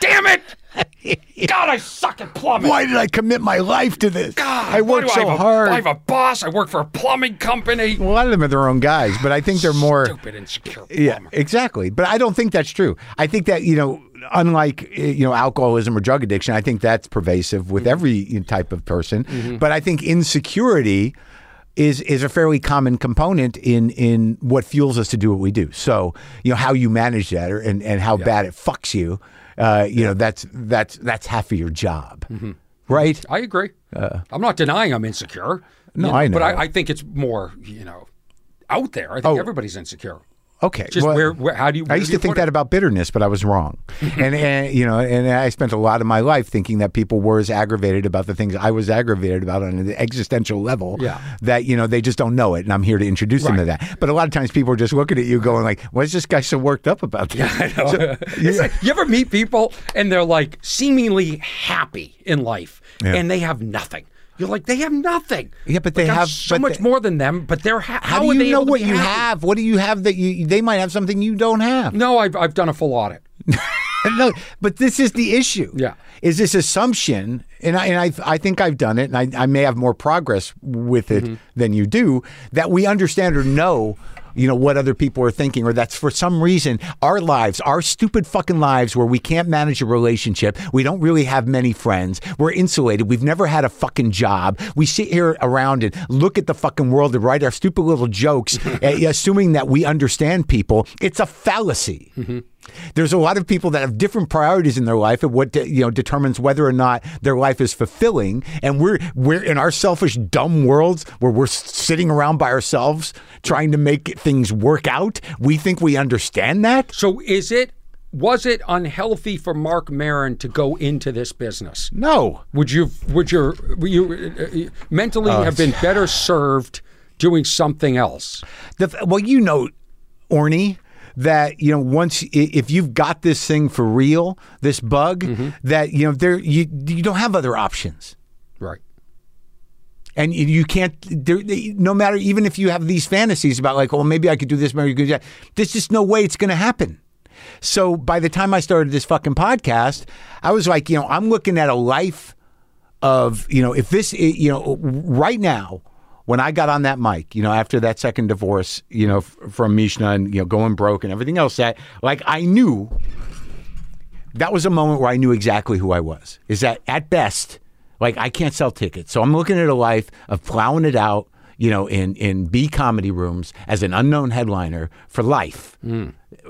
[SPEAKER 3] Damn it! God, I suck at plumbing.
[SPEAKER 1] why did I commit my life to this?
[SPEAKER 3] God,
[SPEAKER 1] I
[SPEAKER 3] why
[SPEAKER 1] worked
[SPEAKER 3] do
[SPEAKER 1] so
[SPEAKER 3] have a-
[SPEAKER 1] hard.
[SPEAKER 3] I have a boss. I work for a plumbing company.
[SPEAKER 1] a lot of them are their own guys, but I think they're more.
[SPEAKER 3] Stupid insecure plumber.
[SPEAKER 1] Yeah, exactly. But I don't think that's true. I think that you know, unlike uh, you know alcoholism or drug addiction, I think that's pervasive
[SPEAKER 3] Mm-hmm.
[SPEAKER 1] with every type of person. But I think insecurity is is a fairly common component in in what fuels us to do what we do. So you know how you manage that, or, and and how bad it fucks you. Uh, you know that's that's that's half of your job,
[SPEAKER 3] Mm-hmm.
[SPEAKER 1] right?
[SPEAKER 3] I agree. I'm not denying I'm insecure.
[SPEAKER 1] Uh. No,
[SPEAKER 3] you know,
[SPEAKER 1] I know.
[SPEAKER 3] But I, I think it's more, you know, out there. I think everybody's insecure.
[SPEAKER 1] Okay,
[SPEAKER 3] Just
[SPEAKER 1] well-
[SPEAKER 3] where, where, how do you?
[SPEAKER 1] I
[SPEAKER 3] where
[SPEAKER 1] used to
[SPEAKER 3] do you
[SPEAKER 1] think
[SPEAKER 3] put it?
[SPEAKER 1] that about bitterness, but I was wrong. and, and you know, and I spent a lot of my life thinking that people were as aggravated about the things I was aggravated about on an existential level.
[SPEAKER 3] Yeah.
[SPEAKER 1] That you know they just don't know it, and I'm here to introduce them to that. But a lot of times people are just looking at you, going like, "Why is this guy so worked up about this?" So-
[SPEAKER 3] It's like, you ever meet people and they're like seemingly happy in life
[SPEAKER 1] Yeah.
[SPEAKER 3] and they have nothing. You're like they have nothing.
[SPEAKER 1] Yeah, but
[SPEAKER 3] Like,
[SPEAKER 1] they
[SPEAKER 3] I'm
[SPEAKER 1] have-
[SPEAKER 3] so
[SPEAKER 1] but
[SPEAKER 3] much
[SPEAKER 1] they-
[SPEAKER 3] more than them. But they're ha-
[SPEAKER 1] how,
[SPEAKER 3] are
[SPEAKER 1] do
[SPEAKER 3] they
[SPEAKER 1] you know
[SPEAKER 3] able to
[SPEAKER 1] what
[SPEAKER 3] be
[SPEAKER 1] you
[SPEAKER 3] happy?
[SPEAKER 1] have? What do you have that you they might have something you don't have?
[SPEAKER 3] No, I've I've done a full audit.
[SPEAKER 1] no, but this is the issue.
[SPEAKER 3] Yeah.
[SPEAKER 1] is this assumption, and I and I, I think I've done it, and I, I may have more progress with it than you do. That we understand or know, you know, what other people are thinking, or that's for some reason our lives, our stupid fucking lives, where we can't manage a relationship, we don't really have many friends, we're insulated, we've never had a fucking job, we sit here around and look at the fucking world and write our stupid little jokes, eh, assuming that we understand people. It's a fallacy. There's a lot of people that have different priorities in their life, and what de- you know determines whether or not their life is fulfilling. And we're we're in our selfish, dumb worlds where we're s- sitting around by ourselves trying to make things work out. We think we understand that.
[SPEAKER 3] So is it was it unhealthy for Mark Marin to go into this business?
[SPEAKER 1] No,
[SPEAKER 3] Would you would your would you uh, uh, mentally have been better served doing something else?
[SPEAKER 1] the f- well, you know, Orny, that you know once i- if you've got this thing for real, this bug, that you know there you you don't have other options.
[SPEAKER 3] Right.
[SPEAKER 1] and you- you can't. There, no matter, even if you have these fantasies about like, well, maybe I could do this, maybe I could do that. There's just no way it's going to happen. So by the time I started this fucking podcast, I was like, you know, I'm looking at a life of, you know, if this, you know, right now. When I got on that mic, you know, after that second divorce, you know, f- from Mishna and you know going broke and everything else, that like I knew that was a moment where I knew exactly who I was. Is that at best, like I can't sell tickets. So I'm looking at a life of plowing it out, you know, in in B comedy rooms as an unknown headliner for life.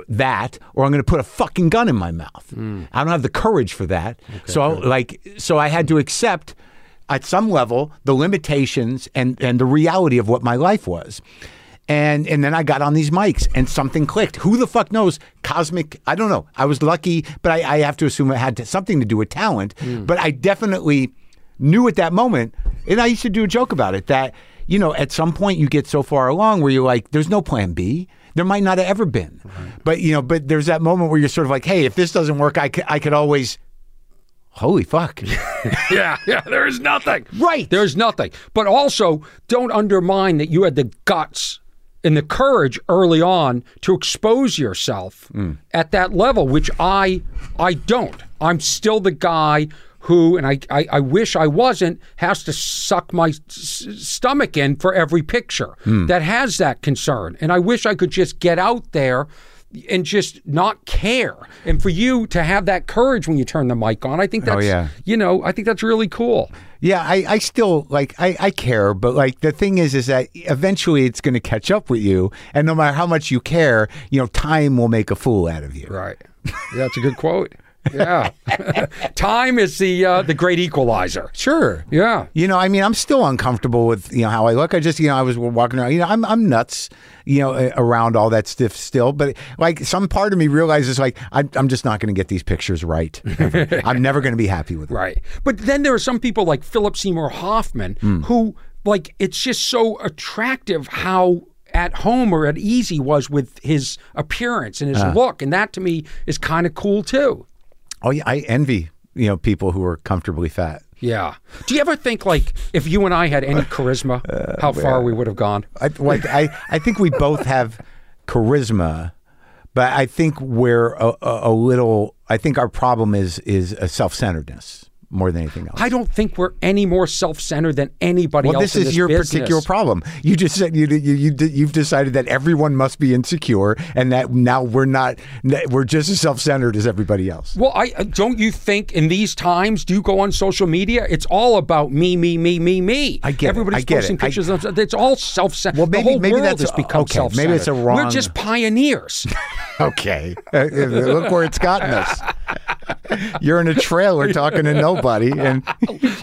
[SPEAKER 1] That, or I'm going to put a fucking gun in my mouth. I don't have the courage for that. so, I- like, so I had to accept at some level the limitations and and the reality of what my life was. And and then I got on these mics and something clicked. Who the fuck knows? Cosmic. I don't know. I was lucky, but I, I have to assume it had to, something to do with talent. But I definitely knew at that moment, and I used to do a joke about it that you know at some point you get so far along where you're like, there's no plan B. There might not have ever been, but you know, but there's that moment where you're sort of like, hey, if this doesn't work, I could, I could always. Holy fuck!
[SPEAKER 3] Yeah, yeah, there is nothing.
[SPEAKER 1] Right.
[SPEAKER 3] There's nothing. But also, don't undermine that you had the guts and the courage early on to expose yourself at that level, which I I don't. I'm still the guy who, and I, I, I wish I wasn't, has to suck my s- stomach in for every picture that has that concern. And I wish I could just get out there and just not care. And for you to have that courage when you turn the mic on, I think that's
[SPEAKER 1] yeah.
[SPEAKER 3] you know, I think that's really cool.
[SPEAKER 1] Yeah, I, I still like I, I care, but like the thing is is that eventually it's gonna catch up with you and no matter how much you care, you know, time will make a fool out of you.
[SPEAKER 3] Right. Yeah, that's a good quote. Yeah. Time is the uh, the great equalizer.
[SPEAKER 4] Sure.
[SPEAKER 3] Yeah.
[SPEAKER 1] You know, I mean, I'm still uncomfortable with you know how I look. I just, you know, I was walking around. You know, I'm I'm nuts. You know, a- around all that stuff still. But like, some part of me realizes like I'm, I'm just not going to get these pictures right. ever. I'm never going to be happy with them.
[SPEAKER 3] Right. But then there are some people like Philip Seymour Hoffman who like it's just so attractive how at home or at ease he was with his appearance and his look and that to me is kind of cool too.
[SPEAKER 1] Oh yeah, I envy you know people who are comfortably fat.
[SPEAKER 3] Yeah. Do you ever think like if you and I had any charisma how far we would have gone?
[SPEAKER 1] I like I I think we both have charisma, but I think we're a, a, a little. I think our problem is is a self centeredness more than anything else.
[SPEAKER 3] I don't think we're any more self-centered than anybody
[SPEAKER 1] well,
[SPEAKER 3] else.
[SPEAKER 1] this
[SPEAKER 3] in
[SPEAKER 1] is your
[SPEAKER 3] business.
[SPEAKER 1] particular problem. You just said you, you you you've decided that everyone must be insecure, and that now we're not. that We're just as self centered as everybody else.
[SPEAKER 3] Well, I uh, don't you think in these times do you go on social media? It's all about me, me, me, me, me.
[SPEAKER 1] I get it.
[SPEAKER 3] everybody's
[SPEAKER 1] I get
[SPEAKER 3] posting
[SPEAKER 1] it. I-
[SPEAKER 3] pictures. of it's all self-centered.
[SPEAKER 1] Well,
[SPEAKER 3] the
[SPEAKER 1] maybe-
[SPEAKER 3] whole
[SPEAKER 1] maybe
[SPEAKER 3] world
[SPEAKER 1] that's
[SPEAKER 3] has
[SPEAKER 1] a-
[SPEAKER 3] become
[SPEAKER 1] okay, maybe it's a
[SPEAKER 3] self-centered. We're
[SPEAKER 1] wrong-
[SPEAKER 3] just pioneers.
[SPEAKER 1] Okay, Uh, look where it's gotten us. You're in a trailer talking to nobody, and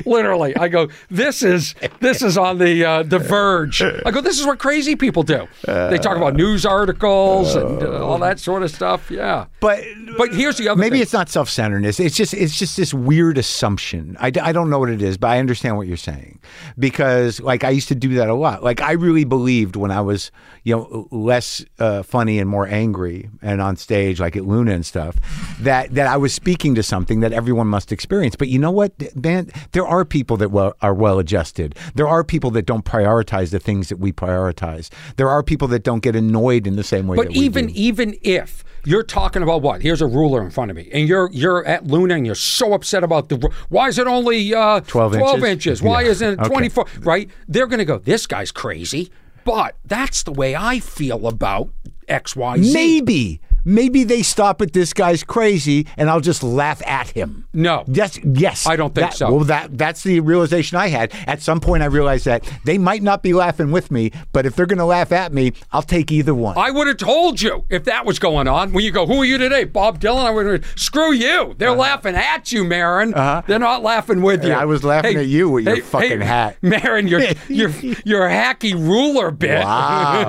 [SPEAKER 3] Literally, I go. This is this is on the uh, the verge. I go. This is what crazy people do. They talk about news articles and uh, all that sort of stuff. Yeah,
[SPEAKER 1] but
[SPEAKER 3] but here's the other.
[SPEAKER 1] Maybe
[SPEAKER 3] thing.
[SPEAKER 1] it's not self-centeredness. It's just it's just this weird assumption. I, d- I don't know what it is, but I understand what you're saying because like I used to do that a lot. Like I really believed when I was you know less uh, funny and more angry and on stage like at Luna and stuff that that I was speaking to something that everyone must experience. But you know what, man? There are people that well, are well-adjusted. There are people that don't prioritize the things that we prioritize. There are people that don't get annoyed in the same way.
[SPEAKER 3] But
[SPEAKER 1] that we
[SPEAKER 3] even
[SPEAKER 1] do.
[SPEAKER 3] even if you're talking about what? Here's a ruler in front of me, and you're you're at Luna, and you're so upset about the. ru- Why is it only uh,
[SPEAKER 1] 12
[SPEAKER 3] 12
[SPEAKER 1] inches?
[SPEAKER 3] inches? Why
[SPEAKER 1] Yeah.
[SPEAKER 3] isn't it
[SPEAKER 1] Okay.
[SPEAKER 3] 24? Right? They're going to go. This guy's crazy. But that's the way I feel about X, Y, Z.
[SPEAKER 1] Maybe. Maybe they stop at this guy's crazy and I'll just laugh at him.
[SPEAKER 3] No.
[SPEAKER 1] Yes, yes.
[SPEAKER 3] I don't think
[SPEAKER 1] That-
[SPEAKER 3] so.
[SPEAKER 1] Well, that that's the realization I had. At some point I realized that they might not be laughing with me, but if they're going to laugh at me, I'll take either one.
[SPEAKER 3] I would have told you if that was going on. When you go, who are you today, Bob Dylan? I would have. Screw you! They're laughing at you, Marin. They're not laughing with you.
[SPEAKER 1] Uh-huh. I was laughing at you with your fucking hat.
[SPEAKER 3] Marin. Your your your hacky ruler bit.
[SPEAKER 1] Wow.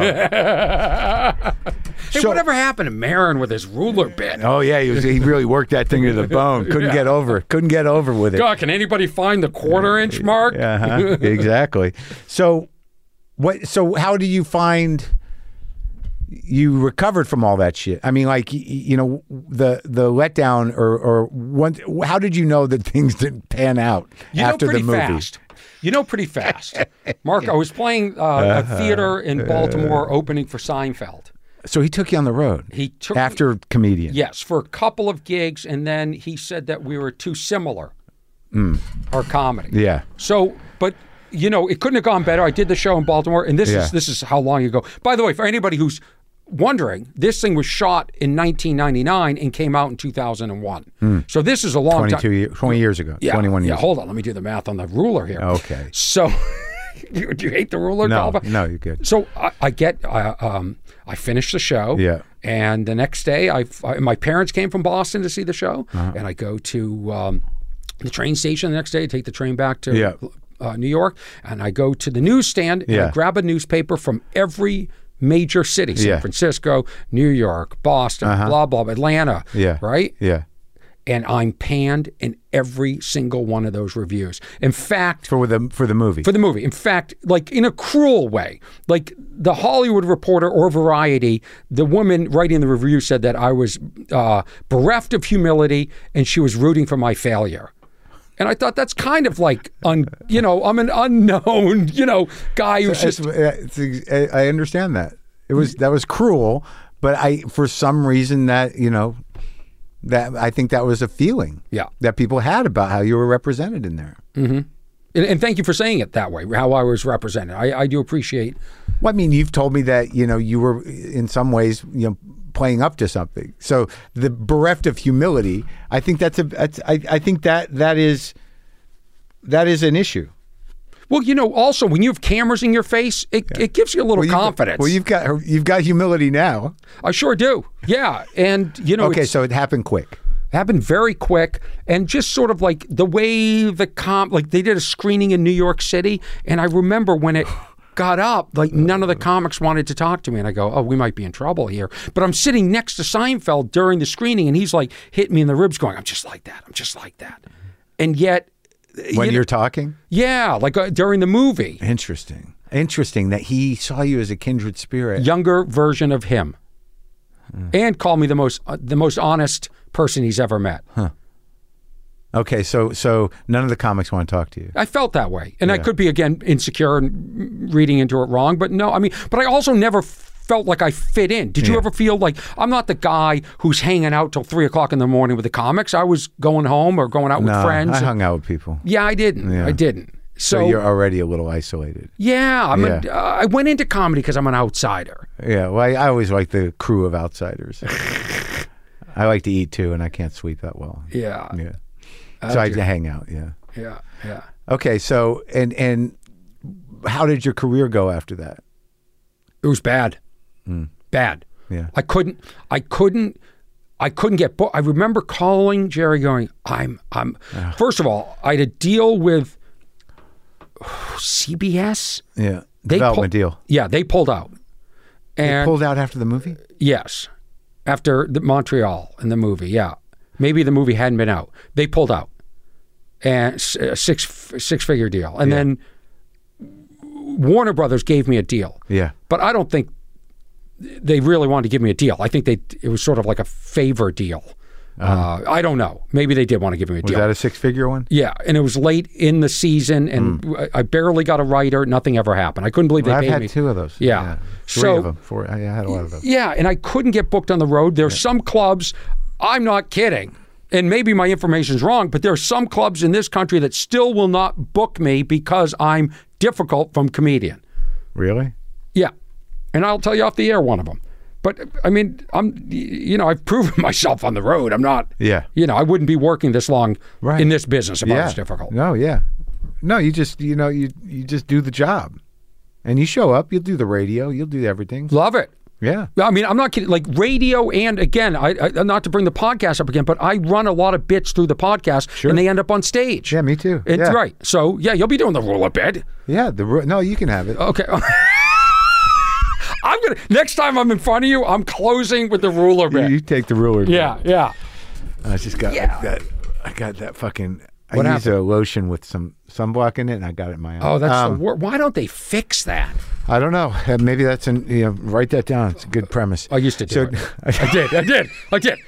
[SPEAKER 3] Hey,
[SPEAKER 1] So-
[SPEAKER 3] whatever happened to Marin with his ruler bit?
[SPEAKER 1] oh yeah, he, was, he really worked that thing to the bone. Couldn't get over. it. Couldn't get over with it.
[SPEAKER 3] God, can anybody find the quarter inch mark?
[SPEAKER 1] Uh-huh. exactly. So what so how do you find you recovered from all that shit? I mean like y- y- you know the the letdown or or one, how did you know that things didn't pan out
[SPEAKER 3] You
[SPEAKER 1] after
[SPEAKER 3] know pretty
[SPEAKER 1] the movie?
[SPEAKER 3] fast. You know pretty fast. Mark, I was playing uh,
[SPEAKER 1] Uh-huh.
[SPEAKER 3] a theater in Baltimore opening for Seinfeld.
[SPEAKER 1] So he took you on the road.
[SPEAKER 3] He took me-
[SPEAKER 1] after comedian.
[SPEAKER 3] Yes, for a couple of gigs, and then he said that we were too similar, our comedy.
[SPEAKER 1] Hmm. Yeah.
[SPEAKER 3] So, but you know, it couldn't have gone better. I did the show in Baltimore, and this
[SPEAKER 1] Yeah.
[SPEAKER 3] is this is how long ago. By the way, for anybody who's wondering, this thing was shot in 1999 and came out in 2001. So this is a long time.
[SPEAKER 1] 22 years, 20 years ago.
[SPEAKER 3] Yeah,
[SPEAKER 1] 21
[SPEAKER 3] yeah,
[SPEAKER 1] Hmm. years.
[SPEAKER 3] Hold on, let me do the math on the ruler here.
[SPEAKER 1] Okay.
[SPEAKER 3] So, do you hate the ruler?
[SPEAKER 1] No,
[SPEAKER 3] Galba?
[SPEAKER 1] no, you're good.
[SPEAKER 3] So I, I get, I, um, I finish the show.
[SPEAKER 1] Yeah.
[SPEAKER 3] And the next day, I, I my parents came from Boston to see the show,
[SPEAKER 1] Uh-huh.
[SPEAKER 3] and I go to um, the train station the next day. Take the train back to
[SPEAKER 1] Yeah.
[SPEAKER 3] uh, New York, and I go to the newsstand and I
[SPEAKER 1] Yeah.
[SPEAKER 3] grab a newspaper from every major city: San
[SPEAKER 1] Yeah. Uh-huh.
[SPEAKER 3] Francisco, New York, Boston, blah blah, Atlanta.
[SPEAKER 1] Yeah.
[SPEAKER 3] Right
[SPEAKER 1] Yeah.
[SPEAKER 3] and I'm panned in every single one of those reviews. In fact,
[SPEAKER 1] For the for the movie.
[SPEAKER 3] for the movie, in fact, like in a cruel way, like the Hollywood Reporter or Variety, the woman writing the review said that I was uh, bereft of humility and she was rooting for my failure. And I thought that's kind of like, un, you know, I'm an unknown, you know, guy who's just
[SPEAKER 1] It's- it's ex- I I understand that. It was that was cruel, but I for some reason that you know that I think that was a feeling
[SPEAKER 3] Yeah.
[SPEAKER 1] that people had about how you were represented in there.
[SPEAKER 3] and, and thank you for saying it that way, how I was represented. I, I do appreciate
[SPEAKER 1] Well, I mean, you've told me that you know you were in some ways you know playing up to something. So the bereft of humility, I think that's a that's, I, I think that that is that is an issue.
[SPEAKER 3] Well, you know, also when you have cameras in your face, it, it gives you a little
[SPEAKER 1] Well, you've-
[SPEAKER 3] confidence.
[SPEAKER 1] Well, you've got you've got humility now.
[SPEAKER 3] I sure do. Yeah, and you know,
[SPEAKER 1] Okay,
[SPEAKER 3] Oh, it's-
[SPEAKER 1] so it happened quick.
[SPEAKER 3] happened very quick and just sort of like the way the comp like they did a screening in New York City and I remember when it got up like none of the comics wanted to talk to me and I go oh we might be in trouble here but I'm sitting next to Seinfeld during the screening and he's like hitting me in the ribs going I'm just like that I'm just like that and yet
[SPEAKER 1] when
[SPEAKER 3] you
[SPEAKER 1] you
[SPEAKER 3] know-
[SPEAKER 1] are talking.
[SPEAKER 3] yeah like uh, during the movie
[SPEAKER 1] Interesting. Interesting that he saw you as a kindred spirit.
[SPEAKER 3] younger version of him, and call me the most uh, the most honest person he's ever met.
[SPEAKER 1] Okay, so so none of the comics want to talk to you.
[SPEAKER 3] I felt that way, and I could be again insecure and reading into it wrong, but no, I mean, but I also never felt like I fit in. Did you ever feel like I'm not the guy who's hanging out till three o'clock in the morning with the comics? I was going home or going out with
[SPEAKER 1] No,
[SPEAKER 3] friends.
[SPEAKER 1] I hung out with people.
[SPEAKER 3] yeah, I didn't. I didn't. So,
[SPEAKER 1] So you're already a little isolated.
[SPEAKER 3] yeah, I'm A,
[SPEAKER 1] Yeah.
[SPEAKER 3] uh, I went into comedy because I'm an outsider.
[SPEAKER 1] Yeah, well, I, I always like the crew of outsiders. I like to eat too, and I can't sweep that well.
[SPEAKER 3] Yeah, yeah,
[SPEAKER 1] Yeah, so I hang out. Yeah.
[SPEAKER 3] yeah.
[SPEAKER 1] Okay, so and and how did your career go after that?
[SPEAKER 3] It was bad. Bad.
[SPEAKER 1] Mm. Yeah.
[SPEAKER 3] I couldn't. I couldn't. I couldn't get. Bo- I remember calling Jerry, going, "I'm. I'm." First of all, I had to deal with CBS.
[SPEAKER 1] Yeah,
[SPEAKER 3] They
[SPEAKER 1] development
[SPEAKER 3] pull-
[SPEAKER 1] deal
[SPEAKER 3] Yeah, they pulled out. And
[SPEAKER 1] pulled out after the movie.
[SPEAKER 3] yes, after the Montreal in the movie, yeah, maybe the movie hadn't been out. They pulled out, and s- a six six figure deal, and then Warner Brothers gave me a deal.
[SPEAKER 1] Yeah,
[SPEAKER 3] But I don't think they really wanted to give me a deal. I think they it was sort of like a favor deal. Uh, I don't know. Maybe they did want to give me a
[SPEAKER 1] Uh-huh. was
[SPEAKER 3] deal.
[SPEAKER 1] that a six-figure one?
[SPEAKER 3] yeah, and it was late in the season, and I I barely got a writer. Nothing ever happened. I couldn't believe they
[SPEAKER 1] Hmm. I've
[SPEAKER 3] paid
[SPEAKER 1] had
[SPEAKER 3] me.
[SPEAKER 1] two of those.
[SPEAKER 3] Yeah.
[SPEAKER 1] three
[SPEAKER 3] So-
[SPEAKER 1] of them. Four. I I had a lot of them.
[SPEAKER 3] Yeah, and I couldn't get booked on the road. There's some clubs. I'm not kidding. And maybe my information's wrong, but there are some clubs in this country that still will not book me because I'm difficult from comedian.
[SPEAKER 1] Really?
[SPEAKER 3] Yeah, and I'll tell you off the air one of them. But I mean, I'm y- you know I've proven myself on the road. I'm not.
[SPEAKER 1] Yeah.
[SPEAKER 3] You know, I wouldn't be working this long
[SPEAKER 1] Right.
[SPEAKER 3] in this business if I
[SPEAKER 1] yeah.
[SPEAKER 3] was difficult.
[SPEAKER 1] No, yeah. No, you just you know you you just do the job, and you show up. You'll do the radio. You'll do everything.
[SPEAKER 3] Love it.
[SPEAKER 1] Yeah.
[SPEAKER 3] I mean, I'm not kidding. Like radio, and again, I, I not to bring the podcast up again, but I run a lot of bits through the podcast, and they end up on stage.
[SPEAKER 1] Yeah, me too.
[SPEAKER 3] It's
[SPEAKER 1] yeah.
[SPEAKER 3] right. So yeah, you'll be doing the roll up bed.
[SPEAKER 1] Yeah. The ru- no, you can have it.
[SPEAKER 3] Okay. I'm gonna next time I'm in front of you, I'm closing with the ruler
[SPEAKER 1] You-
[SPEAKER 3] bit.
[SPEAKER 1] You take the ruler.
[SPEAKER 3] yeah, yeah.
[SPEAKER 1] I just got
[SPEAKER 3] Yeah.
[SPEAKER 1] like that. I got that fucking. I
[SPEAKER 3] What
[SPEAKER 1] used
[SPEAKER 3] happened?
[SPEAKER 1] a lotion with some sunblock in it, and I got it in my eye.
[SPEAKER 3] Oh, that's
[SPEAKER 1] Um,
[SPEAKER 3] the word. Why don't they fix that?
[SPEAKER 1] I don't know. Uh, Maybe that's an. You know, write that down. It's a good premise.
[SPEAKER 3] I used to do
[SPEAKER 1] So-
[SPEAKER 3] it. I did. I did. I did.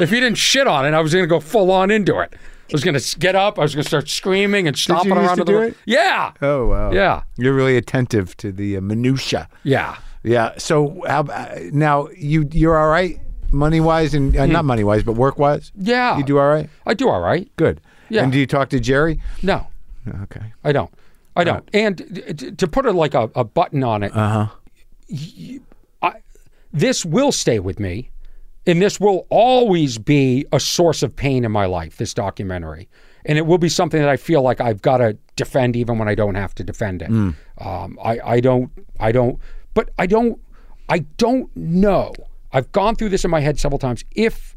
[SPEAKER 3] If you didn't shit on it, I was going to go full on into it. I was going to get up. I was going to start screaming and stomping
[SPEAKER 1] used
[SPEAKER 3] around.
[SPEAKER 1] to
[SPEAKER 3] in the
[SPEAKER 1] do
[SPEAKER 3] room.
[SPEAKER 1] it?
[SPEAKER 3] Yeah.
[SPEAKER 1] Oh wow.
[SPEAKER 3] Yeah.
[SPEAKER 1] You're really attentive to the uh, minutia.
[SPEAKER 3] Yeah.
[SPEAKER 1] Yeah. So how uh, now you you're all right money wise and uh, not money wise but work wise.
[SPEAKER 3] Hmm. Yeah.
[SPEAKER 1] You do all right.
[SPEAKER 3] I do all right.
[SPEAKER 1] Good.
[SPEAKER 3] Yeah.
[SPEAKER 1] And do you talk to Jerry?
[SPEAKER 3] No,
[SPEAKER 1] Okay.
[SPEAKER 3] I don't. I don't. And t- t- to put a, like a, a button on
[SPEAKER 1] Uh,
[SPEAKER 3] it, uh-huh. this will stay with me, and this will always be a source of pain in my life. This documentary, and it will be something that I feel like I've got to defend, even when I don't have to defend it. Um, I, I don't, I don't, but I don't, I don't know. I've gone through this in my head several times. If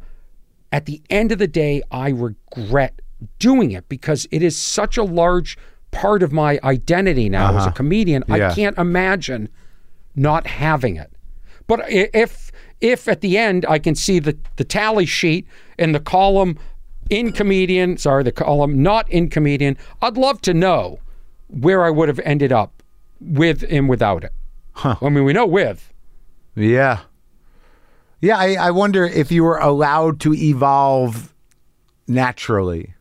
[SPEAKER 3] at the end of the day, I regret doing it because it is such a large part of my identity now as a comedian.
[SPEAKER 1] Yeah.
[SPEAKER 3] I can't imagine not having it. But i- if if at the end I can see the, the tally sheet and the column in comedian, sorry, the column not in comedian, I'd love to know where I would have ended up with and without it. I mean, we know with.
[SPEAKER 1] Yeah. Yeah. I, I wonder if you were allowed to evolve naturally,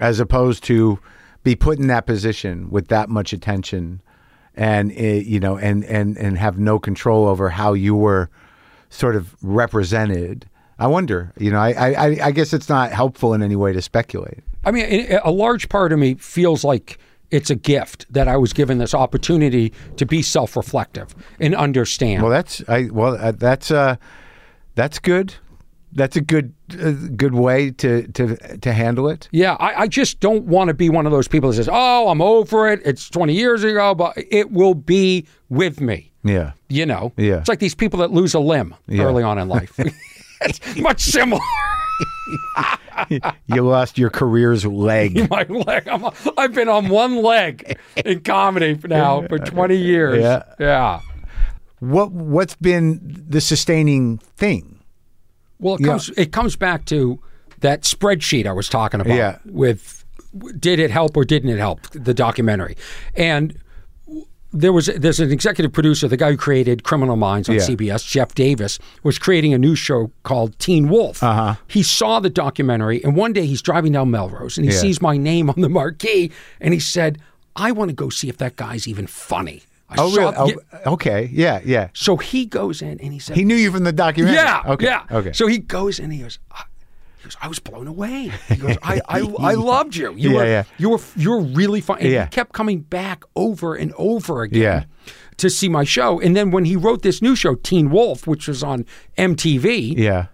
[SPEAKER 1] as opposed to be put in that position with that much attention, and eh, you know, and and and have no control over how you were sort of represented. I wonder. You know, I I, I- I guess it's not helpful in any way to speculate.
[SPEAKER 3] I mean, i- a large part of me feels like it's a gift that I was given this opportunity to be self reflective and understand.
[SPEAKER 1] Well, that's I well uh, that's uh that's good. That's a good uh, good way to to to handle it.
[SPEAKER 3] Yeah, I, I just don't want to be one of those people that says, "Oh, I'm over it. It's 20 years ago, but it will be with me."
[SPEAKER 1] Yeah.
[SPEAKER 3] You know,
[SPEAKER 1] Yeah.
[SPEAKER 3] It's like these people that lose a limb early on in life. it's much similar.
[SPEAKER 1] you lost your career's leg.
[SPEAKER 3] My leg. I'm, I've been on one leg in comedy for now for 20 years.
[SPEAKER 1] Yeah.
[SPEAKER 3] Yeah.
[SPEAKER 1] What what's been the sustaining thing?
[SPEAKER 3] Well, it comes it comes back to that spreadsheet I was talking about.
[SPEAKER 1] Yeah.
[SPEAKER 3] With did it help or didn't it help the documentary, and w- there was there's an executive producer, the guy who created Criminal Minds on
[SPEAKER 1] Yeah.
[SPEAKER 3] CBS, Jeff Davis, was creating a new show called Teen Wolf. Uh-huh. He saw the documentary, and one day he's driving down Melrose, and he
[SPEAKER 1] Yeah.
[SPEAKER 3] sees my name on the marquee, and he said, "I want to go see if that guy's even funny." I
[SPEAKER 1] Oh,
[SPEAKER 3] saw-
[SPEAKER 1] really? Oh,
[SPEAKER 3] Yeah.
[SPEAKER 1] okay. Yeah, yeah.
[SPEAKER 3] So he goes in and he said,
[SPEAKER 1] He knew you from the documentary.
[SPEAKER 3] yeah.
[SPEAKER 1] Okay.
[SPEAKER 3] Yeah.
[SPEAKER 1] Okay.
[SPEAKER 3] So he goes in. He goes. I, he goes, I was blown away. He goes, I, I, I loved you. You
[SPEAKER 1] Yeah,
[SPEAKER 3] were,
[SPEAKER 1] yeah.
[SPEAKER 3] you were, you were really fun. And
[SPEAKER 1] Yeah.
[SPEAKER 3] He kept coming back over and over again
[SPEAKER 1] Yeah.
[SPEAKER 3] to see my show. And then when he wrote this new show, Teen Wolf, which was on MTV,
[SPEAKER 1] yeah.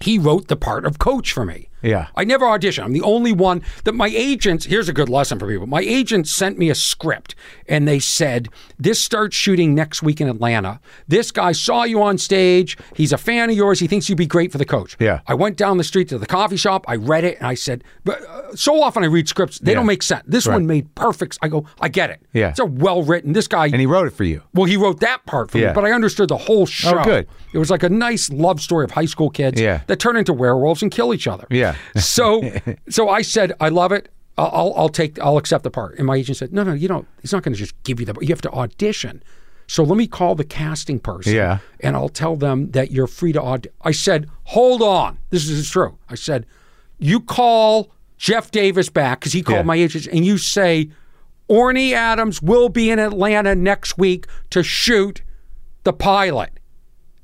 [SPEAKER 3] he wrote the part of coach for me.
[SPEAKER 1] Yeah.
[SPEAKER 3] I never auditioned. I'm the only one that my agents, here's a good lesson for people. My agents sent me a script and they said, This starts shooting next week in Atlanta. This guy saw you on stage. He's a fan of yours. He thinks you'd be great for the coach.
[SPEAKER 1] Yeah.
[SPEAKER 3] I went down the street to the coffee shop. I read it and I said, but uh, so often I read scripts, they
[SPEAKER 1] Yeah.
[SPEAKER 3] don't make sense. This
[SPEAKER 1] Right.
[SPEAKER 3] one made perfect. I go, I get it.
[SPEAKER 1] Yeah.
[SPEAKER 3] It's a well written, this guy.
[SPEAKER 1] And he wrote it for you.
[SPEAKER 3] Well, he wrote that part for
[SPEAKER 1] Yeah. Oh,
[SPEAKER 3] me, but I understood the whole show.
[SPEAKER 1] good.
[SPEAKER 3] It was like a nice love story of high school kids
[SPEAKER 1] Yeah.
[SPEAKER 3] that turn into werewolves and kill each other.
[SPEAKER 1] Yeah.
[SPEAKER 3] so, so I said, I love it. I'll, I'll, I'll take, I'll accept the part. And my agent said, No, no, you don't. He's not going to just give you the. You have to audition. So let me call the casting person.
[SPEAKER 1] Yeah.
[SPEAKER 3] And I'll tell them that you're free to audition. I said, Hold on. This is true. I said, You call Jeff Davis back because he called
[SPEAKER 1] Yeah.
[SPEAKER 3] my agent, and you say. Orny Adams will be in Atlanta next week to shoot the pilot.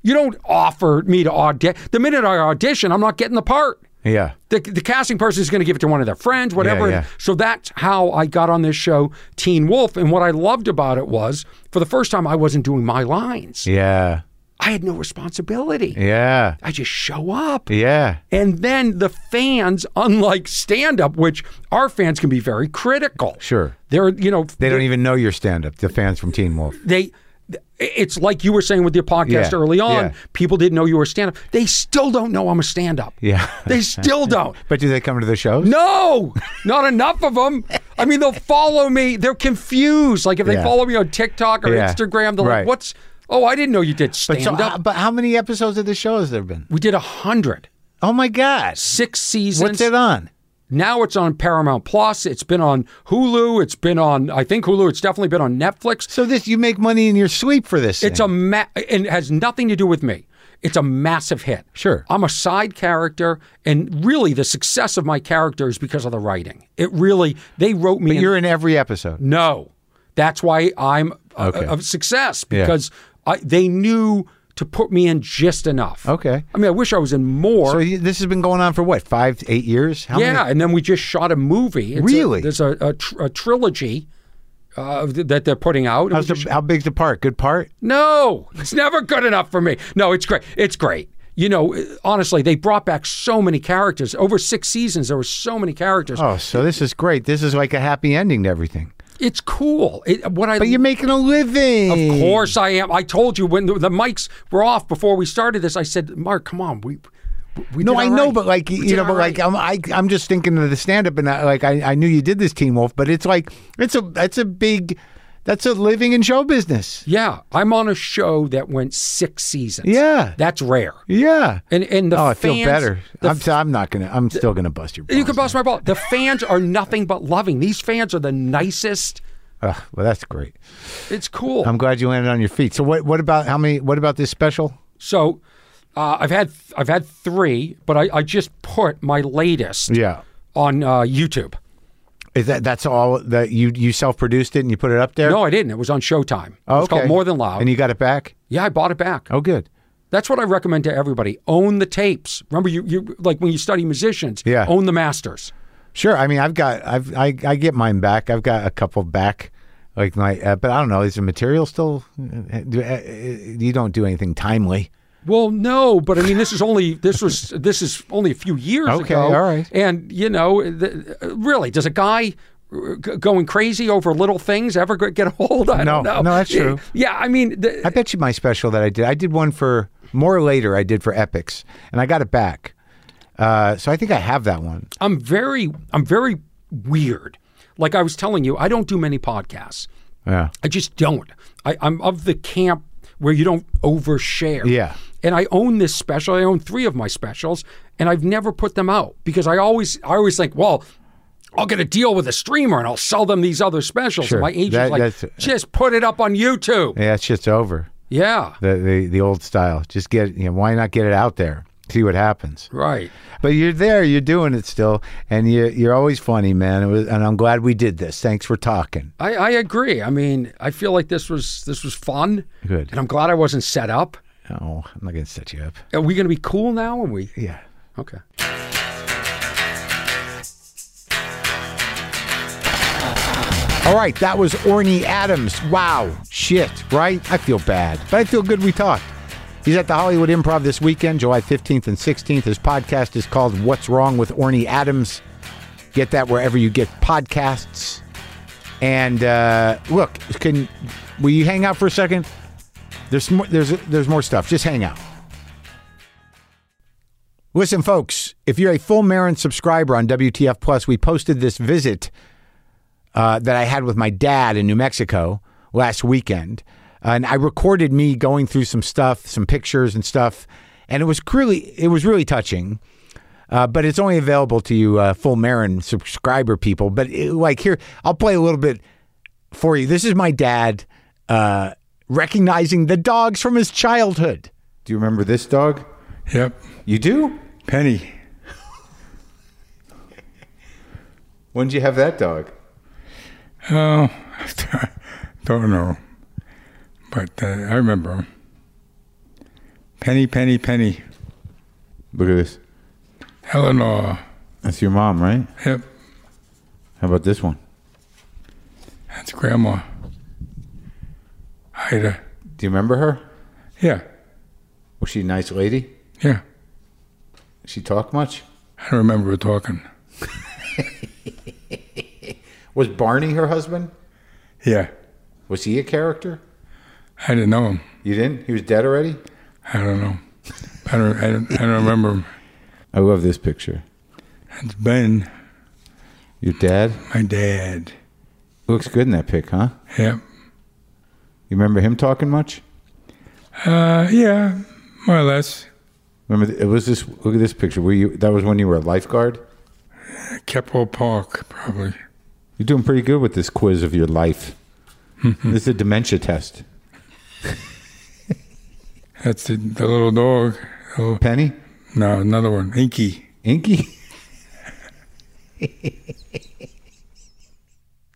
[SPEAKER 3] You don't offer me to audition. The minute I audition, I'm not getting the part.
[SPEAKER 1] Yeah.
[SPEAKER 3] The, the casting person is going to give it to one of their friends, whatever.
[SPEAKER 1] yeah.
[SPEAKER 3] So that's how I got on this show, Teen Wolf. And what I loved about it was, for the first time, I wasn't doing my lines.
[SPEAKER 1] Yeah.
[SPEAKER 3] I had no responsibility.
[SPEAKER 1] Yeah.
[SPEAKER 3] I just show up.
[SPEAKER 1] Yeah.
[SPEAKER 3] And then the fans, unlike stand up, which our fans can be very critical.
[SPEAKER 1] Sure.
[SPEAKER 3] They're, you know,
[SPEAKER 1] They don't even know your stand up, the fans from Teen Wolf.
[SPEAKER 3] they it's like you were saying with your podcast
[SPEAKER 1] Yeah,
[SPEAKER 3] early on
[SPEAKER 1] yeah.
[SPEAKER 3] people didn't know you were a stand-up they still don't know i'm a stand-up
[SPEAKER 1] Yeah.
[SPEAKER 3] they still don't
[SPEAKER 1] But do they come to the shows?
[SPEAKER 3] no not enough of them i mean they'll follow me they're confused like if they
[SPEAKER 1] Yeah.
[SPEAKER 3] follow me on tiktok or
[SPEAKER 1] Yeah,
[SPEAKER 3] instagram they're
[SPEAKER 1] right.
[SPEAKER 3] like what's oh i didn't know you did
[SPEAKER 1] But, so,
[SPEAKER 3] stand-up
[SPEAKER 1] how, but how many episodes of the show has there been?
[SPEAKER 3] we did a hundred
[SPEAKER 1] Oh my gosh.
[SPEAKER 3] six seasons
[SPEAKER 1] What's it on?
[SPEAKER 3] Now it's on Paramount Plus. It's been on Hulu. It's been on, I think Hulu. It's definitely been on Netflix.
[SPEAKER 1] So this you make money in your sleep for this.
[SPEAKER 3] It's
[SPEAKER 1] thing.
[SPEAKER 3] a ma- and it has nothing to do with me. It's a massive hit.
[SPEAKER 1] Sure.
[SPEAKER 3] I'm a side character, and really the success of my character is because of the writing. It really they wrote me. in-
[SPEAKER 1] you're in every episode.
[SPEAKER 3] no, that's why I'm a,
[SPEAKER 1] Okay.
[SPEAKER 3] a- a success
[SPEAKER 1] Yeah.
[SPEAKER 3] because I, they knew to put me in just enough.
[SPEAKER 1] Okay.
[SPEAKER 3] I mean, I wish I was in more.
[SPEAKER 1] So you, this has been going on for what five, eight years? How
[SPEAKER 3] yeah, and then we just shot a movie. It's a-
[SPEAKER 1] Really?
[SPEAKER 3] there's a, a, tr- a trilogy uh, th- that they're putting out. and we
[SPEAKER 1] How's
[SPEAKER 3] just-
[SPEAKER 1] the, how big's the part? Good part?
[SPEAKER 3] No, it's never good enough for me. No, it's great. It's great. You know, honestly, they brought back so many characters. Over six seasons, there were so many characters.
[SPEAKER 1] Oh, so this is great. This is like a happy ending to everything.
[SPEAKER 3] It's cool. It, what I
[SPEAKER 1] But you're making a living.
[SPEAKER 3] of course I am. I told you when the, the mics were off before we started this. I said, Mark, come on, we. we
[SPEAKER 1] No,
[SPEAKER 3] did
[SPEAKER 1] I
[SPEAKER 3] all
[SPEAKER 1] know,
[SPEAKER 3] right.
[SPEAKER 1] but like
[SPEAKER 3] We
[SPEAKER 1] you
[SPEAKER 3] did
[SPEAKER 1] know,
[SPEAKER 3] all
[SPEAKER 1] but like
[SPEAKER 3] right."
[SPEAKER 1] I'm I, I'm just thinking of the stand up, and I, like I, I knew you did this Team Wolf, but it's like it's a that's a big that's a living in show business.
[SPEAKER 3] yeah, I'm on a show that went six seasons.
[SPEAKER 1] Yeah.
[SPEAKER 3] that's rare.
[SPEAKER 1] Yeah.
[SPEAKER 3] And and the
[SPEAKER 1] oh, I
[SPEAKER 3] fans,
[SPEAKER 1] feel better.
[SPEAKER 3] the
[SPEAKER 1] I'm so I'm not gonna. I'm still gonna bust your.
[SPEAKER 3] You can
[SPEAKER 1] balls.
[SPEAKER 3] bust my ball. The fans are nothing but loving. These fans are the nicest.
[SPEAKER 1] Ugh, well, that's great.
[SPEAKER 3] It's cool.
[SPEAKER 1] I'm glad you landed on your feet. So what? What about how many? What about this special?
[SPEAKER 3] So uh, I've had I've had three, but I, I just put my latest
[SPEAKER 1] Yeah.
[SPEAKER 3] on uh, YouTube.
[SPEAKER 1] Is that that's all that you you self produced it and you put it up there?
[SPEAKER 3] No, I didn't. It was on Showtime.
[SPEAKER 1] Oh,
[SPEAKER 3] It's
[SPEAKER 1] okay.
[SPEAKER 3] called More Than Loud.
[SPEAKER 1] And you got it back.
[SPEAKER 3] yeah, I bought it back.
[SPEAKER 1] Oh, good.
[SPEAKER 3] That's what I recommend to everybody. Own the tapes. Remember, you, you like when you study musicians.
[SPEAKER 1] Yeah.
[SPEAKER 3] Own the masters.
[SPEAKER 1] Sure. I mean, I've got I've I, I get mine back. I've got a couple back. Like my, uh, but I don't know. Is the material still? Uh, do, uh, you don't do anything timely.
[SPEAKER 3] Well, no, but I mean, this is only this was this is only a few years
[SPEAKER 1] Okay,
[SPEAKER 3] ago.
[SPEAKER 1] all right.
[SPEAKER 3] And you know, the, really, does a guy uh, g- going crazy over little things ever g- get old? I
[SPEAKER 1] No,
[SPEAKER 3] don't know.
[SPEAKER 1] no, that's true.
[SPEAKER 3] Yeah, I mean, the,
[SPEAKER 1] I bet you my special that I did. I did one for more later. I did for Epics, and I got it back. Uh, so I think I have that one.
[SPEAKER 3] I'm very I'm very weird. Like I was telling you, I don't do many podcasts.
[SPEAKER 1] Yeah.
[SPEAKER 3] I just don't. I, I'm of the camp where you don't overshare.
[SPEAKER 1] Yeah.
[SPEAKER 3] And I own this special. I own three of my specials, and I've never put them out because I always I always think, well, I'll get a deal with a streamer and I'll sell them these other specials.
[SPEAKER 1] Sure.
[SPEAKER 3] And my agent's
[SPEAKER 1] That-
[SPEAKER 3] like,
[SPEAKER 1] that's-
[SPEAKER 3] just put it up on YouTube.
[SPEAKER 1] Yeah, it's just over.
[SPEAKER 3] Yeah.
[SPEAKER 1] The, the the old style. Just get you know, why not get it out there? See what happens.
[SPEAKER 3] Right.
[SPEAKER 1] But you're there, you're doing it still, and you you're always funny, man. It was, and I'm glad we did this. Thanks for talking.
[SPEAKER 3] I, I agree. I mean, I feel like this was this was fun.
[SPEAKER 1] Good.
[SPEAKER 3] And I'm glad I wasn't set up.
[SPEAKER 1] Oh, I'm not gonna set you up.
[SPEAKER 3] Are we gonna be cool now? Are we
[SPEAKER 1] Yeah.
[SPEAKER 3] okay.
[SPEAKER 1] All right, that was Orny Adams. Wow, shit, right? I feel bad, but I feel good we talked. He's at the Hollywood Improv this weekend, July 15th and 16th. His podcast is called What's Wrong with Orny Adams. Get that wherever you get podcasts. And uh, look, can will you hang out for a second? There's more, there's there's more stuff. Just hang out. Listen, folks, if you're a full Marin subscriber on WTF Plus, we posted this visit uh, that I had with my dad in New Mexico last weekend. And I recorded me going through some stuff, some pictures and stuff, and it was really, it was really touching. Uh, but it's only available to you, uh, full Marin subscriber people. But it, like here, I'll play a little bit for you. This is my dad uh, recognizing the dogs from his childhood. Do you remember this dog?
[SPEAKER 4] Yep.
[SPEAKER 1] You do.
[SPEAKER 4] Penny.
[SPEAKER 1] When did you have that dog?
[SPEAKER 4] Oh, I don't know. But uh, I remember him. Penny, Penny, Penny.
[SPEAKER 5] Look at this.
[SPEAKER 4] Eleanor.
[SPEAKER 5] That's your mom, right?
[SPEAKER 4] Yep.
[SPEAKER 5] How about this one?
[SPEAKER 4] That's Grandma. Ida.
[SPEAKER 5] Do you remember her?
[SPEAKER 4] Yeah.
[SPEAKER 5] Was she a nice lady?
[SPEAKER 4] Yeah.
[SPEAKER 5] Did she talk much?
[SPEAKER 4] I don't remember her talking.
[SPEAKER 1] Was Barney her husband?
[SPEAKER 4] Yeah.
[SPEAKER 1] Was he a character?
[SPEAKER 4] I didn't know him.
[SPEAKER 1] You didn't? He was dead already?
[SPEAKER 4] I don't know. I don't, I don't, I don't remember him.
[SPEAKER 5] I love this picture.
[SPEAKER 4] That's Ben,
[SPEAKER 5] Your dad
[SPEAKER 4] my dad.
[SPEAKER 5] looks good in that pic, huh?
[SPEAKER 4] Yep.
[SPEAKER 5] You remember him talking much?
[SPEAKER 4] Uh, yeah, more or less.
[SPEAKER 5] Remember th- it was this look at this picture. Were you that was when you were a lifeguard?
[SPEAKER 4] Keppel Park, probably.
[SPEAKER 5] You're doing pretty good with this quiz of your life. this is a dementia test.
[SPEAKER 4] That's the, the little dog. The little-
[SPEAKER 5] Penny?
[SPEAKER 4] No, another one. Inky.
[SPEAKER 5] Inky?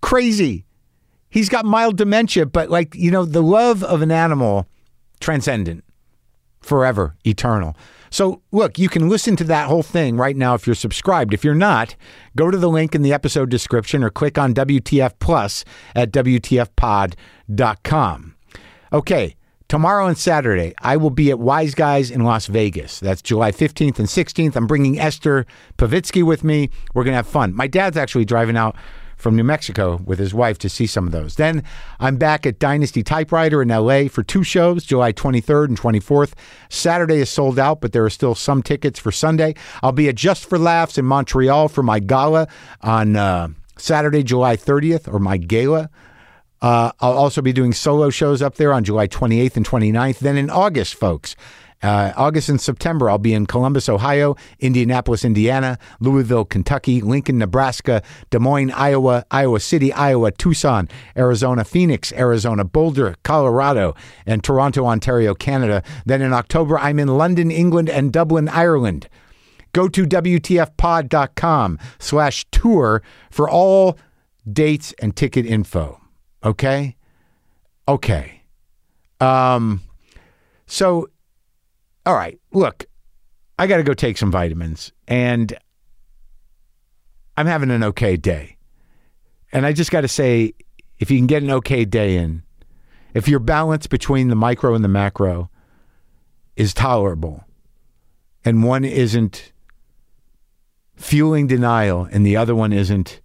[SPEAKER 1] crazy. He's got mild dementia, but like, you know, the love of an animal, transcendent, forever, eternal. So, look, you can listen to that whole thing right now if you're subscribed. If you're not, go to the link in the episode description or click on WTF Plus at WTFpod.com. Okay, tomorrow and Saturday, I will be at Wise Guys in Las Vegas. That's July 15th and 16th. I'm bringing Esther Pavitsky with me. We're going to have fun. My dad's actually driving out from New Mexico with his wife to see some of those. Then I'm back at Dynasty Typewriter in LA for two shows, July 23rd and 24th. Saturday is sold out, but there are still some tickets for Sunday. I'll be at Just for Laughs in Montreal for my gala on uh, Saturday, July 30th, or my gala. Uh, I'll also be doing solo shows up there on July 28th and 29th. Then in August, folks, uh, August and September, I'll be in Columbus, Ohio, Indianapolis, Indiana, Louisville, Kentucky, Lincoln, Nebraska, Des Moines, Iowa, Iowa City, Iowa, Tucson, Arizona, Phoenix, Arizona, Boulder, Colorado, and Toronto, Ontario, Canada. Then in October, I'm in London, England, and Dublin, Ireland. Go to WTFpod.com slash tour for all dates and ticket info. Okay? Okay. Um, so, all right, look, I got to go take some vitamins and I'm having an okay day. And I just got to say, if you can get an okay day in, if your balance between the micro and the macro is tolerable and one isn't fueling denial and the other one isn't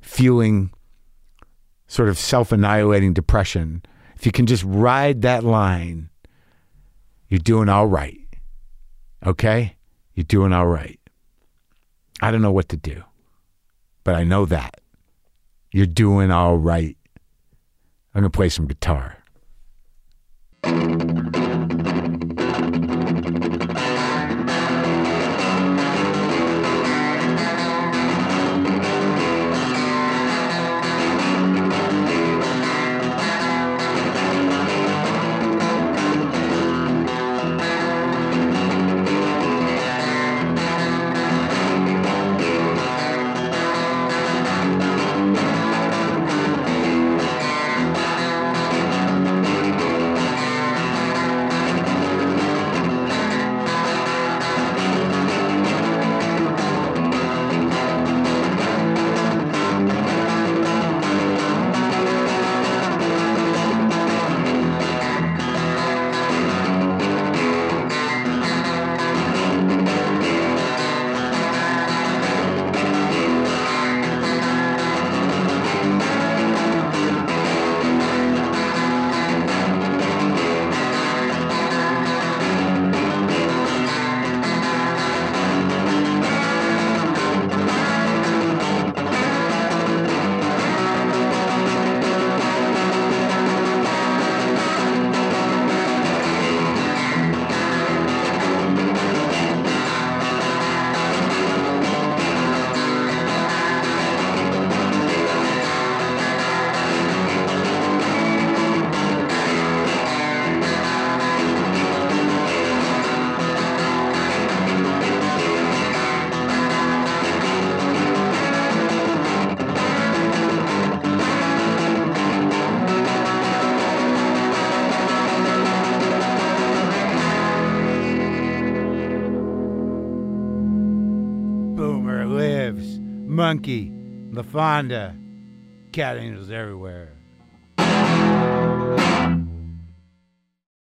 [SPEAKER 1] fueling sort of self annihilating depression, if you can just ride that line, you're doing all right. Okay? You're doing all right. I don't know what to do, but I know that you're doing all right. I'm going to play some guitar. Boomer lives. Monkey, LaFonda, cat angels everywhere.